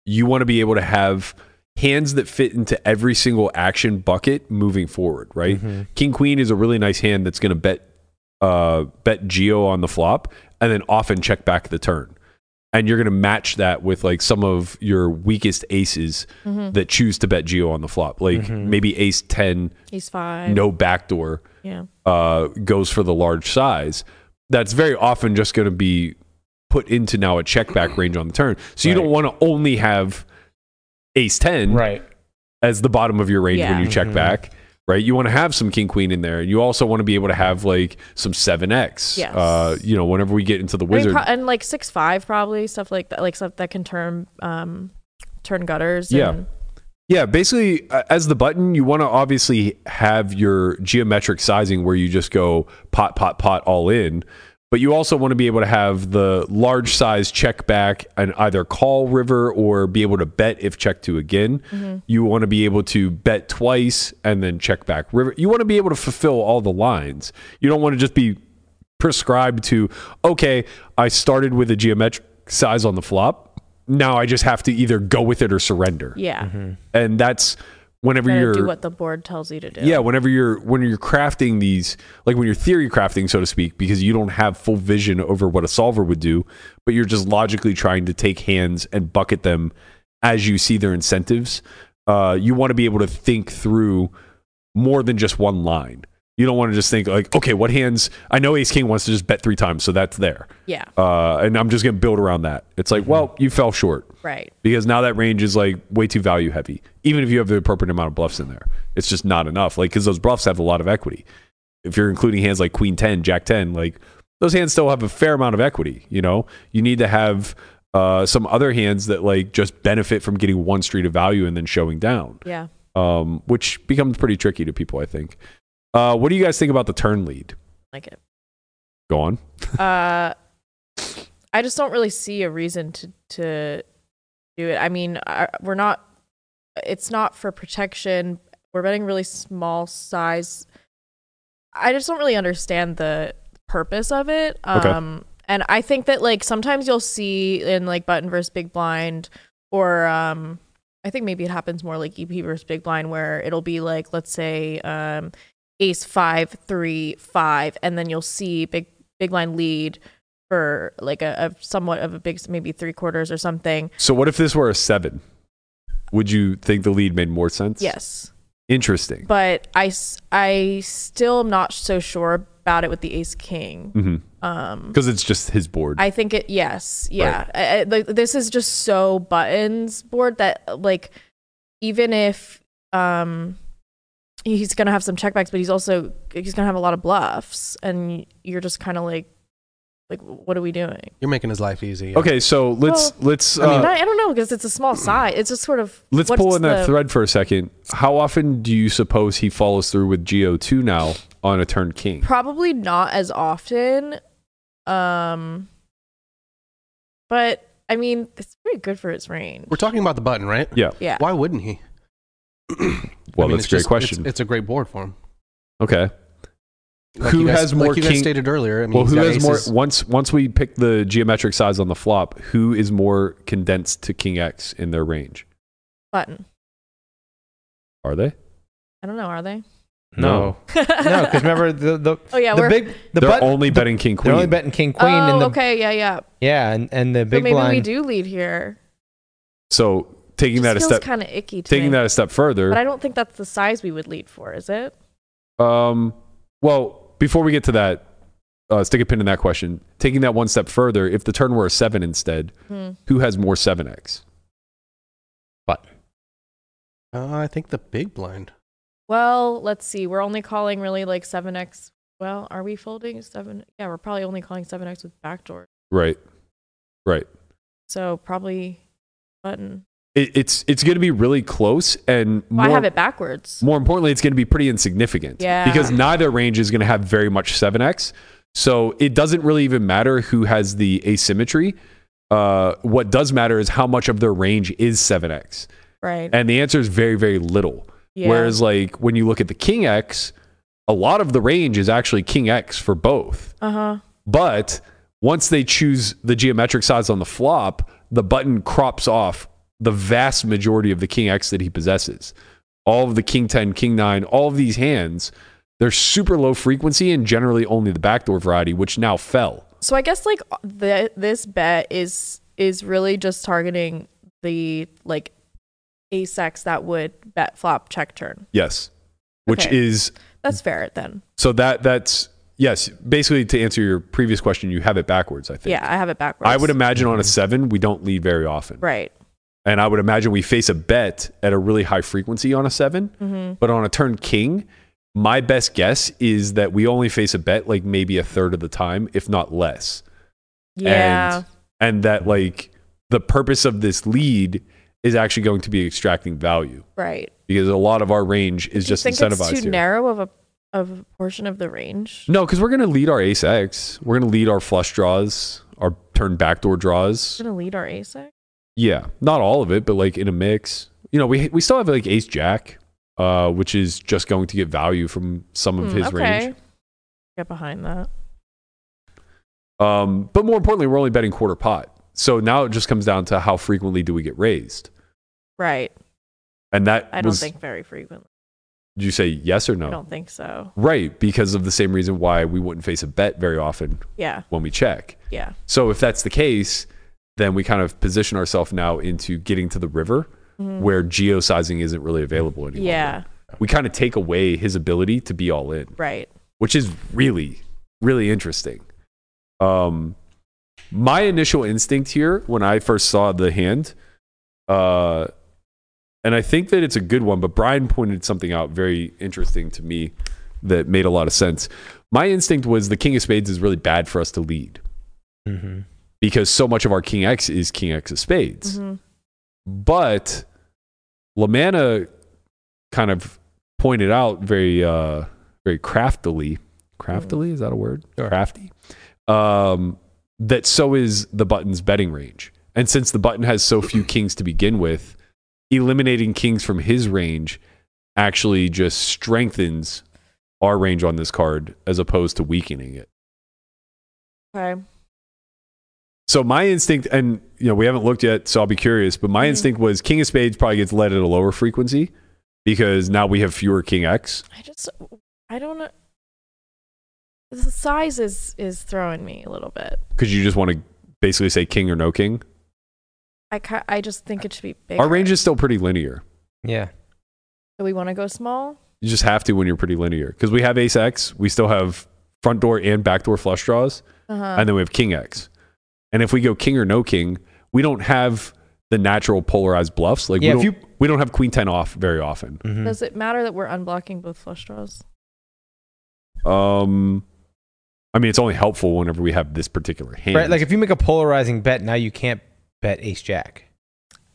Speaker 3: you want to be able to have hands that fit into every single action bucket moving forward, right? King Queen is a really nice hand that's going to bet uh, bet Geo on the flop and then often check back the turn. And you're going to match that with like some of your weakest aces
Speaker 5: Mm-hmm.
Speaker 3: that choose to bet Geo on the flop. Like maybe ace 10,
Speaker 5: He's fine.
Speaker 3: no backdoor
Speaker 5: Yeah.
Speaker 3: uh, goes for the large size, that's very often just going to be put into now a check back range on the turn. So you
Speaker 4: Right.
Speaker 3: don't want to only have ace 10.
Speaker 4: right
Speaker 3: as the bottom of your range
Speaker 5: Yeah.
Speaker 3: when you check back, right? You want to have some king queen in there. You also want to be able to have like some seven x.
Speaker 5: Yes.
Speaker 3: Uh, you know, whenever we get into the
Speaker 5: I mean,
Speaker 3: wizard,
Speaker 5: pro- and like six five probably stuff like that, like stuff that can turn um turn gutters.
Speaker 3: Yeah.
Speaker 5: and-
Speaker 3: Yeah, basically, uh, as the button, you want to obviously have your geometric sizing where you just go pot, pot, pot all in. But you also want to be able to have the large size check back and either call river or be able to bet if check to again. You want to be able to bet twice and then check back river. You want to be able to fulfill all the lines. You don't want to just be prescribed to okay i started with a geometric size on the flop now i just have to either go with it or surrender
Speaker 5: yeah.
Speaker 4: Mm-hmm.
Speaker 3: and that's whenever
Speaker 5: Gotta
Speaker 3: you're
Speaker 5: do what the board tells you to do.
Speaker 3: yeah whenever you're when you're crafting these like when you're theory crafting so to speak because you don't have full vision over what a solver would do but you're just logically trying to take hands and bucket them as you see their incentives uh, you want to be able to think through more than just one line you don't want to just think like okay what hands i know ace king wants to just bet three times so that's there
Speaker 5: Yeah.
Speaker 3: uh, and i'm just going to build around that it's
Speaker 5: Mm-hmm.
Speaker 3: like well you fell short
Speaker 5: Right.
Speaker 3: because now that range is like way too value heavy. Even if you have the appropriate amount of bluffs in there, it's just not enough. Like because those bluffs have a lot of equity. If you're including hands like Queen Ten, Jack Ten, like those hands still have a fair amount of equity. You know, you need to have uh, some other hands that like just benefit from getting one street of value and then showing down,
Speaker 5: Yeah.
Speaker 3: um, which becomes pretty tricky to people. I think. Uh, what do you guys think about the turn lead?
Speaker 5: Like it.
Speaker 3: Go on.
Speaker 5: Uh, I just don't really see a reason to to do it. I mean, I, we're not. It's not for protection. We're betting really small size. I just don't really understand the purpose of it.
Speaker 3: Okay.
Speaker 5: Um, and I think that like sometimes you'll see in like button versus big blind, or um, I think maybe it happens more like EP versus big blind where it'll be like let's say um, ace five three five, and then you'll see big big line lead for like a, a somewhat of a big maybe three quarters or something.
Speaker 3: So what if this were a seven? Would you think the lead made more sense?
Speaker 5: Yes,
Speaker 3: Interesting.
Speaker 5: but I s- I still am not so sure about it with the ace king.
Speaker 3: Mm-hmm.
Speaker 5: Um,
Speaker 3: because it's just his board.
Speaker 5: I think it. Yes. Yeah. I, I, like, this is just so buttons board that like even if um he's gonna have some checkbacks, but he's also he's gonna have a lot of bluffs, and you're just kind of like like what are we doing?
Speaker 6: You're making his life easy.
Speaker 3: okay, so let's let's uh,
Speaker 5: I mean, I, I don't know because it's a small size. It's just sort of
Speaker 3: let's
Speaker 5: what's
Speaker 3: pull in that
Speaker 5: the-
Speaker 3: thread for a second. How often do you suppose he follows through with Go two now on a turn king?
Speaker 5: Probably not as often. Um, but I mean, it's pretty good for its range.
Speaker 6: We're talking about the button, right?
Speaker 3: Yeah.
Speaker 5: Yeah.
Speaker 6: Why wouldn't he?
Speaker 3: Well,
Speaker 6: I mean,
Speaker 3: that's a
Speaker 6: it's
Speaker 3: great
Speaker 6: just-
Speaker 3: question.
Speaker 6: It's, it's a great board for him.
Speaker 3: okay.
Speaker 6: Like
Speaker 3: Who
Speaker 6: you guys-
Speaker 3: has more
Speaker 6: like you guys
Speaker 3: king-
Speaker 6: stated earlier. I mean,
Speaker 3: well,
Speaker 6: he's
Speaker 3: who
Speaker 6: got
Speaker 3: has more?
Speaker 6: aces.
Speaker 3: Once once we pick the geometric size on the flop, who is more condensed to king x in their range?
Speaker 5: Button.
Speaker 3: Are they?
Speaker 5: I don't know. Are they?
Speaker 3: No.
Speaker 4: no, because remember the the
Speaker 5: Oh, yeah,
Speaker 4: the
Speaker 5: we're-
Speaker 4: big the
Speaker 3: They're
Speaker 4: button,
Speaker 3: only
Speaker 4: the-
Speaker 3: betting king queen.
Speaker 4: They're only betting king queen
Speaker 5: oh,
Speaker 4: and the
Speaker 5: okay, yeah, yeah.
Speaker 4: yeah and, and the
Speaker 5: So
Speaker 4: big
Speaker 5: maybe
Speaker 4: blind.
Speaker 5: we do lead here.
Speaker 3: so taking
Speaker 5: Just
Speaker 3: that a
Speaker 5: feels
Speaker 3: step
Speaker 5: kind of icky. To
Speaker 3: taking
Speaker 5: me.
Speaker 3: that a step further.
Speaker 5: but I don't think that's the size we would lead for, is it?
Speaker 3: Um, well, before we get to that, uh, stick a pin in that question. Taking that one step further, if the turn were a seven instead,
Speaker 5: Hmm.
Speaker 3: who has more seven x?
Speaker 6: Uh, I think the big
Speaker 3: Uh,
Speaker 6: blind.
Speaker 5: Well, let's see. We're only calling really like seven x. Well, are we folding seven? Yeah, we're probably only calling seven x with backdoor.
Speaker 3: Right, right.
Speaker 5: So probably button.
Speaker 3: It, it's it's going to be really close, and more,
Speaker 5: Well, Oh, I have it backwards.
Speaker 3: more importantly, it's going to be pretty insignificant.
Speaker 5: Yeah.
Speaker 3: because neither range is going to have very much seven x. So it doesn't really even matter who has the asymmetry. Uh, what does matter is how much of their range is seven x,
Speaker 5: Right.
Speaker 3: and the answer is very very little.
Speaker 5: yeah.
Speaker 3: Whereas, like, when you look at the King X, a lot of the range is actually King X for both.
Speaker 5: uh huh.
Speaker 3: But once they choose the geometric size on the flop, the button crops off the vast majority of the King X that he possesses. All of the King 10, King 9, all of these hands, they're super low frequency and generally only the backdoor variety, which now fell.
Speaker 5: So I guess like the this bet is is really just targeting the like ace x that would bet flop check turn.
Speaker 3: Yes. Which
Speaker 5: Okay.
Speaker 3: is
Speaker 5: That's
Speaker 3: Mm.
Speaker 5: fair then.
Speaker 3: so that that's yes, basically to answer your previous question, you have it backwards, I think.
Speaker 5: Yeah, I have it backwards.
Speaker 3: I would imagine on a seven, we don't lead very often.
Speaker 5: Mm-hmm. Right.
Speaker 3: And I would imagine we face a bet at a really high frequency on a 7
Speaker 5: Mm-hmm.
Speaker 3: but on a turn king, my best guess is that we only face a bet like maybe a third of the time, if not less.
Speaker 5: Yeah.
Speaker 3: And, and that like the purpose of this lead is actually going to be extracting value
Speaker 5: right.
Speaker 3: because a lot of our range is
Speaker 5: Do
Speaker 3: just
Speaker 5: you think
Speaker 3: incentivized
Speaker 5: it's too
Speaker 3: here.
Speaker 5: narrow of a of a portion of the range.
Speaker 3: No, because we're going to lead our ace X. We're going to lead our flush draws, our turn backdoor draws.
Speaker 5: It's gonna lead our ASIC.
Speaker 3: Yeah, not all of it, but like in a mix. You know, we we still have like ace jack, uh, which is just going to get value from some of
Speaker 5: Hmm,
Speaker 3: his range.
Speaker 5: Get behind that.
Speaker 3: Um, but more importantly, we're only betting quarter pot. So now it just comes down to how frequently do we get raised,
Speaker 5: Right.
Speaker 3: and that
Speaker 5: I don't
Speaker 3: was-
Speaker 5: think very frequently.
Speaker 3: Did you say yes or no?
Speaker 5: I don't think so.
Speaker 3: Right, because of the same reason why we wouldn't face a bet very often
Speaker 5: Yeah.
Speaker 3: when we check.
Speaker 5: Yeah.
Speaker 3: So if that's the case, then we kind of position ourselves now into getting to the river where geosizing isn't really available anymore.
Speaker 5: Mm-hmm. Yeah.
Speaker 3: We kind of take away his ability to be all in,
Speaker 5: Right.
Speaker 3: which is really, really interesting. Um, my initial instinct here when I first saw the hand, uh, and I think that it's a good one, but Brian pointed something out very interesting to me that made a lot of sense. My instinct was the King of Spades is really bad for us to lead
Speaker 4: Mm-hmm.
Speaker 3: because so much of our King X is King X of spades.
Speaker 5: Mhm.
Speaker 3: But Lamanna kind of pointed out very, uh, very craftily, craftily is that a word? Crafty. Um, that so is the button's betting range, and since the button has so few kings to begin with, eliminating kings from his range actually just strengthens our range on this card as opposed to weakening it.
Speaker 5: Okay.
Speaker 3: So my instinct, and you know, we haven't looked yet, so I'll be curious. But
Speaker 4: Mm-hmm.
Speaker 3: my instinct was King of Spades probably gets led at a lower frequency because now we have fewer King X.
Speaker 5: I just I don't know. The size is is throwing me a little bit.
Speaker 3: Because you just want to basically say King or no King.
Speaker 5: I ca- I just think it should be bigger.
Speaker 3: Our range is still pretty linear.
Speaker 4: Yeah.
Speaker 5: Do we want to go small?
Speaker 3: You just have to when you're pretty linear because we have Ace X, we still have front door and back door flush draws,
Speaker 5: Uh-huh.
Speaker 3: and then we have King X. And if we go King or no King, we don't have the natural polarized bluffs. Like
Speaker 4: Yeah,
Speaker 3: we,
Speaker 4: if
Speaker 3: don't, we don't have Queen Ten off very often.
Speaker 4: Mm-hmm.
Speaker 5: Does it matter that we're unblocking both flush draws?
Speaker 3: Um, I mean, it's only helpful whenever we have this particular hand.
Speaker 4: Right. Like if you make a polarizing bet, now you can't bet ace jack.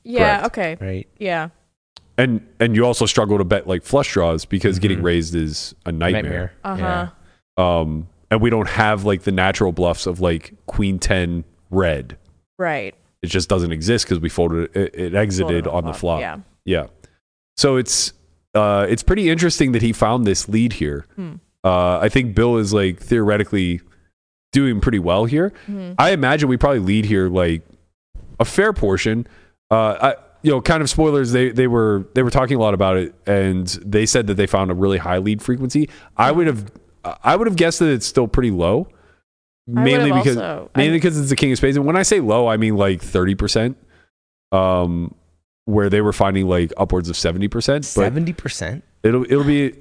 Speaker 5: Yeah,
Speaker 3: Correct.
Speaker 5: okay.
Speaker 4: Right.
Speaker 5: Yeah.
Speaker 3: and and you also struggle to bet like flush draws because getting
Speaker 4: Mhm.
Speaker 3: raised is a nightmare.
Speaker 5: Uh-huh.
Speaker 3: Um, and we don't have like the natural bluffs of like queen ten red.
Speaker 5: Right.
Speaker 3: It just doesn't exist because we folded it, it exited
Speaker 5: Folded
Speaker 3: on the flop.
Speaker 5: Yeah.
Speaker 3: Yeah. So it's uh, it's pretty interesting that he found this lead here.
Speaker 5: Hmm.
Speaker 3: Uh, I think Bill is like theoretically doing pretty well here.
Speaker 5: Hmm.
Speaker 3: I imagine we probably lead here like a fair portion. Uh, I, you know, kind of spoilers. They they were they were talking a lot about it, and they said that they found a really high lead frequency. I would have I would have guessed that it's still pretty low,
Speaker 5: Hmm. I would
Speaker 3: mainly
Speaker 5: have
Speaker 3: because
Speaker 5: also- I-
Speaker 3: mainly because it's the king of spades. And when I say low, I mean like thirty percent. Um, where they were finding like upwards of seventy percent, but
Speaker 4: Seventy percent.
Speaker 3: it'll it'll be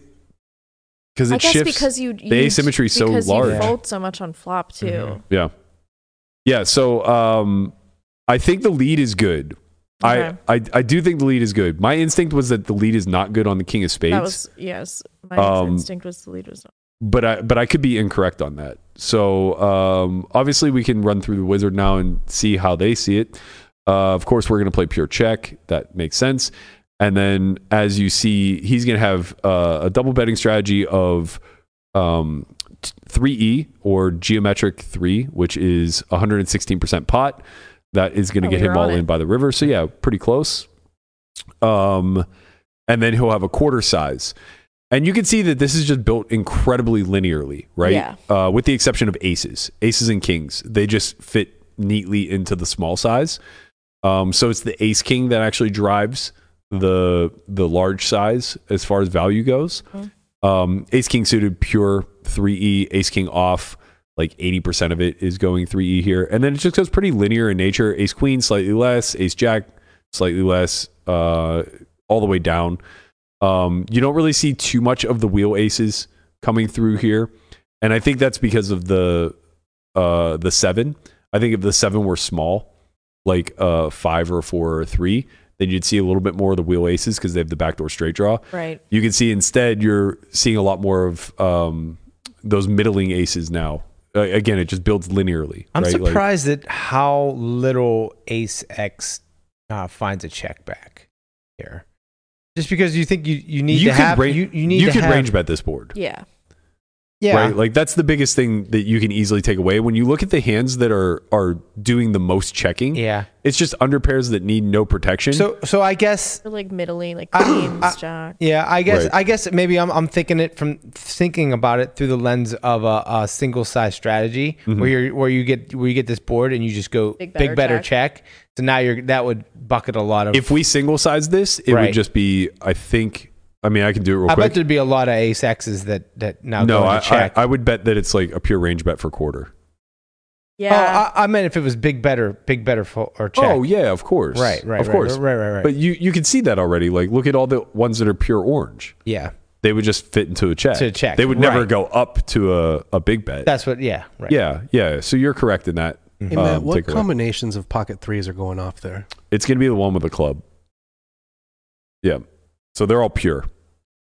Speaker 3: because
Speaker 5: I
Speaker 3: it
Speaker 5: guess
Speaker 3: shifts
Speaker 5: because you, you
Speaker 3: asymmetry is so
Speaker 5: because
Speaker 3: large. Mm-hmm.
Speaker 5: You fold so much on flop too.
Speaker 4: Mhm.
Speaker 3: Yeah. Yeah. So um, I think the lead is good.
Speaker 5: Okay.
Speaker 3: I, I I do think the lead is good. My instinct was that the lead is not good on the king of spades,
Speaker 5: That was yes. My
Speaker 3: Um,
Speaker 5: instinct was the lead was not.
Speaker 3: but I but I could be incorrect on that. So um, obviously we can run through the wizard now and see how they see it. Uh, of course, we're going to play pure check. That makes sense. And then as you see, he's going to have uh, a double betting strategy of um, t- 3E or geometric 3, which is 116% pot. That is going to
Speaker 5: Oh,
Speaker 3: get
Speaker 5: we
Speaker 3: him
Speaker 5: were on
Speaker 3: all in
Speaker 5: it.
Speaker 3: by the river. So, yeah, pretty close. Um, and then he'll have a quarter size. And you can see that this is just built incredibly linearly, right?
Speaker 5: Yeah.
Speaker 3: Uh, with the exception of aces, aces and kings. They just fit neatly into the small size. Um, so it's the ace king that actually drives the the large size as far as value goes. Um, ace king suited pure 3e, ace king off, like 80% of it is going 3e here. And then it just goes pretty linear in nature. Ace queen slightly less, ace jack slightly less, uh, all the way down. Um, you don't really see too much of the wheel aces coming through here. And I think that's because of the uh, the seven. I think if the seven were small, like a five or a four or a three, then you'd see a little bit more of the wheel aces because they have the backdoor straight draw.
Speaker 5: Right.
Speaker 3: You can see instead you're seeing a lot more of um, those middling aces now. Uh, again, it just builds linearly.
Speaker 4: I'm
Speaker 3: right? Like-
Speaker 4: surprised at how little Ace X uh, finds a check back here. Just because you think you, you need to
Speaker 3: could
Speaker 4: have
Speaker 3: ra-
Speaker 4: you, you need to
Speaker 3: could
Speaker 4: have,
Speaker 3: range bet this board.
Speaker 5: Yeah.
Speaker 4: yeah
Speaker 3: Right? Like that's the biggest thing that you can easily take away. When you look at the hands that are are doing the most checking,
Speaker 4: yeah.
Speaker 3: it's just under pairs that need no protection.
Speaker 4: So so I guess
Speaker 5: Or like middling, like
Speaker 4: I-
Speaker 5: queens,
Speaker 3: Uh,
Speaker 4: I-
Speaker 5: jack.
Speaker 4: yeah I guess
Speaker 3: Right.
Speaker 4: I guess maybe I'm I'm thinking it from thinking about it through the lens of a, a single size strategy
Speaker 3: Mm-hmm.
Speaker 4: where you where you get where you get this board and you just go big
Speaker 5: Big
Speaker 4: better,
Speaker 5: better
Speaker 4: check. So now you're that would bucket a lot of
Speaker 3: if we single size this, it
Speaker 4: Right.
Speaker 3: would just be I think I mean I can do it real
Speaker 4: I
Speaker 3: quick.
Speaker 4: bet there'd be a lot of ace X's that that now
Speaker 3: no,
Speaker 4: go
Speaker 3: I,
Speaker 4: into
Speaker 3: I,
Speaker 4: check.
Speaker 3: I would bet that it's like a pure range bet for quarter. uh,
Speaker 5: Yeah.
Speaker 4: Oh, I, I meant if it was big better, big better fo- or check.
Speaker 3: Oh yeah, of course.
Speaker 4: Right, right,
Speaker 3: Of
Speaker 4: right,
Speaker 3: course.
Speaker 4: right, right, right.
Speaker 3: But you you can see that already. Like look at all the ones that are pure orange.
Speaker 4: yeah,
Speaker 3: They would just fit into a check.
Speaker 4: To a check,
Speaker 3: They would never
Speaker 4: right.
Speaker 3: go up to a, a big bet.
Speaker 4: that's what. Yeah, right. Mm-hmm.
Speaker 3: Yeah, yeah. So you're correct in that.
Speaker 6: Hey, Matt,
Speaker 3: um,
Speaker 6: what
Speaker 3: take away.
Speaker 6: combinations of pocket threes are going off there?
Speaker 3: It's going to be the one with the club. Yeah. So they're all pure.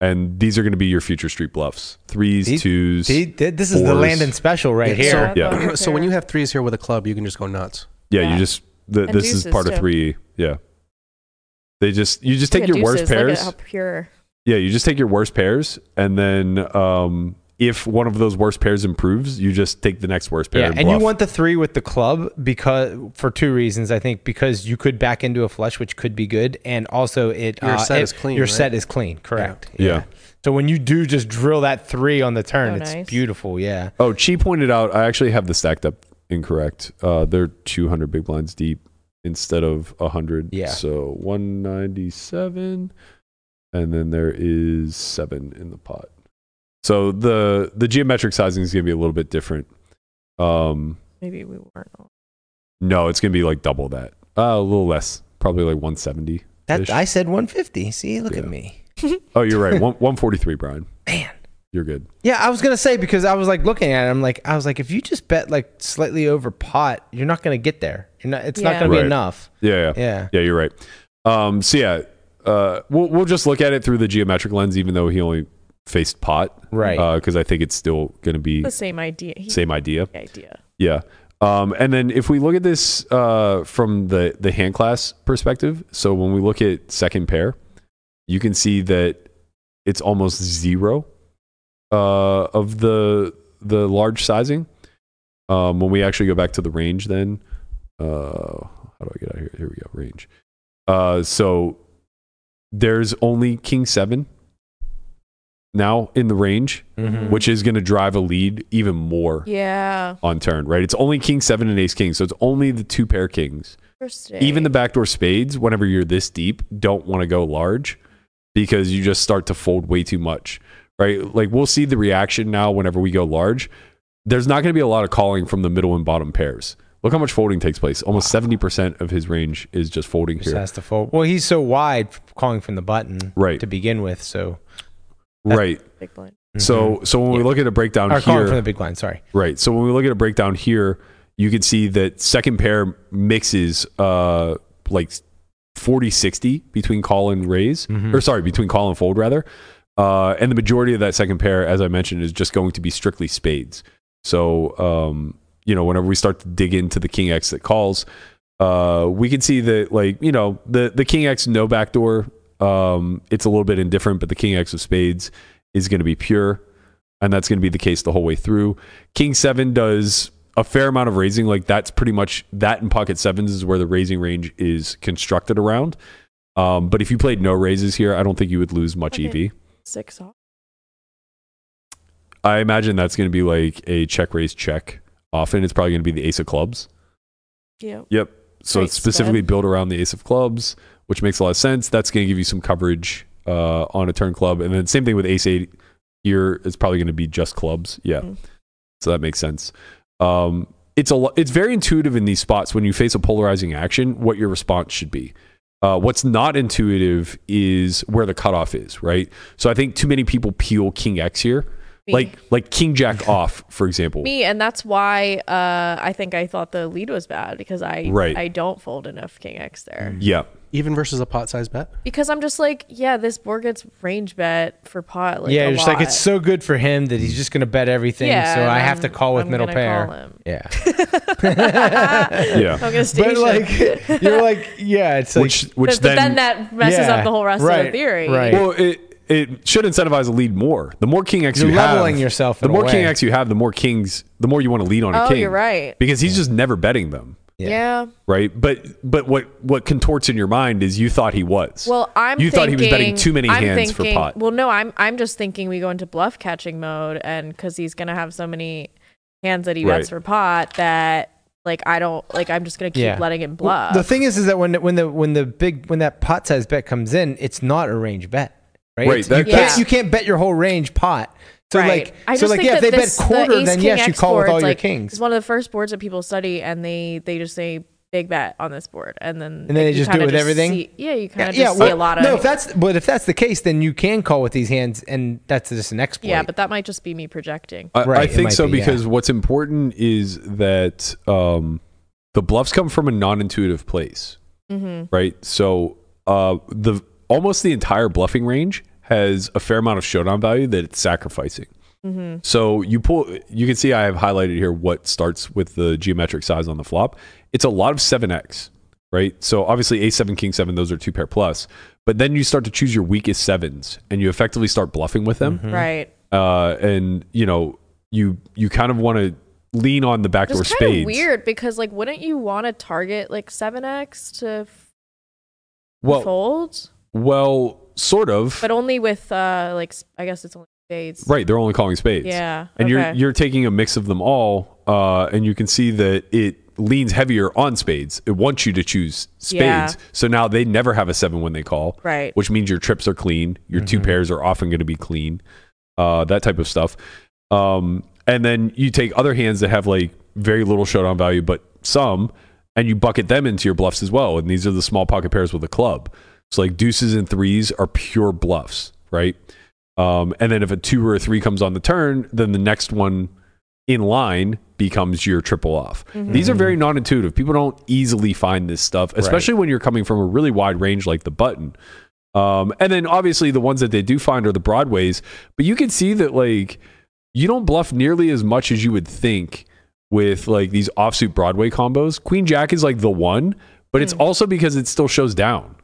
Speaker 3: And these are going to be your future street bluffs. Threes,
Speaker 4: These-
Speaker 3: twos.
Speaker 4: See, th- this is the
Speaker 3: Fours.
Speaker 4: Landon special right
Speaker 6: Yeah,
Speaker 4: here.
Speaker 5: so- Yeah.
Speaker 6: So, when you have threes here with a club, you can just go nuts.
Speaker 3: yeah,
Speaker 5: Yeah.
Speaker 3: you just the,
Speaker 5: And
Speaker 3: this is
Speaker 5: deuces,
Speaker 3: part of
Speaker 5: too.
Speaker 3: 3. Yeah. They just you just take
Speaker 5: Look at
Speaker 3: your worst
Speaker 5: deuces, look at
Speaker 3: pairs.
Speaker 5: how pure.
Speaker 3: Yeah, you just take your worst pairs and then um if one of those worst pairs improves, you just take the next worst pair.
Speaker 4: yeah,
Speaker 3: and,
Speaker 4: and you
Speaker 3: bluff.
Speaker 4: want the three with the club because for two reasons, I think because you could back into a flush, which could be good, and also it
Speaker 6: Your
Speaker 4: uh,
Speaker 6: set
Speaker 4: it-
Speaker 6: is clean,
Speaker 4: Your
Speaker 6: right?
Speaker 4: set is clean, correct?
Speaker 3: Yeah. Yeah.
Speaker 4: So when you do just drill that three on the turn,
Speaker 5: Oh,
Speaker 4: it's
Speaker 5: nice.
Speaker 4: beautiful. Yeah.
Speaker 3: Oh, Chi pointed out I actually have the stacked up incorrect. Uh, they're 200 big blinds deep instead of 100.
Speaker 4: Yeah.
Speaker 3: So 197, and then there is seven in the pot. So the the geometric sizing is going to be a little bit different. Um,
Speaker 5: Maybe we weren't. all-
Speaker 3: no, it's going to be like double that. Uh, a little less, probably like 170. -ish.
Speaker 4: That I said 150. See, look at
Speaker 3: Yeah.
Speaker 4: me.
Speaker 3: oh, you're right. One, 143, Brian.
Speaker 4: Man.
Speaker 3: You're good.
Speaker 4: Yeah, I was gonna say because I was like looking at it, I'm like, I was like, if you just bet like slightly over pot, you're not gonna get there. You're not. It's not
Speaker 5: Yeah.
Speaker 4: gonna
Speaker 3: Right.
Speaker 4: be enough.
Speaker 3: Yeah, yeah.
Speaker 4: Yeah.
Speaker 3: Yeah, you're right. Um, so yeah, uh, we'll we'll just look at it through the geometric lens, even though he only faced pot,
Speaker 4: Right.
Speaker 3: Because I think it's still going to be
Speaker 5: The same idea. He-
Speaker 3: same idea.
Speaker 5: idea.
Speaker 3: Yeah. Um, and then if we look at this uh, from the the hand class perspective, so when we look at second pair, you can see that it's almost zero uh, of the the large sizing. Um, when we actually go back to the range, then uh, how do I get out of here? Here we go, range. Uh, so there's only king seven now in the range,
Speaker 4: Mhm.
Speaker 3: which is going to drive a lead even more
Speaker 5: Yeah.
Speaker 3: on turn, right? It's only king seven and ace king, so it's only the two pair kings.
Speaker 5: Interesting.
Speaker 3: Even the backdoor spades, whenever you're this deep, don't want to go large because you just start to fold way too much, right? Like we'll see the reaction now whenever we go large. There's not going to be a lot of calling from the middle and bottom pairs. Look how much folding takes place. Almost seventy percent of his range is just folding
Speaker 4: Just
Speaker 3: here,
Speaker 4: has to fold. Well, he's so wide f- calling from the button
Speaker 3: Right.
Speaker 4: to begin with. So
Speaker 3: right?
Speaker 5: big blind.
Speaker 3: So, so when we
Speaker 4: Yeah.
Speaker 3: look at a breakdown
Speaker 4: or Mm-hmm. calling
Speaker 3: here,
Speaker 4: from the big line. Sorry.
Speaker 3: Right. So when we look at a breakdown here, you can see that second pair mixes uh like 40 60 between call and raise or sorry, between call and fold rather. Uh and the majority of that second pair as I mentioned is just going to be strictly spades. So um you know, whenever we start to dig into the king x that calls, uh we can see that like, you know, the the king x no backdoor um it's a little bit indifferent, but the king x of spades is going to be pure and that's going to be the case the whole way through. King seven does a fair amount of raising, like that's pretty much that and pocket sevens is where the raising range is constructed around. Um, but if you played no raises here, I don't think you would lose much E
Speaker 5: Okay.
Speaker 3: EV.
Speaker 5: Six off.
Speaker 3: I imagine that's going to be like a check raise check. Often it's probably going to be the ace of clubs.
Speaker 5: Yeah.
Speaker 3: Yep. So
Speaker 5: Great
Speaker 3: it's specifically
Speaker 5: stud.
Speaker 3: built around the ace of clubs, which makes a lot of sense. That's going to give you some coverage uh, on a turn club, and then same thing with ace eight here. It's probably going to be just clubs. Yeah.
Speaker 5: Mm.
Speaker 3: So that makes sense. Um, it's a lo- it's very intuitive in these spots when you face a polarizing action, what your response should be. Uh, what's not intuitive is where the cutoff is, right? So I think too many people peel King X here
Speaker 5: Me.
Speaker 3: like like King Jack off, for example.
Speaker 5: me and that's why uh i think i thought the lead was bad because i
Speaker 3: Right.
Speaker 5: i don't fold enough king x there
Speaker 3: Yeah,
Speaker 6: Even versus a pot size bet.
Speaker 5: because i'm just like yeah this board gets range bet for pot like
Speaker 4: yeah,
Speaker 5: a
Speaker 4: it's like
Speaker 5: lot.
Speaker 4: it's so good for him that he's just gonna bet everything.
Speaker 5: Yeah,
Speaker 4: so
Speaker 5: and
Speaker 4: I have to
Speaker 5: I'm-
Speaker 4: call with
Speaker 5: I'm
Speaker 4: middle
Speaker 5: gonna
Speaker 4: pair.
Speaker 5: call him.
Speaker 4: Yeah,
Speaker 3: yeah.
Speaker 5: i'm gonna
Speaker 4: but
Speaker 5: station.
Speaker 4: like you're like yeah, it's like
Speaker 3: Which which
Speaker 5: but, but then, that messes
Speaker 4: Yeah,
Speaker 5: up the whole rest of
Speaker 4: right,
Speaker 5: the theory
Speaker 4: right.
Speaker 3: Well, it it should incentivize a lead more. The more king x
Speaker 4: You're
Speaker 3: you have,
Speaker 4: leveling yourself
Speaker 3: The
Speaker 4: in a
Speaker 3: more
Speaker 4: way.
Speaker 3: king x you have, the more kings, the more you want to lead on a
Speaker 5: Oh,
Speaker 3: king.
Speaker 5: you're right.
Speaker 3: Because he's just never betting them,
Speaker 5: yeah.
Speaker 3: right? But but what what contorts in your mind is you thought he was.
Speaker 5: well i'm
Speaker 3: you thought he was betting
Speaker 5: thinking-
Speaker 3: too many
Speaker 5: I'm
Speaker 3: hands for
Speaker 5: thinking-
Speaker 3: pot.
Speaker 5: well no i'm i'm just thinking we go into bluff catching mode and because he's gonna have so many hands that he
Speaker 3: Right.
Speaker 5: bets for pot that like i don't like i'm just gonna keep
Speaker 4: yeah.
Speaker 5: letting him
Speaker 4: Well,
Speaker 5: bluff
Speaker 4: the thing is, is that when when the when the big when that pot size bet comes in, it's not a range bet, right?
Speaker 3: Right,
Speaker 4: It's-
Speaker 3: that-
Speaker 4: you,
Speaker 5: that's-
Speaker 4: can't, you can't bet your whole range pot. So
Speaker 5: right.
Speaker 4: like,
Speaker 5: I
Speaker 4: so
Speaker 5: just
Speaker 4: like,
Speaker 5: think
Speaker 4: yeah, if
Speaker 5: that
Speaker 4: they
Speaker 5: this-
Speaker 4: bet quarter,
Speaker 5: the Ace
Speaker 4: then
Speaker 5: King
Speaker 4: yes, you
Speaker 5: X
Speaker 4: call with
Speaker 5: board's
Speaker 4: all your
Speaker 5: like-
Speaker 4: kings,
Speaker 5: It's one of the first boards that people study, and they they just say big bet on this board, and then
Speaker 4: And then they
Speaker 5: you
Speaker 4: just do
Speaker 5: kinda
Speaker 4: it with everything?
Speaker 5: see- yeah, you kind of
Speaker 4: yeah,
Speaker 5: just see
Speaker 4: well,
Speaker 5: a lot of
Speaker 4: no. If that's but if that's the case, then you can call with these hands, and that's just an exploit.
Speaker 5: yeah, but that might just be me projecting.
Speaker 3: I,
Speaker 4: Right,
Speaker 3: I
Speaker 4: it
Speaker 3: think
Speaker 4: might
Speaker 3: so
Speaker 4: be, yeah.
Speaker 3: because what's important is that um, the bluffs come from a non-intuitive place, right? So uh, the almost the entire bluffing range has a fair amount of showdown value that it's sacrificing. So you pull, you can see I have highlighted here what starts with the geometric size on the flop. It's a lot of seven x, right? So obviously a seven, king seven, those are two pair plus. But then you start to choose your weakest sevens, and you effectively start bluffing with them
Speaker 4: Mm-hmm.
Speaker 5: Right,
Speaker 3: uh, and you know you you kind of want to lean on the backdoor
Speaker 5: just kind
Speaker 3: spades.
Speaker 5: of weird because like, wouldn't you want to target like seven x to f-
Speaker 3: Well,
Speaker 5: fold,
Speaker 3: well, sort of.
Speaker 5: but only with uh like s- I guess it's only spades.
Speaker 3: right, they're only calling spades.
Speaker 5: Yeah,
Speaker 3: and you're
Speaker 5: okay.
Speaker 3: you're taking a mix of them all, uh, and you can see that it leans heavier on spades. It wants you to choose spades,
Speaker 5: Yeah.
Speaker 3: so now they never have a seven when they call,
Speaker 5: Right.
Speaker 3: Which means your trips are clean. Your two pairs are often going to be clean. Uh, that type of stuff. Um, and then you take other hands that have like very little showdown value, but some, and you bucket them into your bluffs as well. And these are the small pocket pairs with a club. So like deuces and threes are pure bluffs, right? Um, and then if a two or a three comes on the turn, then the next one in line becomes your triple off. These are very non intuitive. People don't easily find this stuff, especially when you're coming from a really wide range like the button. Um, and then obviously the ones that they do find are the broadways, but you can see that like you don't bluff nearly as much as you would think with like these offsuit Broadway combos. Queen Jack is like the one, but it's also because it still shows down,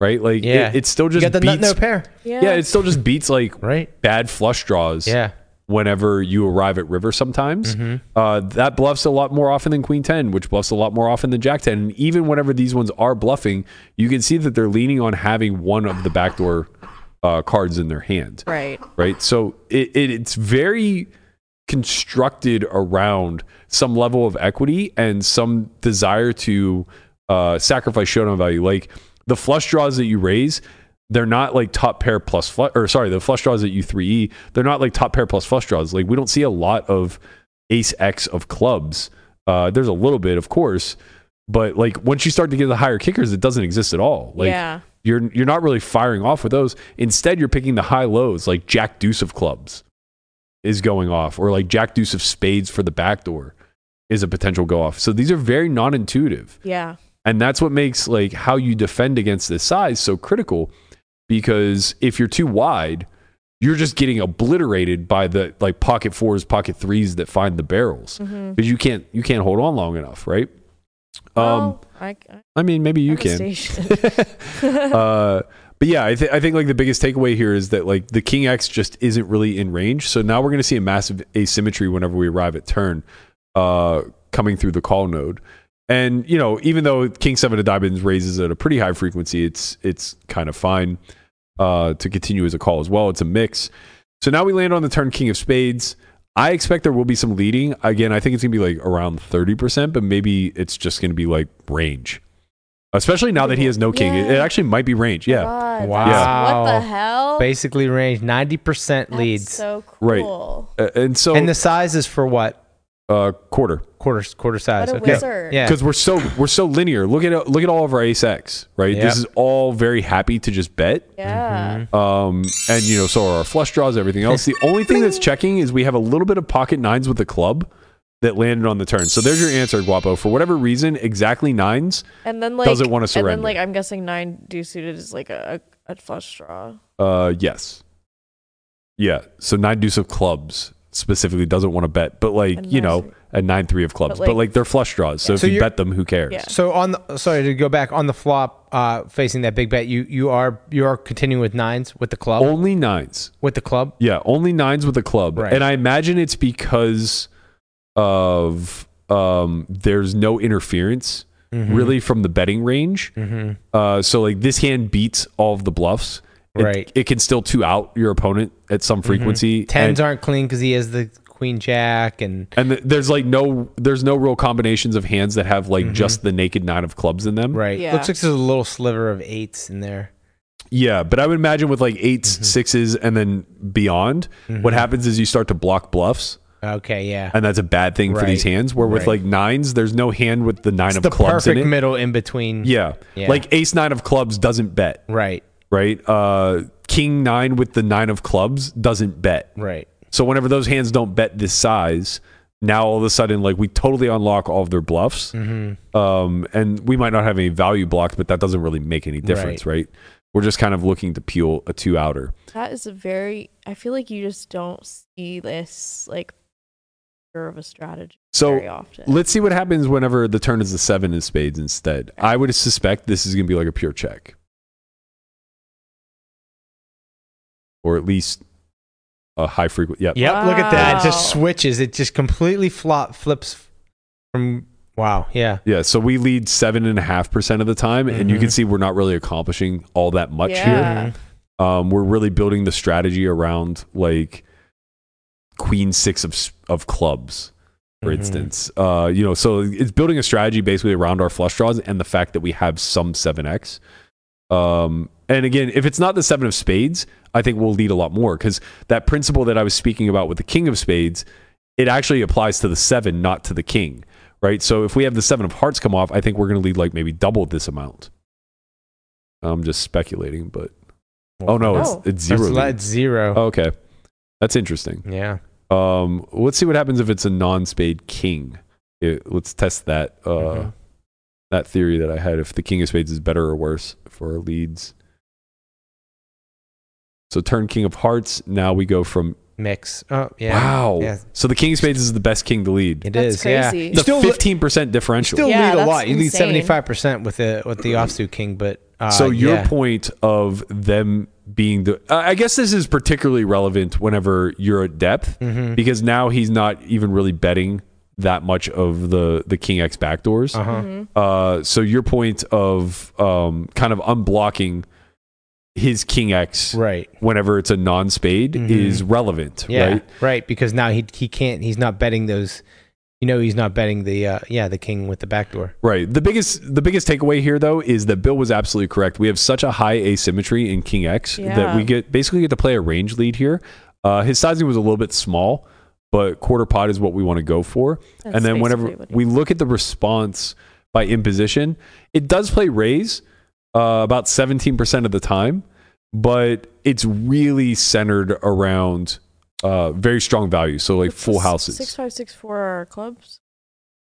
Speaker 3: right? Like it-
Speaker 4: Hmm. yeah,
Speaker 3: it, still just
Speaker 4: you got the
Speaker 3: beats.
Speaker 4: nut no pair,
Speaker 5: Yeah.
Speaker 3: yeah, it still just beats like
Speaker 4: right?
Speaker 3: bad flush draws
Speaker 4: Yeah,
Speaker 3: whenever you arrive at river sometimes. Uh, that bluffs a lot more often than queen 10, which bluffs a lot more often than jack 10. And even whenever these ones are bluffing, you can see that they're leaning on having one of the backdoor uh, cards in their hand,
Speaker 5: right.
Speaker 3: right? So it, it, it's very constructed around some level of equity and some desire to uh, sacrifice showdown value. Like the flush draws that you raise, they're not like top pair plus flush, or sorry, the flush draws that you 3E, they're not like top pair plus flush draws. Like we don't see a lot of ace X of clubs. Uh, there's a little bit, of course, but like once you start to get the higher kickers, it doesn't exist at all. Like
Speaker 5: Yeah.
Speaker 3: you're you're not really firing off with those. Instead, you're picking the high lows, like Jack Deuce of clubs is going off, or like Jack Deuce of spades for the backdoor is a potential go off. So these are very non-intuitive,
Speaker 5: Yeah.
Speaker 3: and that's what makes like how you defend against this size so critical. Because if you're too wide, you're just getting obliterated by the like pocket fours, pocket threes that find the barrels because you can't you can't hold on long enough, right? um,
Speaker 5: Well, I, I,
Speaker 3: I mean, maybe you
Speaker 5: I'm a
Speaker 3: can.
Speaker 5: station.
Speaker 3: uh, but yeah, I, th- I think like the biggest takeaway here is that like the King X just isn't really in range. So now we're going to see a massive asymmetry whenever we arrive at turn uh, coming through the call node. And you know, even though King Seven of Diamonds raises at a pretty high frequency, it's it's kind of fine uh, to continue as a call as well. It's a mix. So now we land on the turn King of Spades. I expect there will be some leading. Again, I think it's gonna be like around thirty percent, but maybe it's just gonna be like range. Especially now that he has no king, it, it
Speaker 5: Yeah.
Speaker 3: actually might be range. Yeah,
Speaker 5: God,
Speaker 4: Wow.
Speaker 5: that's- What
Speaker 4: Yeah.
Speaker 5: the hell?
Speaker 4: basically range ninety percent
Speaker 5: That's
Speaker 4: leads,
Speaker 5: so
Speaker 3: Right.
Speaker 5: cool.
Speaker 3: Uh, and so
Speaker 4: and the size is for what
Speaker 3: uh, quarter
Speaker 4: quarter quarter size.
Speaker 5: What a
Speaker 4: okay.
Speaker 5: wizard.
Speaker 4: Yeah.
Speaker 3: because we're so we're so linear. Look at look at all of our ace x, right?
Speaker 4: Yeah.
Speaker 3: This is all very happy to just bet.
Speaker 5: Yeah.
Speaker 3: Um, and you know, so are our flush draws, everything else. The only thing that's checking is we have a little bit of pocket nines with the club that landed on the turn. So there's your answer, Guapo. For whatever reason, exactly nines.
Speaker 4: Mm-hmm.
Speaker 5: And then like
Speaker 3: Doesn't wanna
Speaker 5: And
Speaker 3: surrender.
Speaker 5: then like I'm guessing nine do suited is like a, a, a flush draw.
Speaker 3: Uh, yes. Yeah. So nine deuce of clubs specifically doesn't want to bet, but like
Speaker 5: And
Speaker 3: you
Speaker 5: nine
Speaker 3: know,
Speaker 5: three.
Speaker 3: a nine three of clubs, but
Speaker 5: But,
Speaker 3: like,
Speaker 5: like-
Speaker 3: they're flush draws. So
Speaker 5: Yeah.
Speaker 3: if
Speaker 4: So
Speaker 3: you
Speaker 4: you're-
Speaker 3: bet them, who cares?
Speaker 5: Yeah.
Speaker 4: So on the sorry to go back on the flop, uh, facing that big bet, you you are you are continuing with nines with the club
Speaker 3: Only nines.
Speaker 4: with the club.
Speaker 3: Yeah, only nines with a club.
Speaker 4: Right.
Speaker 3: And I imagine it's because of um there's no interference
Speaker 4: Mm-hmm.
Speaker 3: Mm-hmm. really from the betting range. Uh so like this hand beats all of the bluffs. It-
Speaker 4: Right. Mm-hmm.
Speaker 3: It can still two out your opponent at some frequency.
Speaker 4: Tens
Speaker 3: and,
Speaker 4: aren't clean because he has the queen jack and
Speaker 3: and th- there's like no there's no real combinations of hands that have like just the naked nine of clubs in them.
Speaker 4: Mm-hmm. right.
Speaker 5: Yeah.
Speaker 4: Looks like there's a little sliver of eights in there.
Speaker 3: Yeah, but I would imagine with like 8s
Speaker 4: Mm-hmm.
Speaker 3: sixes and then beyond, what happens is you start to block bluffs.
Speaker 4: Okay, yeah.
Speaker 3: and that's a bad thing for
Speaker 4: Right.
Speaker 3: these hands. Where with
Speaker 4: Right.
Speaker 3: like nines, there's no hand with the nine
Speaker 4: It's
Speaker 3: of
Speaker 4: the
Speaker 3: clubs in
Speaker 4: perfect
Speaker 3: it.
Speaker 4: middle in between.
Speaker 3: yeah.
Speaker 4: Yeah.
Speaker 3: like ace nine of clubs doesn't bet,
Speaker 4: Right.
Speaker 3: right? Uh, king nine with the nine of clubs doesn't bet.
Speaker 4: Right.
Speaker 3: So whenever those hands don't bet this size, now all of a sudden, like we totally unlock all of their bluffs,
Speaker 4: Mm-hmm.
Speaker 3: um, and we might not have any value blocked, but that doesn't really make any difference, right? We're just kind of looking to peel a two outer.
Speaker 5: That is a very I feel like you just don't see this like pure of a strategy
Speaker 3: So
Speaker 5: very often.
Speaker 3: Let's see what happens whenever the turn is the seven in spades instead. I would suspect this is going to be like a pure check, or at least a high frequency. Yep.
Speaker 4: Yep. Look at that. It just
Speaker 5: Wow.
Speaker 4: switches. It just completely flop flips from. Wow. Yeah.
Speaker 3: Yeah. So we lead seven and a half percent of the time, and you can
Speaker 4: Mhm.
Speaker 3: see we're not really accomplishing all that much here.
Speaker 5: Yeah.
Speaker 3: Um, we're really building the strategy around like queen six of s- of clubs. For
Speaker 4: Mhm.
Speaker 3: instance, uh, you know, so it's building a strategy basically around our flush draws and the fact that we have some seven x. Um, and again, if it's not the seven of spades, I think we'll lead a lot more because that principle that I was speaking about with the king of spades, it actually applies to the seven, not to the king, right? So if we have the seven of hearts come off, I think we're going to lead like maybe double this amount. I'm just speculating, but oh no,
Speaker 5: Oh.
Speaker 3: it's, it's
Speaker 4: That's
Speaker 3: zero.
Speaker 4: li-
Speaker 3: lead.
Speaker 4: it's zero.
Speaker 3: Oh, okay, that's interesting.
Speaker 4: Yeah.
Speaker 3: Um, let's see what happens if it's a non-spade king. It- let's test that uh,
Speaker 4: Mhm.
Speaker 3: that theory that I had. If the king of spades is better or worse for our leads. So turn king of hearts. Now we go from
Speaker 4: Mix. Oh yeah.
Speaker 3: wow.
Speaker 4: Yeah.
Speaker 3: So the king of spades is the best king to lead.
Speaker 4: It
Speaker 5: That's
Speaker 4: is, yeah.
Speaker 5: crazy.
Speaker 4: You
Speaker 3: The
Speaker 4: still, li-
Speaker 3: fifteen percent differential.
Speaker 4: still
Speaker 5: Yeah,
Speaker 4: lead a
Speaker 5: that's
Speaker 4: lot. You lead
Speaker 5: insane.
Speaker 4: seventy five percent with the with the offsuit king, but uh,
Speaker 3: so your
Speaker 4: yeah.
Speaker 3: point of them being the I I guess this is particularly relevant whenever you're at depth
Speaker 4: Mhm.
Speaker 3: because now he's not even really betting that much of the the king x backdoors.
Speaker 4: Uh-huh.
Speaker 5: Mm-hmm.
Speaker 3: Uh, so your point of um, kind of unblocking his king x
Speaker 4: Right. Mm-hmm.
Speaker 3: whenever it's a non spade is relevant,
Speaker 4: Yeah.
Speaker 3: right?
Speaker 4: Right. Because now he he can't. He's not betting those. You know, he's not betting the uh, yeah the king with the backdoor.
Speaker 3: Right. The biggest the biggest takeaway here though is that Bill was absolutely correct. We have such a high asymmetry in King X that
Speaker 5: Yeah.
Speaker 3: we get basically get to play a range lead here. Uh, his sizing was a little bit small, but quarter pot is what we want to go for.
Speaker 5: That's
Speaker 3: and then whenever
Speaker 5: basically what he
Speaker 3: we look at the response by imposition, it does play raise uh, about 17% of the time, but it's really centered around uh, very strong value. So like full houses.
Speaker 5: Six five six four are clubs.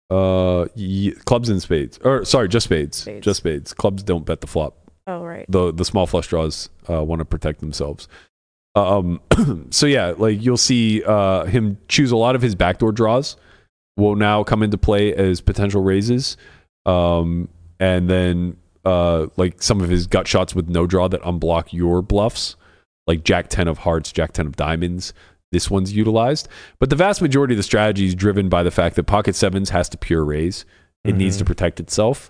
Speaker 3: Uh, y- clubs and spades, or sorry, just spades.
Speaker 5: Spades.
Speaker 3: just spades. Clubs don't bet the flop.
Speaker 5: Oh right.
Speaker 3: The the small flush draws uh, want to protect themselves. Um, so yeah, like you'll see uh, him choose a lot of his backdoor draws will now come into play as potential raises, um, and then uh, like some of his gut shots with no draw that unblock your bluffs, like Jack ten of hearts, Jack ten of diamonds. This one's utilized, but the vast majority of the strategy is driven by the fact that pocket sevens has to pure raise. It needs to protect itself.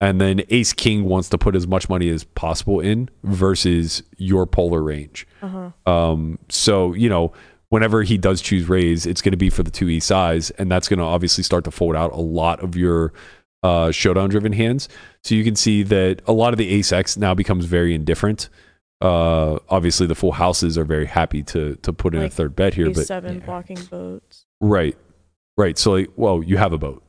Speaker 3: And then ace king wants to put as much money as possible in versus your polar range.
Speaker 5: Uh-huh.
Speaker 3: Um, so you know, whenever he does choose raise, it's going to be for the two e size, and that's going to obviously start to fold out a lot of your uh, showdown driven hands. So you can see that a lot of the ace x now becomes very indifferent. Uh, obviously, the full houses are very happy to to put in
Speaker 5: Like,
Speaker 3: a third bet here,
Speaker 5: Ace
Speaker 3: but
Speaker 5: seven
Speaker 4: yeah.
Speaker 5: blocking boats.
Speaker 3: right, Right. So like, well, you have a boat.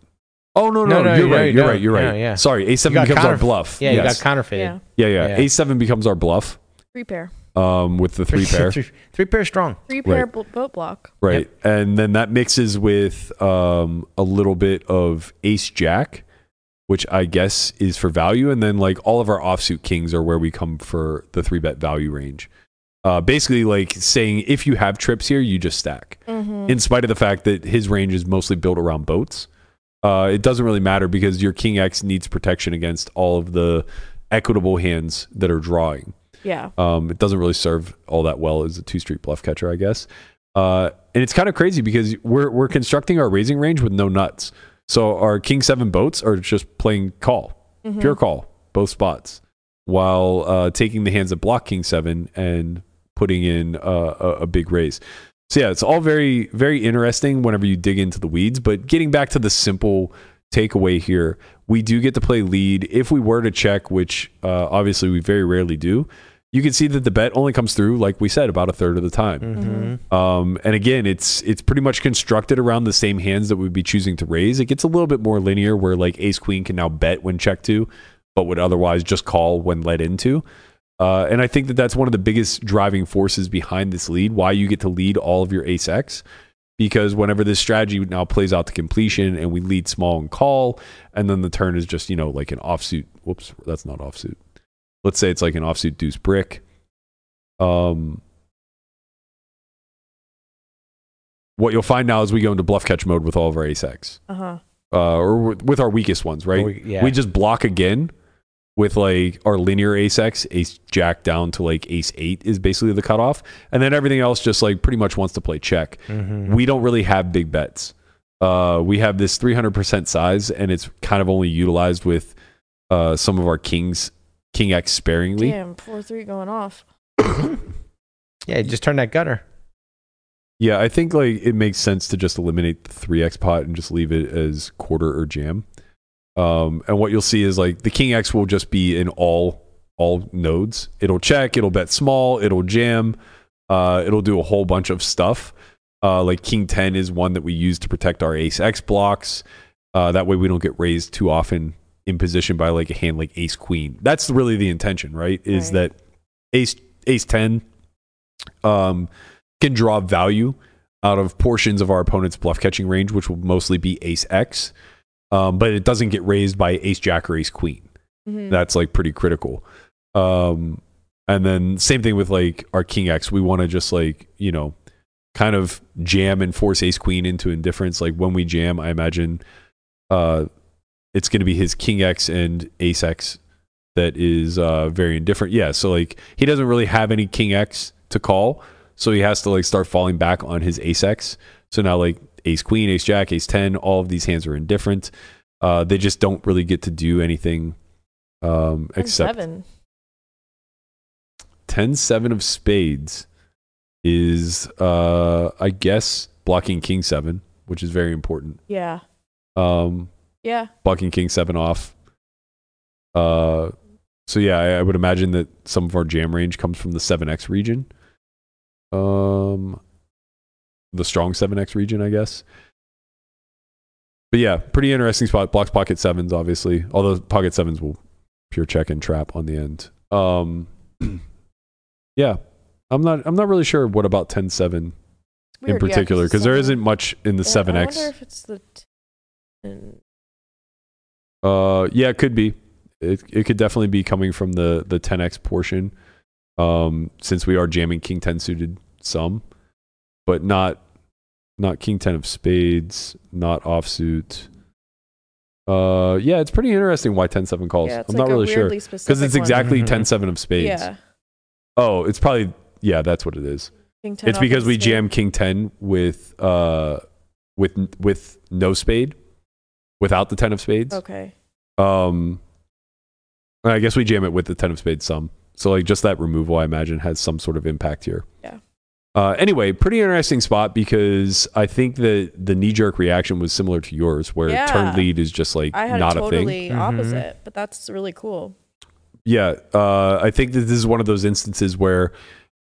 Speaker 3: Oh no,
Speaker 4: No,
Speaker 3: no,
Speaker 4: no,
Speaker 3: you're
Speaker 4: you- no,
Speaker 3: right.
Speaker 4: you
Speaker 3: You're
Speaker 4: don't.
Speaker 3: right. You're right.
Speaker 4: No, yeah.
Speaker 3: Sorry, A7
Speaker 4: You got
Speaker 3: becomes our
Speaker 4: counterf-
Speaker 3: bluff.
Speaker 4: Yeah,
Speaker 3: yes.
Speaker 4: you got counterfeited.
Speaker 5: Yeah.
Speaker 3: yeah, yeah,
Speaker 4: yeah.
Speaker 3: A7 becomes our bluff
Speaker 5: Three pair.
Speaker 3: um, with the three pair.
Speaker 4: three, three pair strong.
Speaker 5: Three pair
Speaker 3: Right.
Speaker 5: bo- boat block.
Speaker 3: Right. And then that mixes with um, a little bit of ace jack, which I guess is for value. And then like all of our offsuit kings are where we come for the three bet value range. Uh, basically, like saying if you have trips here, you just stack.
Speaker 5: Mm-hmm.
Speaker 3: In spite of the fact that his range is mostly built around boats, uh, it doesn't really matter because your king X needs protection against all of the equitable hands that are drawing.
Speaker 5: Yeah.
Speaker 3: Um, it doesn't really serve all that well as a two street bluff catcher, I guess. Uh, and it's kind of crazy because we're we're constructing our raising range with no nuts. So our king seven boats are just playing call,
Speaker 5: Mm-hmm.
Speaker 3: pure call, both spots, while uh, taking the hands that block king seven and putting in uh, a, a big raise. So yeah, it's all very very interesting whenever you dig into the weeds. But getting back to the simple takeaway here, we do get to play lead if we were to check, which uh, obviously we very rarely do. You can see that the bet only comes through, like we said, about a third of the time.
Speaker 4: Mm-hmm.
Speaker 3: Um, and again, it's it's pretty much constructed around the same hands that we'd be choosing to raise. It gets a little bit more linear, where like Ace Queen can now bet when checked to, but would otherwise just call when led into. Uh, and I think that that's one of the biggest driving forces behind this lead. Why you get to lead all of your Ace X, because whenever this strategy now plays out to completion, and we lead small and call, and then the turn is just you know like an offsuit. Whoops, that's not offsuit. Let's say it's like an offsuit deuce brick. Um, what you'll find now is we go into bluff catch mode with all of our ace x
Speaker 5: Uh huh.
Speaker 3: uh, or with- with our weakest ones right
Speaker 4: We- Oh, yeah.
Speaker 3: we just block again with like our linear ace x ace jack down to like ace eight is basically the cutoff and then everything else just like pretty much wants to play check
Speaker 4: Mm-hmm.
Speaker 3: we don't really have big bets uh, we have this 300% size and it's kind of only utilized with uh, some of our kings king x sparingly
Speaker 5: Damn, four three going off.
Speaker 4: Yeah, just turn that gutter.
Speaker 3: Yeah, I think like it makes sense to just eliminate the three X pot and just leave it as quarter or jam. Um, and what you'll see is like the king X will just be in all all nodes. It'll check. It'll bet small. It'll jam. Uh, it'll do a whole bunch of stuff. Uh, like king ten is one that we use to protect our ace X blocks. Uh, that way we don't get raised too often in position by like a hand like ace queen. That's really the intention, right? Is
Speaker 5: Right.
Speaker 3: that ace ace ten um, can draw value out of portions of our opponent's bluff catching range, which will mostly be ace X, um, but it doesn't get raised by ace jack or ace queen.
Speaker 5: Mhm.
Speaker 3: That's like pretty critical. Um, and then same thing with like our king X. We want to just like, you know, kind of jam and force ace queen into indifference. Like when we jam, I imagine uh, it's going to be his king X and ace X that is uh, very indifferent. Yeah. So like he doesn't really have any king X to call. So he has to like start falling back on his ace X. So now like ace queen, ace jack, ace 10, all of these hands are indifferent. Uh, they just don't really get to do anything um,
Speaker 5: And
Speaker 3: except
Speaker 5: seven.
Speaker 3: 10 7 of spades is uh i guess blocking king 7 which is very important
Speaker 5: Yeah.
Speaker 3: um
Speaker 5: Yeah.
Speaker 3: blocking king 7 off uh so yeah I, I would imagine that some of our jam range comes from the 7x region um the strong 7x region i guess but yeah pretty interesting spot blocks pocket sevens obviously although pocket sevens will pure check and trap on the end um yeah i'm not i'm not really sure what about 10-7
Speaker 5: It's weird, yeah,
Speaker 3: in particular because there
Speaker 5: it's seven.
Speaker 3: isn't much in the
Speaker 5: Yeah,
Speaker 3: 7x
Speaker 5: I wonder if it's the. Ten.
Speaker 3: Uh, yeah, it could be. It it could definitely be coming from the the 10x portion. Um, since we are jamming king 10 suited some, but not not king 10 of spades, not offsuit. Uh, yeah, it's pretty interesting why 10 7 calls.
Speaker 5: Yeah, it's
Speaker 3: I'm
Speaker 5: like
Speaker 3: not
Speaker 5: a
Speaker 3: really sure
Speaker 5: weirdly
Speaker 3: because
Speaker 5: specific
Speaker 3: it's
Speaker 5: one.
Speaker 3: exactly
Speaker 4: Mhm.
Speaker 3: 10 7 of spades.
Speaker 5: Yeah.
Speaker 3: Oh, it's probably yeah, that's what it is.
Speaker 5: King ten
Speaker 3: It's
Speaker 5: off
Speaker 3: because
Speaker 5: the
Speaker 3: we
Speaker 5: spade.
Speaker 3: jam king 10 with uh with with no spade without the 10 of spades.
Speaker 5: Okay.
Speaker 3: Um, and I guess we jam it with the ten of spades some. So like just that removal, I imagine, has some sort of impact here.
Speaker 5: Yeah.
Speaker 3: Uh, anyway, pretty interesting spot because I think that the knee jerk reaction was similar to yours, where
Speaker 5: Yeah.
Speaker 3: turn lead is just like
Speaker 5: I had
Speaker 3: not
Speaker 5: it
Speaker 3: a thing.
Speaker 5: totally
Speaker 4: Mhm.
Speaker 5: opposite, but that's really cool.
Speaker 3: Yeah, uh, I think that this is one of those instances where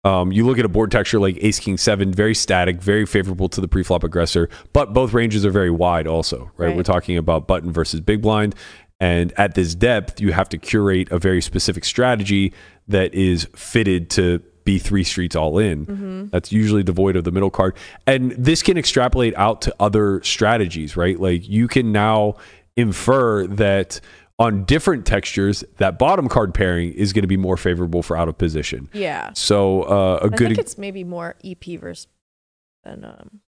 Speaker 3: Um, you look at a board texture like Ace King Seven, very static, very favorable to the preflop aggressor, but both ranges are very wide. Also, right?
Speaker 5: Right.
Speaker 3: We're talking about button versus big blind, and at this depth, you have to curate a very specific strategy that is fitted to be three streets all in. That's usually devoid of the middle card, and this can extrapolate out to other strategies, right? Like you can now infer that on different textures, that bottom card pairing is going to be more favorable for out of position.
Speaker 5: Yeah.
Speaker 3: So uh, a
Speaker 5: I
Speaker 3: good
Speaker 5: think it's maybe more EP versus than um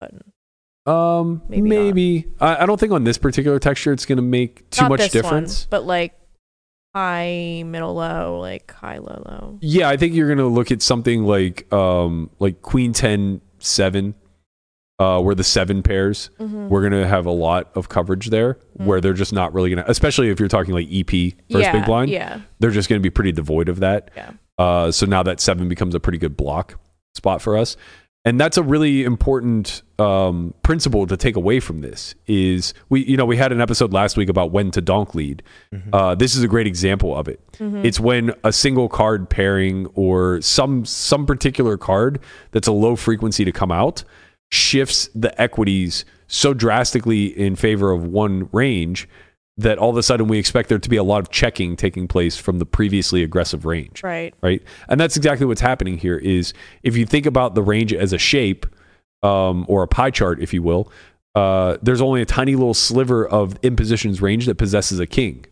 Speaker 5: button.
Speaker 3: um
Speaker 5: maybe
Speaker 3: maybe,
Speaker 5: not.
Speaker 3: I, I don't think on this particular texture it's going to make too
Speaker 5: Not
Speaker 3: much
Speaker 5: this one,
Speaker 3: difference.
Speaker 5: but like high, middle, low, like high, low, low.
Speaker 3: Yeah, I think you're going to look at something like um like queen 10 7 uh where the seven pairs
Speaker 5: Mm-hmm.
Speaker 3: we're going to have a lot of coverage there where they're just not really going to especially if you're talking like EP versus
Speaker 5: yeah,
Speaker 3: big blind.
Speaker 5: Yeah.
Speaker 3: They're just going to be pretty devoid of that.
Speaker 5: Yeah.
Speaker 3: Uh, so now that seven becomes a pretty good block spot for us. And that's a really important um, principle to take away from this is we, you know, we had an episode last week about when to donk lead.
Speaker 4: Mm-hmm.
Speaker 3: Uh, this is a great example of it.
Speaker 5: Mm-hmm.
Speaker 3: It's when a single card pairing or some some particular card that's a low frequency to come out shifts the equities so drastically in favor of one range that all of a sudden we expect there to be a lot of checking taking place from the previously aggressive range
Speaker 5: Right.
Speaker 3: right and that's exactly what's happening here is if you think about the range as a shape um, or a pie chart if you will uh, there's only a tiny little sliver of imposition's range that possesses a king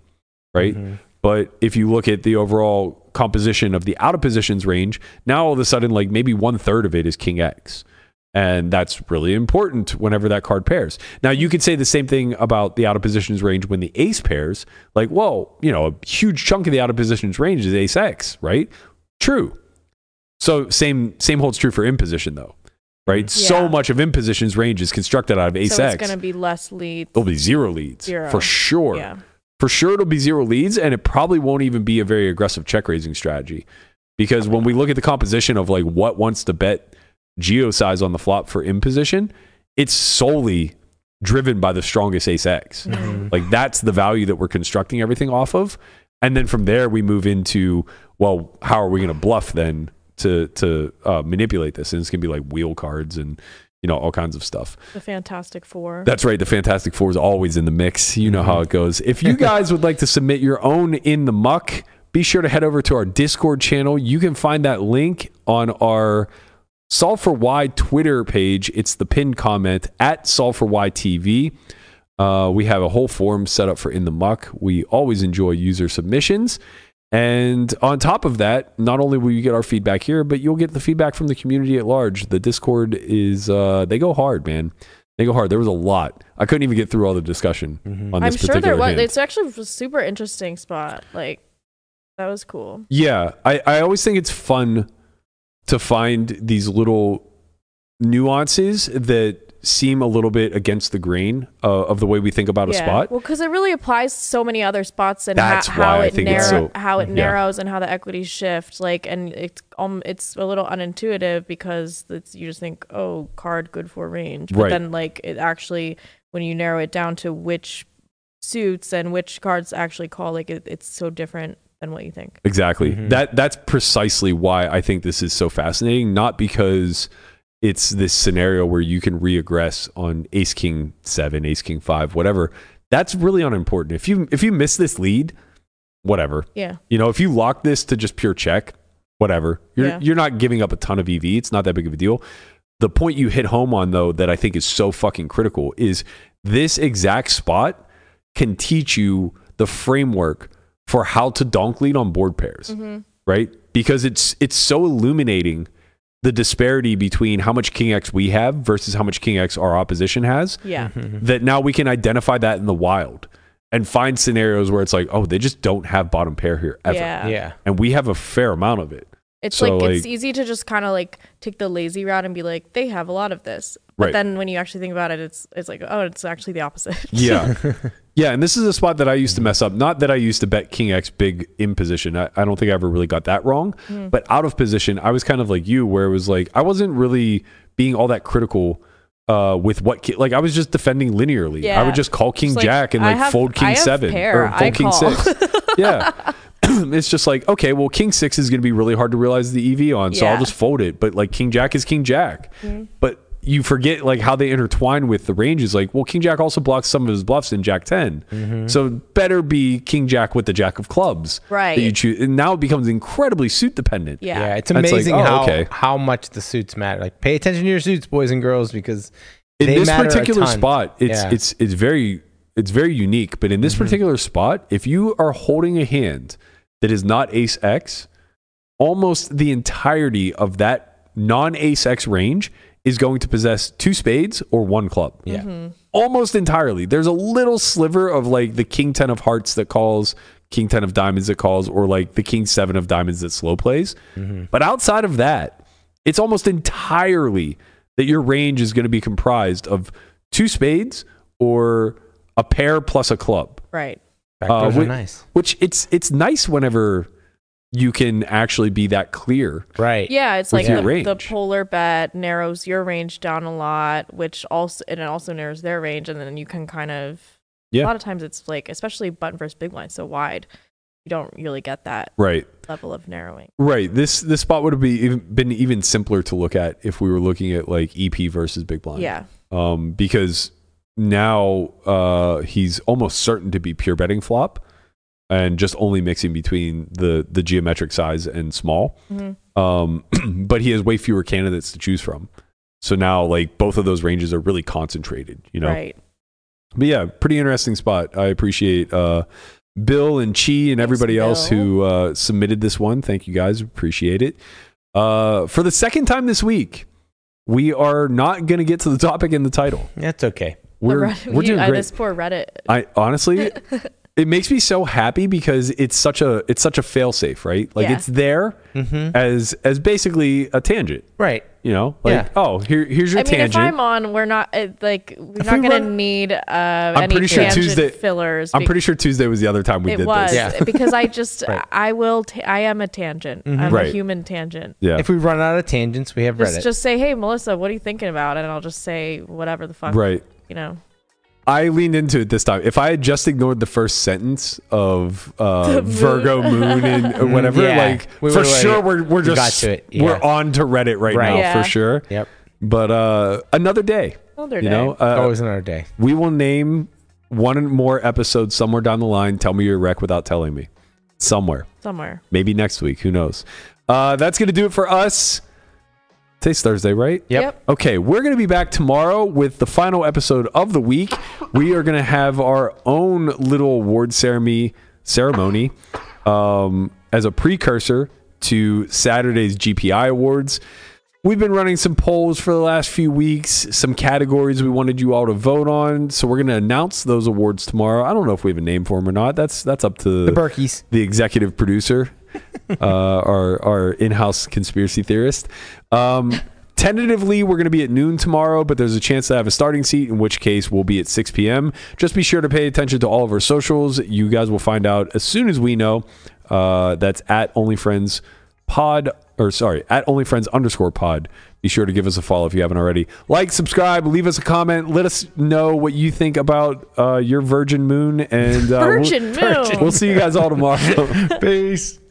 Speaker 3: right
Speaker 5: Mm-hmm.
Speaker 3: but if you look at the overall composition of the out of positions range now all of a sudden like maybe one third of it is king x and that's really important whenever that card pairs. Now, you could say the same thing about the out of positions range when the ace pairs. Like, well, you know, a huge chunk of the out of positions range is ace X, right? True. So same same holds true for imposition though, right? So
Speaker 5: Mm-hmm. Yeah.
Speaker 3: much of imposition's range is constructed out of ace
Speaker 5: so
Speaker 3: X.
Speaker 5: it's gonna be less lead.
Speaker 3: There'll be zero leads
Speaker 5: Zero.
Speaker 3: for sure.
Speaker 5: Yeah.
Speaker 3: For sure, it'll be zero leads, and it probably won't even be a very aggressive check raising strategy. Because when we look at the composition of like what wants to bet geo size on the flop for imposition, it's solely driven by the strongest ace X.
Speaker 5: Mm-hmm.
Speaker 3: Like that's the value that we're constructing everything off of. And then from there, we move into well, how are we going to bluff then to to uh, manipulate this? And it's going to be like wheel cards and you know all kinds of stuff.
Speaker 5: The Fantastic Four.
Speaker 3: That's right. The Fantastic Four is always in the mix. You know how it goes. If you guys would like to submit your own in the muck, be sure to head over to our Discord channel. You can find that link on our Solve for Why Twitter page. It's the pinned comment at Solve for Why TV. Uh, we have a whole forum set up for In the Muck. We always enjoy user submissions. And on top of that, not only will you get our feedback here, but you'll get the feedback from the community at large. The Discord is, uh, they go hard, man. They go hard. There was a lot. I couldn't even get through all the discussion on this
Speaker 5: I'm sure
Speaker 3: particular
Speaker 5: there was.
Speaker 3: hand.
Speaker 5: It's actually a super interesting spot. Like that was cool.
Speaker 3: Yeah, I, I always think it's fun to find these little nuances that seem a little bit against the grain uh, of the way we think about a
Speaker 5: yeah.
Speaker 3: spot.
Speaker 5: Well, because it really applies to so many other spots and
Speaker 3: That's
Speaker 5: ho- how
Speaker 3: why I
Speaker 5: it
Speaker 3: think it's
Speaker 5: narrow-
Speaker 3: so-
Speaker 5: how it
Speaker 3: yeah.
Speaker 5: narrows and how the equities shift. Like, and it's um, it's a little unintuitive because it's, you just think, oh, card good for range, but
Speaker 3: Right.
Speaker 5: then like it actually when you narrow it down to which suits and which cards actually call, like it, it's so different than what you think.
Speaker 3: Exactly. That that's precisely why I think this is so fascinating. Not because it's this scenario where you can regress on Ace King seven, Ace King five, whatever. That's really unimportant. If you if you miss this lead, whatever.
Speaker 5: Yeah.
Speaker 3: You know, if you lock this to just pure check, whatever. You're
Speaker 5: Yeah.
Speaker 3: you're not giving up a ton of EV. It's not that big of a deal. The point you hit home on though that I think is so fucking critical is this exact spot can teach you the framework for how to donk lead on board pairs,
Speaker 5: Mm-hmm.
Speaker 3: right? Because it's it's so illuminating the disparity between how much king x we have versus how much king x our opposition has
Speaker 5: Yeah.
Speaker 3: that now we can identify that in the wild and find scenarios where it's like, oh, they just don't have bottom pair here ever.
Speaker 5: Yeah.
Speaker 4: Yeah.
Speaker 3: And we have a fair amount of it.
Speaker 5: It's
Speaker 3: So,
Speaker 5: like, it's
Speaker 3: like-
Speaker 5: easy to just kind of like take the lazy route and be like, they have a lot of this. But
Speaker 3: Right.
Speaker 5: then when you actually think about it, it's it's like, oh, it's actually the opposite.
Speaker 3: Yeah. yeah. And this is a spot that I used to mess up. Not that I used to bet King X big in position. I, I don't think I ever really got that wrong.
Speaker 5: Mm.
Speaker 3: But out of position, I was kind of like you, where it was like, I wasn't really being all that critical. Uh, with what ki- like I was just defending linearly. I
Speaker 5: Yeah.
Speaker 3: would just call King
Speaker 5: It's like,
Speaker 3: Jack and
Speaker 5: I
Speaker 3: like
Speaker 5: have-
Speaker 3: fold King
Speaker 5: I have
Speaker 3: Seven
Speaker 5: pair,
Speaker 3: or fold
Speaker 5: I
Speaker 3: King
Speaker 5: call.
Speaker 3: Six. yeah, it's just like okay, well, King Six is going to be really hard to realize the EV on, so I'll
Speaker 5: Yeah. Mm-hmm.
Speaker 3: just fold it. But like King Jack is King Jack, but you forget like how they intertwine with the ranges. Like, well, King Jack also blocks some of his bluffs in Jack 10 so better be King Jack with the Jack of Clubs,
Speaker 5: Right.
Speaker 3: That you choose, and now it becomes incredibly suit dependent.
Speaker 5: Yeah.
Speaker 4: Yeah, it's
Speaker 3: That's like,
Speaker 4: amazing
Speaker 3: oh,
Speaker 4: how
Speaker 3: okay.
Speaker 4: how much the suits matter. Like, pay attention to your suits, boys and girls, because
Speaker 3: in
Speaker 4: they
Speaker 3: this
Speaker 4: matter a
Speaker 3: particular
Speaker 4: ton.
Speaker 3: spot it's
Speaker 4: Yeah. Mm-hmm.
Speaker 3: it's it's very it's very unique but in this particular spot if you are holding a hand that is not ace x almost the entirety of that non ace x range is going to possess two spades or one club
Speaker 4: yeah,
Speaker 3: almost entirely there's a little sliver of like the king 10 of hearts that calls king 10 of diamonds that calls or like the king 7 of diamonds that slow plays
Speaker 4: Mm-hmm.
Speaker 3: but outside of that, it's almost entirely that your range is going to be comprised of two spades or a pair plus a club, Uh,
Speaker 5: Right.
Speaker 4: backdoors
Speaker 3: whi-
Speaker 4: are nice,
Speaker 3: which it's it's nice whenever you can actually be that clear.
Speaker 4: right?
Speaker 5: Yeah, it's
Speaker 3: With
Speaker 5: like
Speaker 3: your
Speaker 5: the, the
Speaker 3: range.
Speaker 5: polar bet narrows your range down a lot, which also and it also narrows their range, and then you can kind of
Speaker 3: Yeah.
Speaker 5: a lot of times it's like especially button versus big blind so wide, you don't really get that
Speaker 3: Right.
Speaker 5: level of narrowing.
Speaker 3: Right. This this spot would have be, even- been even simpler to look at if we were looking at like EP versus big blind.
Speaker 5: Yeah,
Speaker 3: um, because now uh, he's almost certain to be pure betting flop and just only mixing between the the geometric size and small.
Speaker 5: Mm-hmm.
Speaker 3: Um, but he has way fewer candidates to choose from. So now, like both of those ranges are really concentrated, you know.
Speaker 5: right.
Speaker 3: But yeah, pretty interesting spot. I appreciate uh, Bill and Chi and everybody else
Speaker 5: Bill.
Speaker 3: who uh, submitted this one. Thank you guys. Appreciate it. Uh, for the second time this week, we are not going to get to the topic in the title
Speaker 4: That's okay.
Speaker 5: The
Speaker 3: we're,
Speaker 5: Reddit-
Speaker 3: we're
Speaker 5: you-
Speaker 3: doing
Speaker 5: uh,
Speaker 3: great.
Speaker 5: This poor Reddit.
Speaker 3: I honestly, it makes me so happy because it's such a it's such a failsafe, right? Like
Speaker 5: Yeah.
Speaker 3: it's there
Speaker 4: Mm-hmm.
Speaker 3: as as basically a tangent.
Speaker 4: Right.
Speaker 3: You know, like
Speaker 4: Yeah.
Speaker 3: oh here here's your
Speaker 5: I mean, if
Speaker 3: tangent.
Speaker 5: I'm on, we're not uh, like we're
Speaker 3: If
Speaker 5: not
Speaker 3: we
Speaker 5: gonna
Speaker 3: run-
Speaker 5: need uh,
Speaker 3: I'm
Speaker 5: any
Speaker 3: pretty sure
Speaker 5: tangent
Speaker 3: Tuesday-
Speaker 5: fillers.
Speaker 3: I'm
Speaker 5: be-
Speaker 3: pretty sure Tuesday was the other time we
Speaker 5: it
Speaker 3: did
Speaker 5: was
Speaker 3: this.
Speaker 4: Yeah.
Speaker 5: because I just
Speaker 4: Right.
Speaker 5: I will ta- I am a tangent. I'm
Speaker 3: Mm-hmm. Right.
Speaker 5: a human tangent.
Speaker 3: Yeah.
Speaker 4: If we run out of tangents, we have
Speaker 5: Just
Speaker 4: Reddit.
Speaker 5: just say, hey Melissa, what are you thinking about? And I'll just say whatever the fuck.
Speaker 3: Right.
Speaker 5: You know.
Speaker 3: I leaned into it this time. If I had just ignored the first sentence of uh,
Speaker 5: The moon.
Speaker 3: Virgo moon and or whatever,
Speaker 4: yeah.
Speaker 3: like
Speaker 4: We
Speaker 3: for
Speaker 4: would've already
Speaker 3: sure we're we're
Speaker 4: got
Speaker 3: just
Speaker 4: to it, yeah.
Speaker 3: we're on to Reddit right,
Speaker 4: Right.
Speaker 3: now
Speaker 5: Yeah.
Speaker 3: for sure.
Speaker 4: yep.
Speaker 3: But uh, another day,
Speaker 5: Another
Speaker 3: you
Speaker 5: day.
Speaker 3: know, uh,
Speaker 4: Always another day.
Speaker 3: We will name one more episode somewhere down the line. Tell me your wreck without telling me. Somewhere.
Speaker 5: Somewhere.
Speaker 3: Maybe next week. Who knows? Uh, that's going to do it for us. Today's Thursday, right?
Speaker 4: Yep.
Speaker 3: Okay, we're going to be back tomorrow with the final episode of the week. We are going to have our own little award ceremony ceremony um, as a precursor to Saturday's GPI awards. We've been running some polls for the last few weeks, some categories we wanted you all to vote on. So we're going to announce those awards tomorrow. I don't know if we have a name for them or not. That's that's up to
Speaker 4: The Berkeys.
Speaker 3: the executive producer, uh, our our in-house conspiracy theorist. Um, tentatively, we're going to be at noon tomorrow, but there's a chance to have a starting seat, in which case we'll be at 6 p.m. Just be sure to pay attention to all of our socials. You guys will find out as soon as we know. Uh, that's at OnlyFriends pod or sorry at onlyfriends underscore pod be sure to give us a follow if you haven't already like subscribe leave us a comment let us know what you think about uh, your virgin moon and uh, we'll-
Speaker 5: Virgin Moon.
Speaker 3: We'll see you guys all tomorrow. Peace.